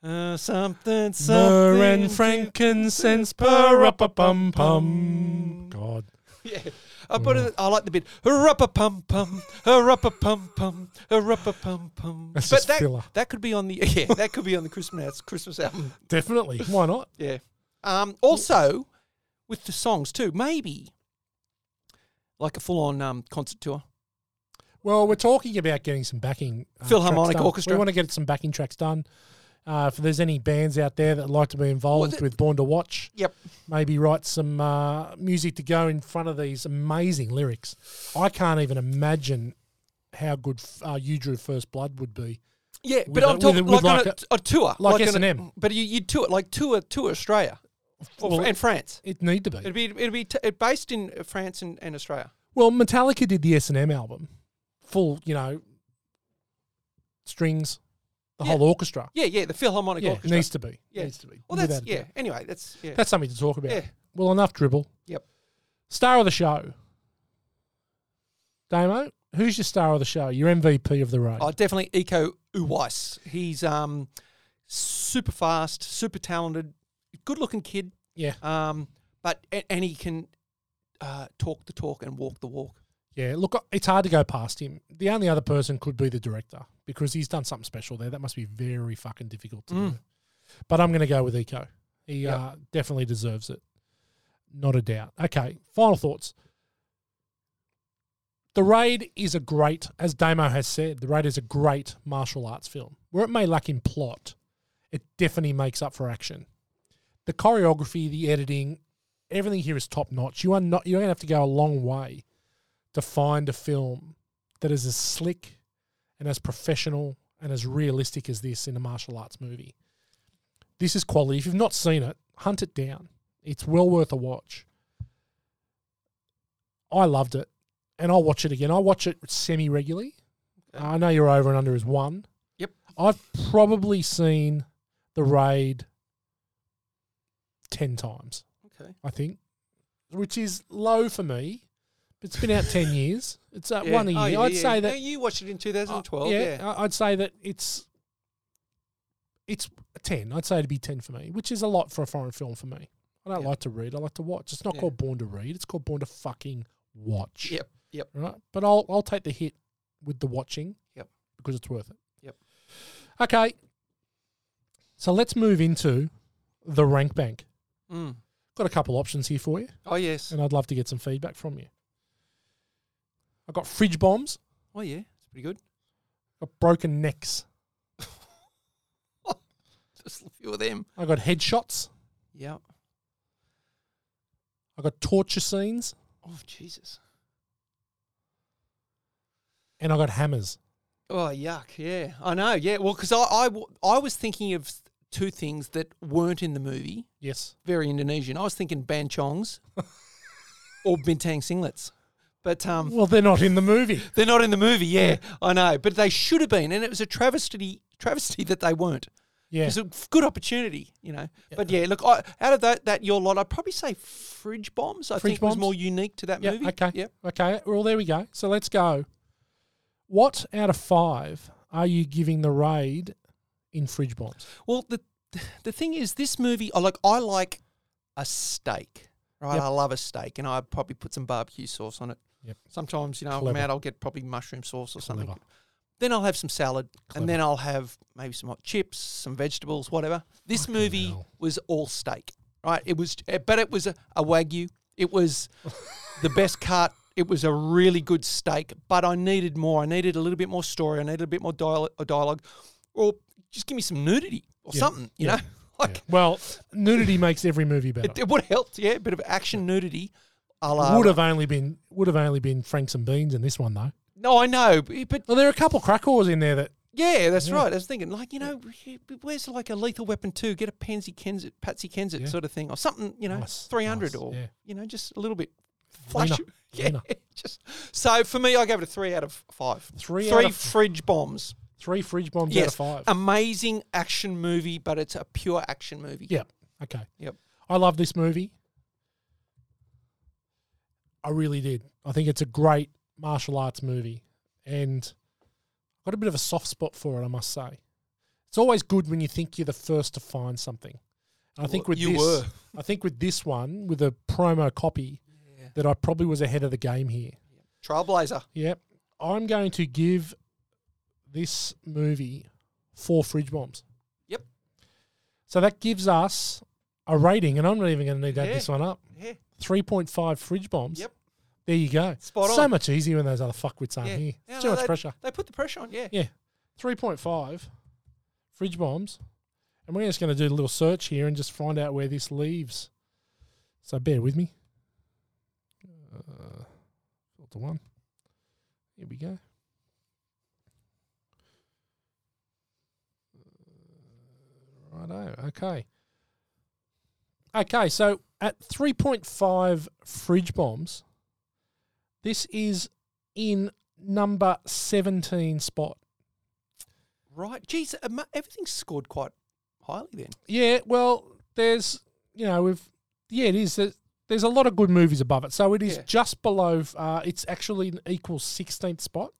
[SPEAKER 3] Uh, something,
[SPEAKER 2] Myrrh
[SPEAKER 3] something.
[SPEAKER 2] and frankincense, parapapum pum. God,
[SPEAKER 3] *laughs* Yeah. I put it, I like the bit. Hurrapa pum pum, hurrapa pum pum, hurrapa pum pum.
[SPEAKER 2] That's
[SPEAKER 3] but
[SPEAKER 2] just
[SPEAKER 3] that,
[SPEAKER 2] filler.
[SPEAKER 3] that could be on the *laughs* yeah, that could be on the Christmas
[SPEAKER 2] *laughs*
[SPEAKER 3] Christmas album.
[SPEAKER 2] definitely. Why not?
[SPEAKER 3] Yeah. Um, also, with the songs too, maybe like a full on um, concert tour.
[SPEAKER 2] Well, we're talking about getting some backing. uh,
[SPEAKER 3] Philharmonic
[SPEAKER 2] tracks done.
[SPEAKER 3] Orchestra.
[SPEAKER 2] We want to get some backing tracks done. Uh, if there's any bands out there that would like to be involved
[SPEAKER 3] it-
[SPEAKER 2] with Born to Watch,
[SPEAKER 3] Yep.
[SPEAKER 2] maybe write some uh, music to go in front of these amazing lyrics. I can't even imagine how good uh, You Drew First Blood would be.
[SPEAKER 3] Yeah,
[SPEAKER 2] With
[SPEAKER 3] but
[SPEAKER 2] a-
[SPEAKER 3] I'm talking
[SPEAKER 2] with a- with like
[SPEAKER 3] like, on a, a, tour,
[SPEAKER 2] like
[SPEAKER 3] on a-
[SPEAKER 2] S&M.
[SPEAKER 3] But you you tour like tour tour Australia or,
[SPEAKER 2] Well,
[SPEAKER 3] and France.
[SPEAKER 2] It need to be.
[SPEAKER 3] It'd be it'd be t- it based in uh, France and, and Australia.
[SPEAKER 2] Well, Metallica did the S and M album, full, you know, strings, the
[SPEAKER 3] Yeah.
[SPEAKER 2] whole orchestra.
[SPEAKER 3] Yeah, yeah, the Philharmonic
[SPEAKER 2] Yeah,
[SPEAKER 3] Orchestra.
[SPEAKER 2] needs to be.
[SPEAKER 3] yeah.
[SPEAKER 2] Needs to be.
[SPEAKER 3] Well, that's
[SPEAKER 2] without a
[SPEAKER 3] yeah.
[SPEAKER 2] doubt.
[SPEAKER 3] Anyway, that's yeah.
[SPEAKER 2] That's something to talk about.
[SPEAKER 3] Yeah.
[SPEAKER 2] Well, enough dribble.
[SPEAKER 3] Yep.
[SPEAKER 2] Star of the show. Damo, who's your star of the show? Your MVP of the road.
[SPEAKER 3] Oh, definitely Eco Uwais. He's um super fast, super talented, good looking kid.
[SPEAKER 2] yeah.
[SPEAKER 3] Um, but and, and he can uh, talk the talk and walk the walk.
[SPEAKER 2] Yeah. Look, uh, it's hard to go past him. The only other person could be the director because he's done something special there. That must be very fucking difficult to do. But I'm going to go with Eco. He
[SPEAKER 3] Yep.
[SPEAKER 2] uh, definitely deserves it. Not a doubt. Okay. Final thoughts. The Raid is a great, as Damo has said, The Raid is a great martial arts film. Where it may lack in plot, it definitely makes up for action. The choreography, the editing, everything here is top notch. You are not you're gonna have to go a long way to find a film that is as slick and as professional and as realistic as this in a martial arts movie. This is quality. If you've not seen it, hunt it down. It's well worth a watch. I loved it, and I'll watch it again. I watch it semi regularly. I know your over and under is one.
[SPEAKER 3] Yep.
[SPEAKER 2] I've probably seen the raid ten times.
[SPEAKER 3] Okay.
[SPEAKER 2] I think, which is low for me. But it's been out
[SPEAKER 3] *laughs*
[SPEAKER 2] ten years. It's uh,
[SPEAKER 3] Yeah.
[SPEAKER 2] one a year.
[SPEAKER 3] Oh, yeah,
[SPEAKER 2] I'd
[SPEAKER 3] yeah.
[SPEAKER 2] say
[SPEAKER 3] No,
[SPEAKER 2] that
[SPEAKER 3] you watched it in
[SPEAKER 2] uh,
[SPEAKER 3] 2012. yeah.
[SPEAKER 2] yeah, I- I'd say that it's it's a ten. I'd say it'd be ten for me, which is a lot for a foreign film for me. I don't
[SPEAKER 3] Yeah.
[SPEAKER 2] like to read. I like to watch. It's not
[SPEAKER 3] Yeah.
[SPEAKER 2] called Born to Read. It's called Born to Fucking Watch.
[SPEAKER 3] Yep. Yep.
[SPEAKER 2] Right. But I'll I'll take the hit with the watching.
[SPEAKER 3] Yep.
[SPEAKER 2] Because it's worth it.
[SPEAKER 3] Yep.
[SPEAKER 2] Okay. So let's move into the rank bank.
[SPEAKER 3] Mm.
[SPEAKER 2] Got a couple options here for you
[SPEAKER 3] Oh yes.
[SPEAKER 2] and I'd love to get some feedback from you. I got fridge bombs,
[SPEAKER 3] Oh yeah. It's pretty good.
[SPEAKER 2] I got broken necks,
[SPEAKER 3] Just a few of them.
[SPEAKER 2] I got headshots,
[SPEAKER 3] Yeah.
[SPEAKER 2] I got torture scenes,
[SPEAKER 3] Oh Jesus.
[SPEAKER 2] and I got hammers.
[SPEAKER 3] Oh yuck. Yeah. I know. Yeah. Well, because I, I w- I was thinking of two things that weren't in the movie.
[SPEAKER 2] Yes.
[SPEAKER 3] Very Indonesian. I was
[SPEAKER 2] *laughs*
[SPEAKER 3] thinking banchongs or bintang singlets, but um.
[SPEAKER 2] Well, they're not in the movie.
[SPEAKER 3] They're not in the movie, yeah, I know, but they should have been, and it was a travesty, travesty that they weren't. It
[SPEAKER 2] Yeah.
[SPEAKER 3] was a f- good opportunity, you know. But yeah, look, I, out of that, that your lot, I'd probably say Fridge Bombs. I
[SPEAKER 2] Fridge
[SPEAKER 3] think was
[SPEAKER 2] Bombs?
[SPEAKER 3] more unique to that
[SPEAKER 2] Yeah.
[SPEAKER 3] movie.
[SPEAKER 2] Okay.
[SPEAKER 3] Yep.
[SPEAKER 2] Okay. Well, there we go. So let's go. What out of five are you giving the raid in fridge bombs?
[SPEAKER 3] Well, the the thing is, this movie, I like. I like a steak, right?
[SPEAKER 2] Yep.
[SPEAKER 3] I love a steak, and I probably put some barbecue sauce on it.
[SPEAKER 2] Yep.
[SPEAKER 3] Sometimes, you know, if I'm
[SPEAKER 2] Clever.
[SPEAKER 3] out, I'll get probably mushroom sauce or something.
[SPEAKER 2] Clever.
[SPEAKER 3] Then I'll have some salad,
[SPEAKER 2] Clever.
[SPEAKER 3] and then I'll have maybe some hot chips, some vegetables, whatever. This
[SPEAKER 2] Fucking
[SPEAKER 3] movie
[SPEAKER 2] hell.
[SPEAKER 3] was all steak, right? It was, eh, but it was a, a wagyu. It was the best cut. It was a really good steak, but I needed more. I needed a little bit more story. I needed a bit more dial- uh, dialogue, or just give me some nudity or
[SPEAKER 2] Yeah.
[SPEAKER 3] something. You
[SPEAKER 2] Yeah.
[SPEAKER 3] know, *laughs* like
[SPEAKER 2] Yeah. Well, nudity makes every movie better.
[SPEAKER 3] it, would have helped. Yeah, a bit of action nudity. A la,
[SPEAKER 2] would have only been would have only been Franks and Beans in this one though.
[SPEAKER 3] No, I know, but but
[SPEAKER 2] Well, there are a couple crackers in there that
[SPEAKER 3] Yeah, that's right. I was thinking, like, you know, where's like a Lethal Weapon 2? Get a Pansy Kensit, Patsy Kensit
[SPEAKER 2] Yeah.
[SPEAKER 3] sort of thing, or something, you know,
[SPEAKER 2] Nice,
[SPEAKER 3] 300
[SPEAKER 2] nice,
[SPEAKER 3] or,
[SPEAKER 2] yeah.
[SPEAKER 3] you know, just a little bit flush.
[SPEAKER 2] Leaner,
[SPEAKER 3] *laughs* Yeah,
[SPEAKER 2] leaner.
[SPEAKER 3] just so for me, I gave it a three out of five.
[SPEAKER 2] Three
[SPEAKER 3] three
[SPEAKER 2] out of-
[SPEAKER 3] fridge bombs.
[SPEAKER 2] Three fridge bombs out
[SPEAKER 3] Yes,
[SPEAKER 2] of five.
[SPEAKER 3] amazing action movie, but it's a pure action movie.
[SPEAKER 2] Yep. Okay.
[SPEAKER 3] Yep.
[SPEAKER 2] I love this movie. I really did. I think it's a great martial arts movie. And I've got a bit of a soft spot for it, I must say. It's always good when you think you're the first to find something. And I think
[SPEAKER 3] Well,
[SPEAKER 2] with
[SPEAKER 3] you
[SPEAKER 2] this,
[SPEAKER 3] were.
[SPEAKER 2] *laughs* I think with this one, with a promo copy,
[SPEAKER 3] Yeah.
[SPEAKER 2] that I probably was ahead of the game here.
[SPEAKER 3] Trailblazer.
[SPEAKER 2] Yep. I'm going to give this movie four fridge bombs.
[SPEAKER 3] Yep.
[SPEAKER 2] So that gives us a rating, and I'm not even going to need to add
[SPEAKER 3] Yeah.
[SPEAKER 2] this one up.
[SPEAKER 3] Yeah.
[SPEAKER 2] 3.5 fridge bombs.
[SPEAKER 3] Yep.
[SPEAKER 2] There you go.
[SPEAKER 3] Spot
[SPEAKER 2] So
[SPEAKER 3] on.
[SPEAKER 2] much easier when those other fuckwits aren't
[SPEAKER 3] Yeah.
[SPEAKER 2] here.
[SPEAKER 3] Yeah,
[SPEAKER 2] It's too
[SPEAKER 3] no,
[SPEAKER 2] much
[SPEAKER 3] they-
[SPEAKER 2] pressure.
[SPEAKER 3] They put the pressure on. Yeah.
[SPEAKER 2] Yeah. 3.5 fridge bombs. And we're just going to do a little search here and just find out where this leaves. So bear with me. Uh, filter one. Here we go. Uh, Righto. Okay. Okay. So at 3.5 fridge bombs, this is in number 17 spot.
[SPEAKER 3] Right. Geez, ama- everything's scored quite highly then.
[SPEAKER 2] Yeah, well, there's you know we've yeah it is there's, there's a lot of good movies above it, so it is
[SPEAKER 3] Yeah.
[SPEAKER 2] just below. Uh, it's actually an equal sixteenth spot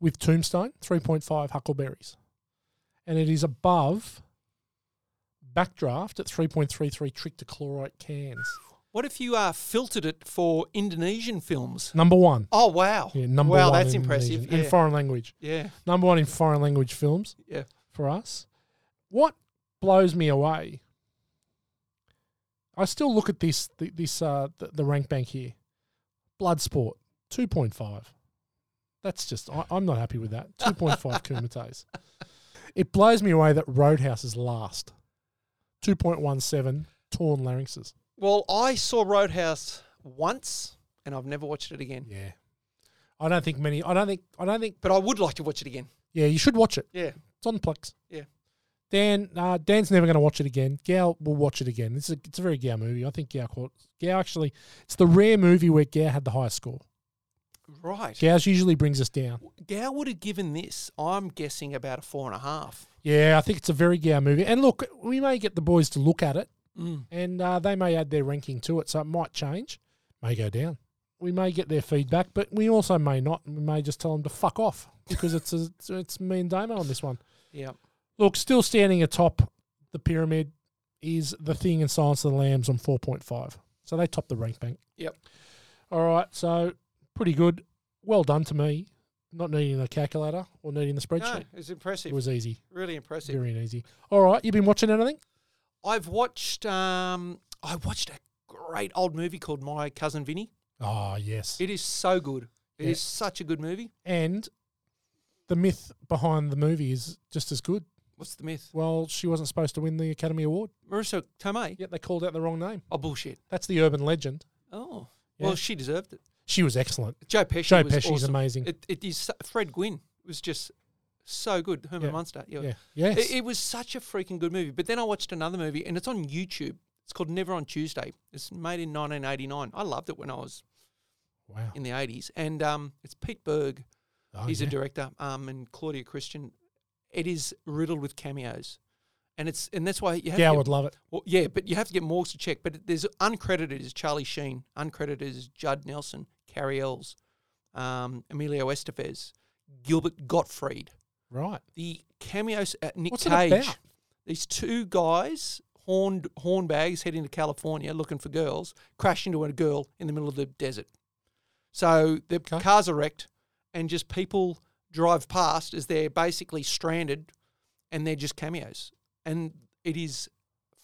[SPEAKER 2] with Tombstone, three point five Huckleberries, and it is above Backdraft at three point three three Trick to Chlorite Cans.
[SPEAKER 3] What if you uh, filtered it for Indonesian films?
[SPEAKER 2] Number one,
[SPEAKER 3] Oh, wow.
[SPEAKER 2] yeah, number
[SPEAKER 3] wow,
[SPEAKER 2] one.
[SPEAKER 3] that's
[SPEAKER 2] in
[SPEAKER 3] impressive.
[SPEAKER 2] Indonesian- in
[SPEAKER 3] Yeah.
[SPEAKER 2] foreign language.
[SPEAKER 3] yeah.
[SPEAKER 2] Number one in foreign language films.
[SPEAKER 3] Yeah.
[SPEAKER 2] for us. What blows me away, I still look at this th- this uh, the, the rank bank here. Bloodsport two point five. That's just I, I'm not happy with that two point five Kumites. It blows me away that Roadhouse is last. Two point one seven torn larynxes.
[SPEAKER 3] Well, I saw Roadhouse once and I've never watched it again.
[SPEAKER 2] Yeah, I don't think many. I don't think. I don't think.
[SPEAKER 3] But I would like to watch it again.
[SPEAKER 2] Yeah, you should watch it.
[SPEAKER 3] Yeah.
[SPEAKER 2] It's on Plex.
[SPEAKER 3] Yeah.
[SPEAKER 2] Dan, uh, Dan's never going to watch it again. Gao will watch it again. This is a, it's a very Gao movie. I think Gao caught Gao actually. It's the rare movie where Gao had the highest score.
[SPEAKER 3] Right.
[SPEAKER 2] Gao's usually brings us down.
[SPEAKER 3] Gow would have given this, I'm guessing, about a four and a half.
[SPEAKER 2] Yeah, I think it's a very Gao movie. And look, we may get the boys to look at it, and uh, they may add their ranking to it, so it might change, may go down. We may get their feedback, but we also may not. We may just tell them to fuck off because it's a, it's me and Damo on this one.
[SPEAKER 3] Yeah.
[SPEAKER 2] Look, still standing atop the pyramid is The Thing and Silence of the Lambs on 4.5. So they top the rank bank.
[SPEAKER 3] Yep.
[SPEAKER 2] All right, so pretty good. Well done to me, not needing a calculator or needing the spreadsheet.
[SPEAKER 3] No, it's impressive.
[SPEAKER 2] It was easy,
[SPEAKER 3] really impressive.
[SPEAKER 2] very easy. All right, you've been watching anything?
[SPEAKER 3] I've watched. Um, I watched a great old movie called My Cousin Vinny.
[SPEAKER 2] Oh, yes.
[SPEAKER 3] It is so good. It is
[SPEAKER 2] Yeah.
[SPEAKER 3] such a good movie.
[SPEAKER 2] and the myth behind the movie is just as good.
[SPEAKER 3] What's the myth?
[SPEAKER 2] Well, she wasn't supposed to win the Academy Award,
[SPEAKER 3] Marissa Tomei.
[SPEAKER 2] yet they called out the wrong name.
[SPEAKER 3] Oh bullshit.
[SPEAKER 2] That's the urban legend.
[SPEAKER 3] Oh.
[SPEAKER 2] Yeah.
[SPEAKER 3] Well, she deserved it.
[SPEAKER 2] She was excellent.
[SPEAKER 3] Joe Pesci.
[SPEAKER 2] Joe
[SPEAKER 3] was
[SPEAKER 2] Pesci's
[SPEAKER 3] awesome.
[SPEAKER 2] amazing.
[SPEAKER 3] It, it is. so- Fred Gwynn was just so good. Herman
[SPEAKER 2] Yeah.
[SPEAKER 3] Munster. Yeah.
[SPEAKER 2] yeah. Yes.
[SPEAKER 3] It, it was such a freaking good movie. But then I watched another movie, and it's on YouTube. It's called Never on Tuesday. It's made in 1989. I loved it when I was
[SPEAKER 2] wow.
[SPEAKER 3] in the 80s, and um, it's Pete Berg.
[SPEAKER 2] Oh,
[SPEAKER 3] He's
[SPEAKER 2] yeah.
[SPEAKER 3] a director, um, and Claudia Christian. It is riddled with cameos, and it's and that's why you have
[SPEAKER 2] Yeah, I
[SPEAKER 3] to
[SPEAKER 2] would
[SPEAKER 3] get,
[SPEAKER 2] love it.
[SPEAKER 3] well, yeah, but you have to get Morgs to check. But there's uncredited is Charlie Sheen, uncredited is Judd Nelson, Carrie Ells, um, Emilio Estevez, Gilbert Gottfried.
[SPEAKER 2] Right.
[SPEAKER 3] The cameos at Nick
[SPEAKER 2] What's it
[SPEAKER 3] Cage.
[SPEAKER 2] about?
[SPEAKER 3] These two guys, horned hornbags, heading to California looking for girls, crash into a girl in the middle of the desert. So the
[SPEAKER 2] Okay.
[SPEAKER 3] cars are wrecked, and just people drive past as they're basically stranded, and they're just cameos. And it is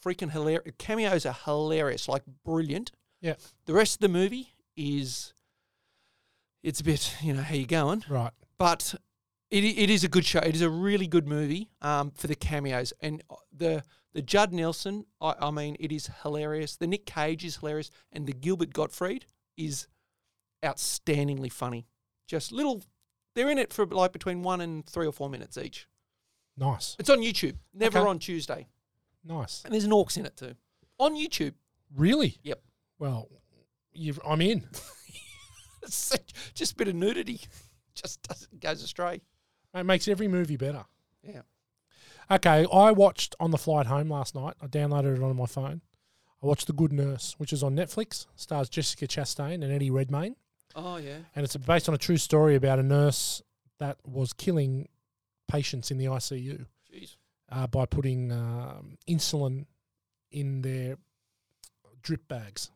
[SPEAKER 3] freaking hilarious. Cameos are hilarious, like brilliant.
[SPEAKER 2] Yeah.
[SPEAKER 3] The rest of the movie is, it's a bit, you know, how you going?
[SPEAKER 2] Right.
[SPEAKER 3] but it, i- it is a good show. It is a really good movie um, for the cameos and uh, the the Judd Nelson. I, I mean, it is hilarious. The Nick Cage is hilarious, and the Gilbert Gottfried is outstandingly funny. Just little They're in it for like between one and three or four minutes each.
[SPEAKER 2] Nice.
[SPEAKER 3] It's on YouTube. Never
[SPEAKER 2] Okay.
[SPEAKER 3] on Tuesday.
[SPEAKER 2] Nice.
[SPEAKER 3] And there's an orcs in it too. On YouTube.
[SPEAKER 2] Really?
[SPEAKER 3] Yep. *laughs*
[SPEAKER 2] Well, you've, I'm in.
[SPEAKER 3] It's such- just a bit of nudity. *laughs* Just doesn't goes astray.
[SPEAKER 2] It makes every movie better.
[SPEAKER 3] Yeah.
[SPEAKER 2] Okay, I watched on the flight home last night. I downloaded it on my phone. I watched The Good Nurse, which is on Netflix. Stars Jessica Chastain and Eddie Redmayne,
[SPEAKER 3] Oh yeah.
[SPEAKER 2] and it's based on a true story about a nurse that was killing patients in the ICU
[SPEAKER 3] Jeez.
[SPEAKER 2] uh, by putting um, insulin in their drip bags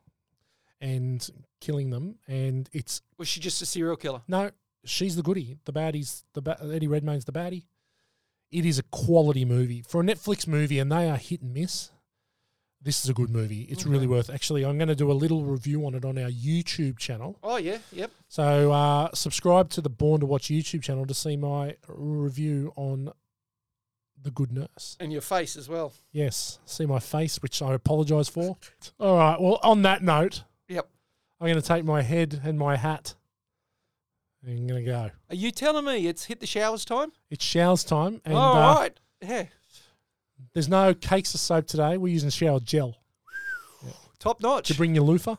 [SPEAKER 2] and killing them. And it's
[SPEAKER 3] Was she just a serial killer?
[SPEAKER 2] no, she's the goody. The baddie's the ba- Eddie Redmayne's the baddie. It is a quality movie for a Netflix movie, and they are hit and miss. This is a good movie. It's really worth. Actually, I'm going to do a little review on it on our YouTube channel.
[SPEAKER 3] Oh yeah. Yep.
[SPEAKER 2] So uh, subscribe to the Born to Watch YouTube channel to see my review on the Good Nurse.
[SPEAKER 3] And your face as well.
[SPEAKER 2] Yes, see my face, which I apologise for. All right. Well, on that note,
[SPEAKER 3] Yep.
[SPEAKER 2] I'm going to take my head and my hat. And I'm going to go.
[SPEAKER 3] Are you telling me it's hit the showers time?
[SPEAKER 2] It's showers time, and
[SPEAKER 3] All
[SPEAKER 2] uh,
[SPEAKER 3] right. Yeah.
[SPEAKER 2] there's no cakes of soap today. We're using shower gel.
[SPEAKER 3] Top notch.
[SPEAKER 2] Did you bring your loofah?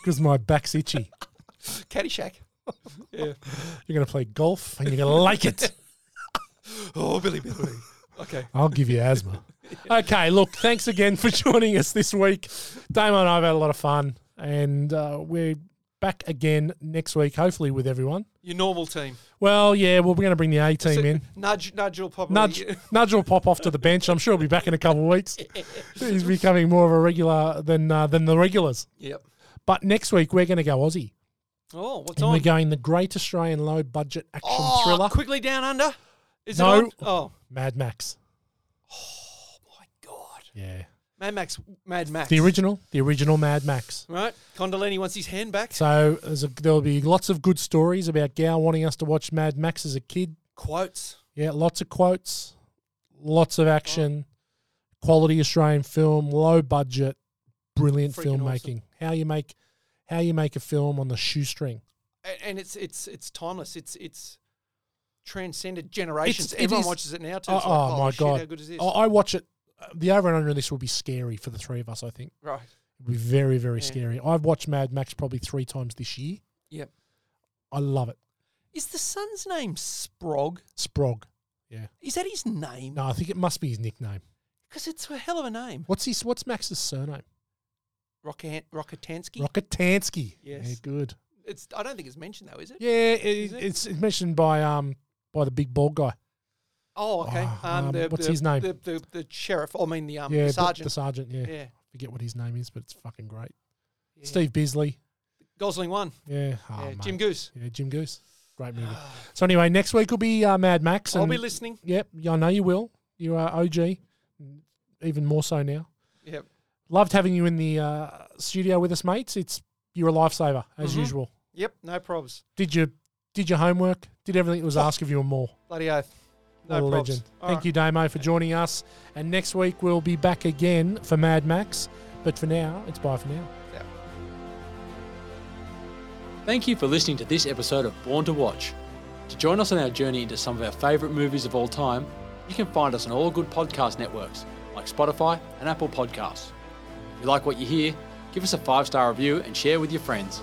[SPEAKER 2] Because my back's itchy. *laughs*
[SPEAKER 3] Caddyshack. yeah.
[SPEAKER 2] You're going to play golf, and you're going to like it.
[SPEAKER 3] *laughs* Oh, Billy, Billy. okay.
[SPEAKER 2] I'll give you asthma. Okay, look, thanks again for *laughs* joining us this week. Damon and I've had a lot of fun, and uh, we're back again next week, hopefully with everyone.
[SPEAKER 3] Your normal team.
[SPEAKER 2] Well, yeah, well, we're going to bring the A team
[SPEAKER 3] So,
[SPEAKER 2] in.
[SPEAKER 3] Nudge, nudge will probably.
[SPEAKER 2] Nudge, Nudge will pop off to the bench. I'm sure he'll be back in a couple of weeks. He's becoming more of a regular than uh, than the regulars.
[SPEAKER 3] *laughs* Yep.
[SPEAKER 2] But next week we're going to go Aussie,
[SPEAKER 3] Oh, what's
[SPEAKER 2] and
[SPEAKER 3] on?
[SPEAKER 2] we're going the Great Australian Low Budget Action
[SPEAKER 3] oh,
[SPEAKER 2] Thriller
[SPEAKER 3] quickly down under. Is
[SPEAKER 2] No.
[SPEAKER 3] it on? Oh
[SPEAKER 2] Mad Max.
[SPEAKER 3] my god.
[SPEAKER 2] Yeah,
[SPEAKER 3] Mad Max. Mad Max.
[SPEAKER 2] the original, the original Mad Max.
[SPEAKER 3] Right. Condolini wants his hand back.
[SPEAKER 2] So there's a, there'll be lots of good stories about Gow wanting us to watch Mad Max as a kid.
[SPEAKER 3] Quotes.
[SPEAKER 2] Yeah, lots of quotes, lots of action, quality Australian film, low budget, brilliant
[SPEAKER 3] Freaking
[SPEAKER 2] filmmaking. How you make how you make a film on the shoestring.
[SPEAKER 3] A- and it's it's it's timeless. It's it's transcended generations.
[SPEAKER 2] it
[SPEAKER 3] Everyone
[SPEAKER 2] is-
[SPEAKER 3] watches it now too.
[SPEAKER 2] Oh,
[SPEAKER 3] It's like,
[SPEAKER 2] oh, my
[SPEAKER 3] shit,
[SPEAKER 2] god!
[SPEAKER 3] How good is this?
[SPEAKER 2] I, I watch it. uh, The over and under of this will be scary for the three of us. I think
[SPEAKER 3] Right.
[SPEAKER 2] it'll be very, very
[SPEAKER 3] Yeah.
[SPEAKER 2] scary. I've watched Mad Max probably three times this year.
[SPEAKER 3] Yep.
[SPEAKER 2] I love it.
[SPEAKER 3] Is the son's name Sprog?
[SPEAKER 2] Sprog.
[SPEAKER 3] Is that his name?
[SPEAKER 2] No, I think it must be his nickname.
[SPEAKER 3] Because it's a hell of a name.
[SPEAKER 2] What's his? What's Max's surname?
[SPEAKER 3] Rocket Rockatansky.
[SPEAKER 2] Rockatansky. Yeah,
[SPEAKER 3] Yes.
[SPEAKER 2] good.
[SPEAKER 3] it's I don't think it's mentioned though, is it?
[SPEAKER 2] Yeah, it,
[SPEAKER 3] Is it?
[SPEAKER 2] it's, it's mentioned by um by the big bald guy.
[SPEAKER 3] Oh, okay.
[SPEAKER 2] Oh,
[SPEAKER 3] um,
[SPEAKER 2] um,
[SPEAKER 3] the,
[SPEAKER 2] what's
[SPEAKER 3] the,
[SPEAKER 2] his name?
[SPEAKER 3] The, the, the sheriff. I mean the um
[SPEAKER 2] yeah,
[SPEAKER 3] the
[SPEAKER 2] but
[SPEAKER 3] sergeant.
[SPEAKER 2] The sergeant. Yeah.
[SPEAKER 3] yeah.
[SPEAKER 2] forget what his name is, but it's fucking great.
[SPEAKER 3] yeah.
[SPEAKER 2] Steve Bisley.
[SPEAKER 3] Gosling won.
[SPEAKER 2] Yeah. Oh,
[SPEAKER 3] yeah.
[SPEAKER 2] mate.
[SPEAKER 3] Jim Goose.
[SPEAKER 2] Yeah, Jim Goose. Great
[SPEAKER 3] *sighs*
[SPEAKER 2] movie. So anyway, next week will be uh, Mad Max. And
[SPEAKER 3] I'll be listening.
[SPEAKER 2] Yep, I know you will. You are OG, even more so now.
[SPEAKER 3] Yep.
[SPEAKER 2] Loved having you in the uh, studio with us, mates. It's you're a lifesaver as
[SPEAKER 3] Mhm.
[SPEAKER 2] usual.
[SPEAKER 3] Yep. No probs.
[SPEAKER 2] Did you did your homework? Did everything that was asked of you and more.
[SPEAKER 3] Bloody oath.
[SPEAKER 2] What
[SPEAKER 3] Oh. No
[SPEAKER 2] a
[SPEAKER 3] probs.
[SPEAKER 2] legend.
[SPEAKER 3] All
[SPEAKER 2] Thank
[SPEAKER 3] right.
[SPEAKER 2] you, Damo, for joining us. And next week we'll be back again for Mad Max. But for now, it's bye for now.
[SPEAKER 1] Thank you for listening to this episode of Born to Watch. To join us on our journey into some of our favourite movies of all time, you can find us on all good podcast networks like Spotify and Apple Podcasts. If you like what you hear, give us a five star review and share with your friends.